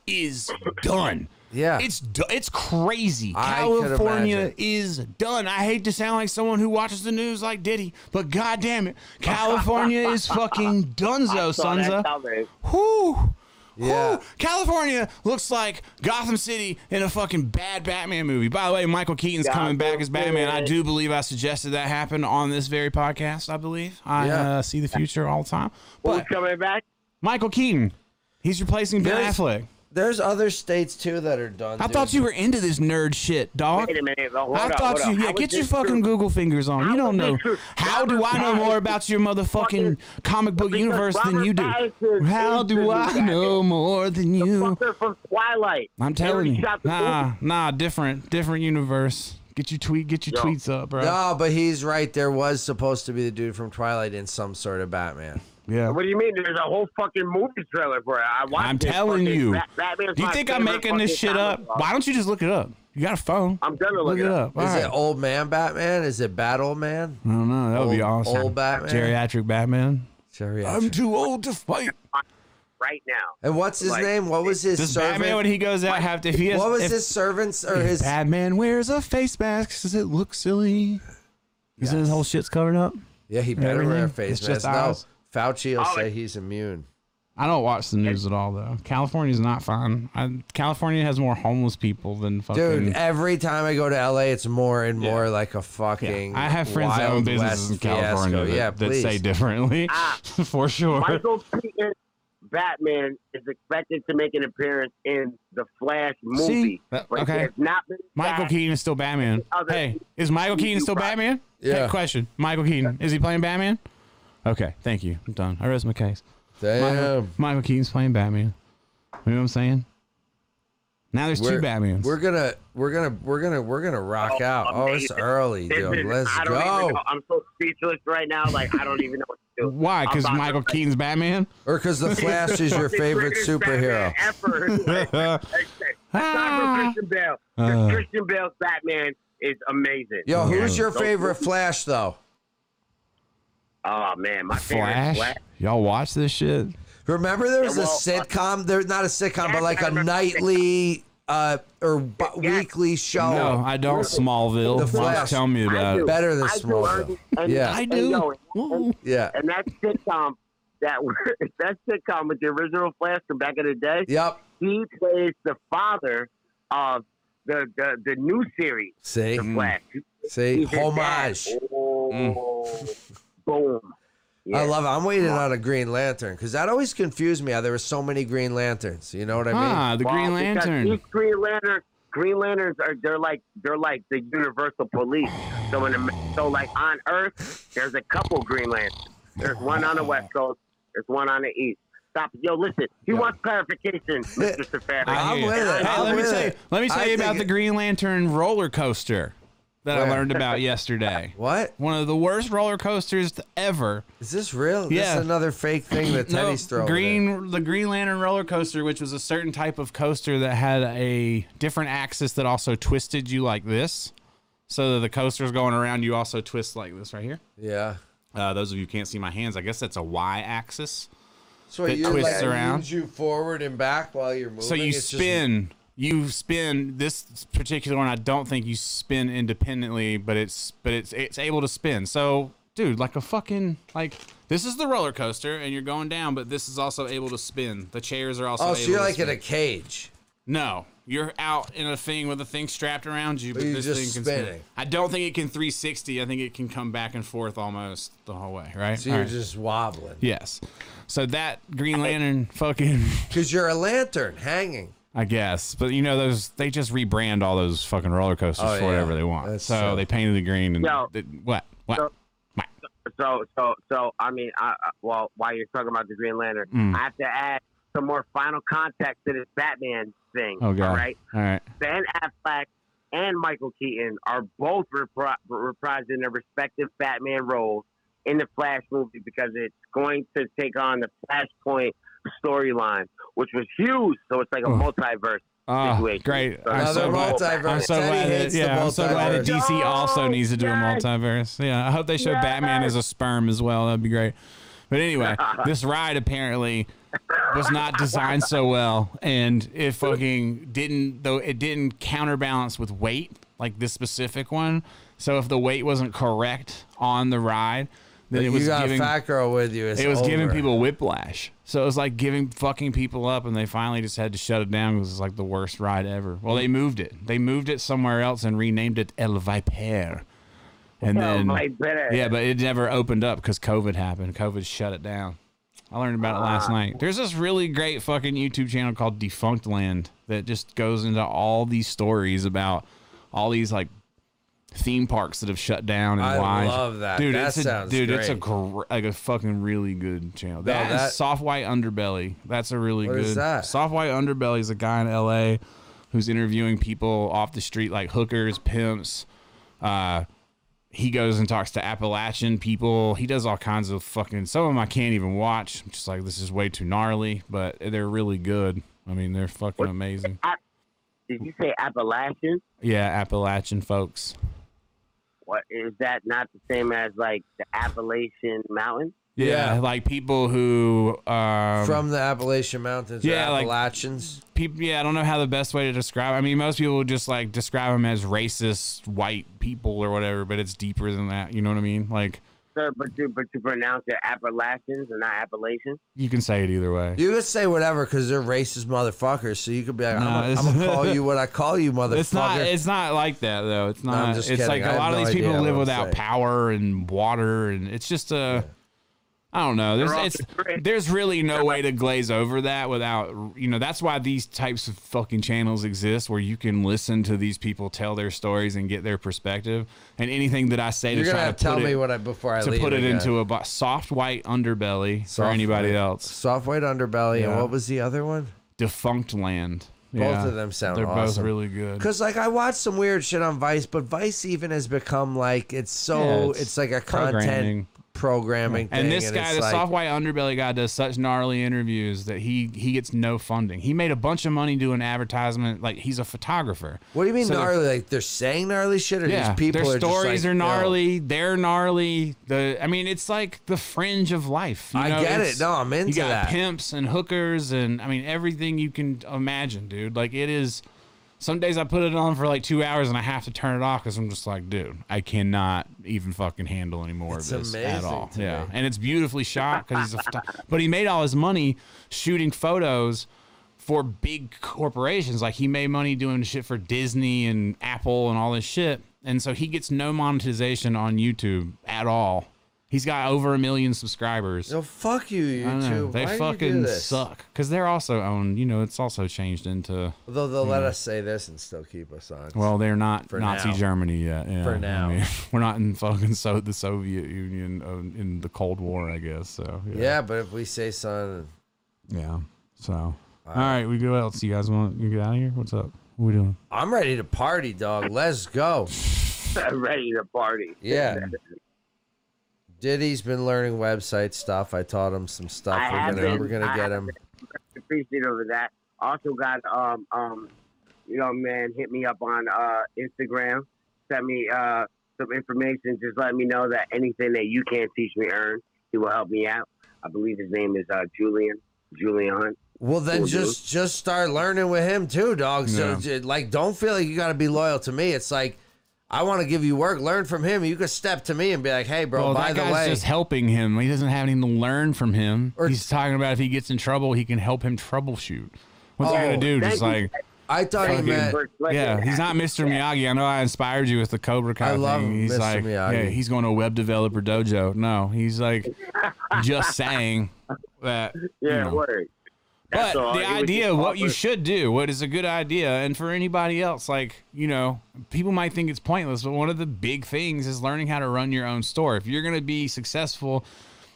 is done.
yeah,
It's do- it's crazy.
I could
California
imagine.
is done. I hate to sound like someone who watches the news like Diddy, but goddamn it, California is fucking
I
dunzo,
saw that
sonza.
coming.
Whew.
Yeah.
Whew. California looks like Gotham City in a fucking bad Batman movie. By the way, Michael Keaton's coming back as Batman. I do believe I suggested that happen on this very podcast, I believe. I
Yeah.
uh, see the future all the time.
Who's
But
coming back?
Michael Keaton, he's replacing Ben
There's-
Affleck.
there's other states too that are done.
I thought
dude.
you were into this nerd shit, dog.
Wait a minute. but Hold
I
up,
thought
hold up.
you. Yeah,
How
get
is
your
this
fucking
true?
Google fingers on. you
How
don't
is
know.
this true?
How do
Robert
I know
Pattinson
more about your motherfucking
fucking-
comic book
because
universe than
Robert
you do?
Pattinson
How
is
do
the
I
Batman.
know more than you?
Fucker from Twilight.
I'm telling
Every
you.
shot the
Nah, nah, different, different universe. Get your tweet, get your
Yo.
tweets up, bro.
No, but he's right. There was supposed to be the dude from Twilight in some sort of Batman.
Yeah.
What do you mean? There's a whole fucking movie trailer for it. I watched
I'm
it.
telling
Fucking
you.
Bat- Batman's
Do you
my
think I'm
favorite
making this
fucking
shit up?
comic book.
Why don't you just look it up? You got a phone.
I'm gonna
Look
look,
it up.
is
All
it
right.
old man Batman? Is it Battle Man?
I don't know. That would be
Old-
awesome.
old Batman?
Geriatric Batman.
Sorry, I-
I'm too old to fight.
right now.
and what's his
Like,
name? What was his
Does
servant?
Batman when he goes out have to? If he has,
what was
if-
his servant's or
If
his?
Batman wears a face mask, does it look silly? Is his whole shit's covered up?
Yeah, he better wear a
Everything?
face
It's
mask.
just
No,
ours.
Fauci will
Oh,
say
it-
he's immune.
I don't watch the news at all, though. California's not fine. I, California has more homeless people than fucking.
Dude, every time I go to LA, it's more and more like a fucking.
I have friends that own
Wild
businesses
West
in California
fiasco.
that,
yeah,
that
please.
say differently,
Ah.
for sure.
Michael Keaton Batman is expected to make an appearance in the Flash movie,
Uh,
but
okay.
he has not been
Michael
back.
Keaton is still Batman.
Other-
Hey, is Michael Keaton still Batman?
Yeah.
Hey, question. Michael Keaton, is he playing Batman? Okay, thank you. I'm done. I rest my case. Michael,
Damn.
Michael Keaton's playing Batman. You know what I'm saying? Now there's
We're-
two Batmans.
We're gonna, we're gonna, we're gonna, we're gonna rock
Oh,
out. Oh, it's
amazing.
early,
This
dude.
is-
Let's
I don't even
go.
know. I'm so speechless right now. Like I don't even know what to do.
Why?
I'm
Because
about to-
Michael Keaton's Batman?
Or because the Flash is your
Fucking
favorite
greatest
superhero.
Batman ever. Like, like, Aside from
Ah.
Christian Bale, 'cause
Uh.
Christian Bale's Batman is amazing.
Yo, who's
Yeah.
your favorite Flash though?
Oh man, my favorite
Flash?
Flash.
Y'all watch this shit?
Remember, there was a
Well, uh,
sitcom. There, not a sitcom, but
Yes,
like
I
a
remember the
nightly uh, or bi-
Yes.
weekly show.
no, I don't. Smallville.
The
Mom's
Flash.
telling me about it.
Better than
I do,
Smallville.
And,
Yeah.
I
and,
do.
yo,
Whoa.
Yeah.
and that sitcom, that that sitcom with the original Flash from back in the day.
Yep.
He plays the father of the the, the new series,
See.
the Flash.
See.
He's his
Mm. Homage. Mm.
dad. Oh, boom. Yeah.
I love it. I'm waiting on a Green Lantern because that always confused me. How there were so many Green Lanterns. You know what I mean?
Ah, the
Well,
Green
because
Lantern.
These Green Lantern, Green Lanterns are they're like they're like the universal police. So in Am- so like on Earth, there's a couple Green Lanterns. There's one on the West Coast. There's one on the East. Stop. Yo, listen. He wants clarification, Mr. Safari.
I
I'm
hear you.
with it.
Hey,
I'm
let me
with
tell you.
it.
Let me tell
I
you about
think-
the Green Lantern roller coaster that I
Where?
learned about yesterday.
What?
One of the worst roller coasters ever.
Is this real? This
Yeah.
is another fake thing that
No,
Teddy's throwing. in.
Green the Green Lantern roller coaster, which was a certain type of coaster that had a different axis that also twisted you like this. So that the coaster's going around, you also twist like this right here.
Yeah.
Uh, those of you who can't see my hands, I guess that's a Y axis.
So
That
you
twists
like,
around.
leans you forward and back while you're moving.
So you
It's just-
spin, you spin this particular one. I don't think you spin independently, but it's but it's it's able to spin. So dude, like a fucking like this is the roller coaster, and you're going down, but this is also able to spin. The chairs are also.
oh,
able
so you're
to
like
spin.
in a cage.
No, you're out in a thing with a thing strapped around you, but
You're
this
just
thing can
spinning.
I don't think it can 360. I think it can come back and forth almost the whole way, right?
So you're
All right.
just wobbling
yes. So that Green Lantern, fucking,
because you're a lantern hanging.
I guess, but you know those they just rebrand all those fucking roller coasters
Oh,
for whatever
yeah.
they want.
That's
so
true.
they painted the green and
Yo.
they- what what
So- So, so, so, I mean, I, I- well, while you're talking about the Green Lantern,
Mm.
I have to add some more final context to this Batman thing.
Oh, God.
All right.
all right.
Ben Affleck and Michael Keaton are both repri- reprising their respective Batman roles in the Flash movie because it's going to take on the Flashpoint storyline, which was huge. So it's like a
Oh.
multiverse.
Oh,
Situation.
great!
So-
I'm
Another
so glad.
multiverse.
I'm so
Teddy
glad that,
hates the
yeah, I'm so glad that
multiverse.
DC also
No,
needs to do
yes.
a multiverse. Yeah, I hope they show
Yes.
Batman as a sperm as well. That'd be great. But anyway, this ride apparently was not designed so well, and it fucking didn't though it didn't counterbalance with weight like this specific one. So if the weight wasn't correct on the ride, then it
you
was
got
giving
a fat girl with you. It's
it was giving
over.
people whiplash. So it was like giving fucking people up, and they finally just had to shut it down because it's like the worst ride ever. Well, they moved it. They moved it somewhere else and renamed it El Viper. And then,
Oh my better.
yeah, but it never opened up because COVID happened. COVID shut it down. I learned about it last night. There's this really great fucking YouTube channel called Defunct Land that just goes into all these stories about all these like theme parks that have shut down and
I
why.
love that.
dude.
Uh, That
it's a,
sounds
dude, it's a
great.
gr- like a fucking really good channel. That, and
that-
soft white underbelly. That's a really
What
good.
is that?
Soft white underbelly is a guy in L.A. who's interviewing people off the street like hookers, pimps. Uh, he goes and talks to Appalachian people. He does all kinds of fucking. Some of them I can't even watch. I'm just like this is way too gnarly, but they're really good. I mean, they're fucking amazing.
Did you say Appalachian?
Yeah, Appalachian folks.
What is that? Not the same as like the Appalachian Mountain?
Yeah,
Yeah.
like people who um,
from the Appalachian Mountains. or
Yeah, like-
Appalachians.
people yeah i don't know how the best way to describe i mean most people would just like describe them as racist white people or whatever but it's deeper than that you know what i mean like
Sir, but you but you pronounce it Appalachians and not Appalachian.
you can say it either way
You could say whatever because they're racist motherfuckers. So you could be like,
No,
I'm
it's-
gonna call you what I call you, motherfucker.
it's not it's not like that though it's not
I'm just
it's
kidding.
like
I have
a lot of
no
these people
idea
live
what I'm
without
saying.
power and water and it's just a I don't know. There's
They're off
it's,
the grid.
there's really no way to glaze over that without you know. That's why these types of fucking channels exist, where you can listen to these people tell their stories and get their perspective. And anything that I say
You're
to
gonna
try
have
to
to tell
put
me
it,
what I before I
to
leave
put it
again.
into a bo- soft white underbelly for
Soft
anybody
white.
else.
soft white underbelly. And
Yeah.
what was the other one?
Defunct Land.
Both of them sound
They're
awesome.
both really good.
Cause like I watched some weird shit on Vice, but Vice even has become like it's so
Yeah,
it's,
it's
like a content
programming.
programming thing.
And this guy,
it's
the
like,
soft white underbelly guy, does such gnarly interviews that he he gets no funding. He made a bunch of money doing advertisement. Like he's a photographer.
What do you mean
so-
gnarly? Like they're saying gnarly shit, or
Yeah,
these people
their
are just
stories
like,
are
yo,
gnarly. They're gnarly. The I mean, it's like the fringe of life. you
I
know?
get it.
It's-
No, I'm into
you got
that.
Pimps and hookers, and I mean everything you can imagine, dude. Like it is. Some days I put it on for like two hours and I have to turn it off because I'm just like, dude, I cannot even fucking handle any more
It's
of this at
amazing
all.
to
yeah,
me.
and it's beautifully shot because he's a photo- but he made all his money shooting photos for big corporations. Like he made money doing shit for Disney and Apple and all this shit. And so he gets no monetization on YouTube at all. He's got over a million subscribers.
No, fuck you,
I don't know.
YouTube.
They
Why do
fucking
you do this?
suck because they're also owned. You know, it's also changed into
Although they'll let us say this and still keep us on.
well, they're not
For
Nazi
now.
Germany yet. Yeah,
For
I
now.
mean, we're not in fucking so the Soviet Union uh, in the Cold War, I guess. So
yeah, but if we say something, uh,
yeah. So all right, we go. What else you guys want? You get out of here. What's up? What we doing?
I'm ready to party, dog. Let's go.
Ready to party.
Yeah. Diddy's been learning website stuff. I taught him some stuff.
I
we're
have
gonna
been.
we're gonna
I
get
have
him.
appreciative of that. Also got um um you know man hit me up on uh Instagram, sent me uh some information, just let me know that anything that you can teach me earn, he will help me out. I believe his name is uh Julian. Julian.
Well, then
Cool, dude.
just just start learning with him too, dog. So
Yeah.
j- like, don't feel like you got to be loyal to me. It's like I want to give you work. Learn from him. You could step to me and be like, hey, bro.
well,
by
that
the
guy's
way,
just helping him. He doesn't have anything to learn from him.
Or-
He's talking about if he gets in trouble, he can help him troubleshoot. What's he
Oh,
gonna do?
thank
Just
you.
like
I thought he
Fucking-
meant.
First leg.
Yeah, he's not Mr. Miyagi. I know I inspired you with the Cobra Kai
I love
thing. He's
Mr.
like,
Miyagi.
yeah, he's going to a web developer dojo. No, he's like just saying that. you
Yeah,
know.
word.
But
That's all.
the
It was
idea,
just
what you
awkward.
should do, what is a good idea, and for anybody else, like you know, people might think it's pointless, but one of the big things is learning how to run your own store. If you're going to be successful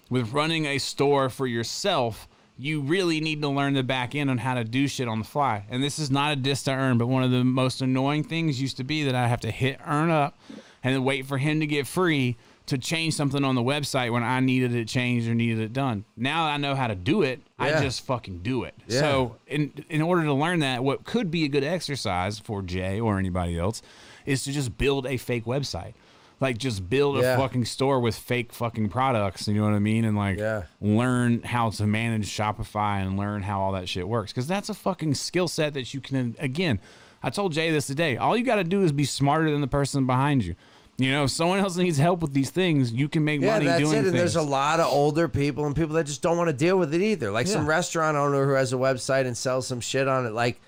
with running a store for yourself, you really need to learn the back end on how to do shit on the fly. And this is not a diss to Earn, but one of the most annoying things used to be that I have to hit Earn up and then wait for him to get free to change something on the website when I needed it changed or needed it done. Now I know how to do it.
Yeah.
I just fucking do it.
Yeah.
So in in order to learn that, what could be a good exercise for Jay or anybody else is to just build a fake website. Like just build a
Yeah.
fucking store with fake fucking products, you know what I mean? And like
Yeah.
learn how to manage Shopify and learn how all that shit works. Cause that's a fucking skill set that you can again, I told Jay this today. All you gotta do is be smarter than the person behind you. You know, if someone else needs help with these things, you can make
Yeah,
money
that's it.
doing
And
things.
there's a lot of older people and people that just don't want to deal with it either. Like some
Yeah.
restaurant owner who has a website and sells some shit on it, like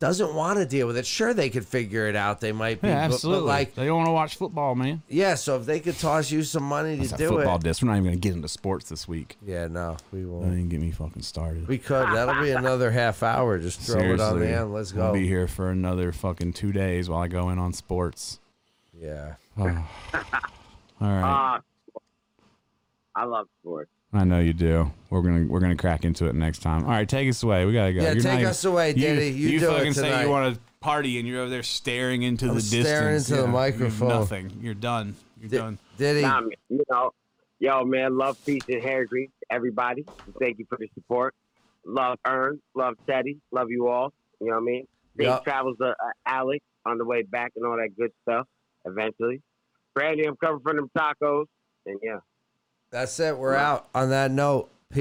doesn't want to deal with it. Sure, they could figure it out. They might be,
yeah,
but-
absolutely.
But, like,
they don't want to watch football, man.
yeah. So if they could toss you some money to
It's a
do
football
it,
disc. We're not even gonna get into sports this week.
yeah, no, we won't.
Don't even get me fucking started.
We could. That'll be another half hour. Just throw it on the end. Let's
I'll
go.
be here for another fucking two days while I go in on sports.
Yeah.
All right,
Uh, I love sports.
I know you do. We're gonna we're gonna crack into it next time. All right, take us away. We gotta go.
Yeah,
not
take
even-
us away, Diddy. You do it
fucking say
tonight.
you want to party, and you're over there staring into the distance.
staring into the
you have
microphone.
nothing. You're done. You're
Did,
done.
did he?
Nah, man, you know, yo, man, love, peace, and hair grease, everybody. Thank you for the support. Love, Earn. Love, Teddy. Love you all. You know what I mean? Safe
Yup.
travels to uh, Alex on the way back and all that good stuff eventually. Brandy, I'm coming for them tacos. And yeah.
That's it. We're out on that note.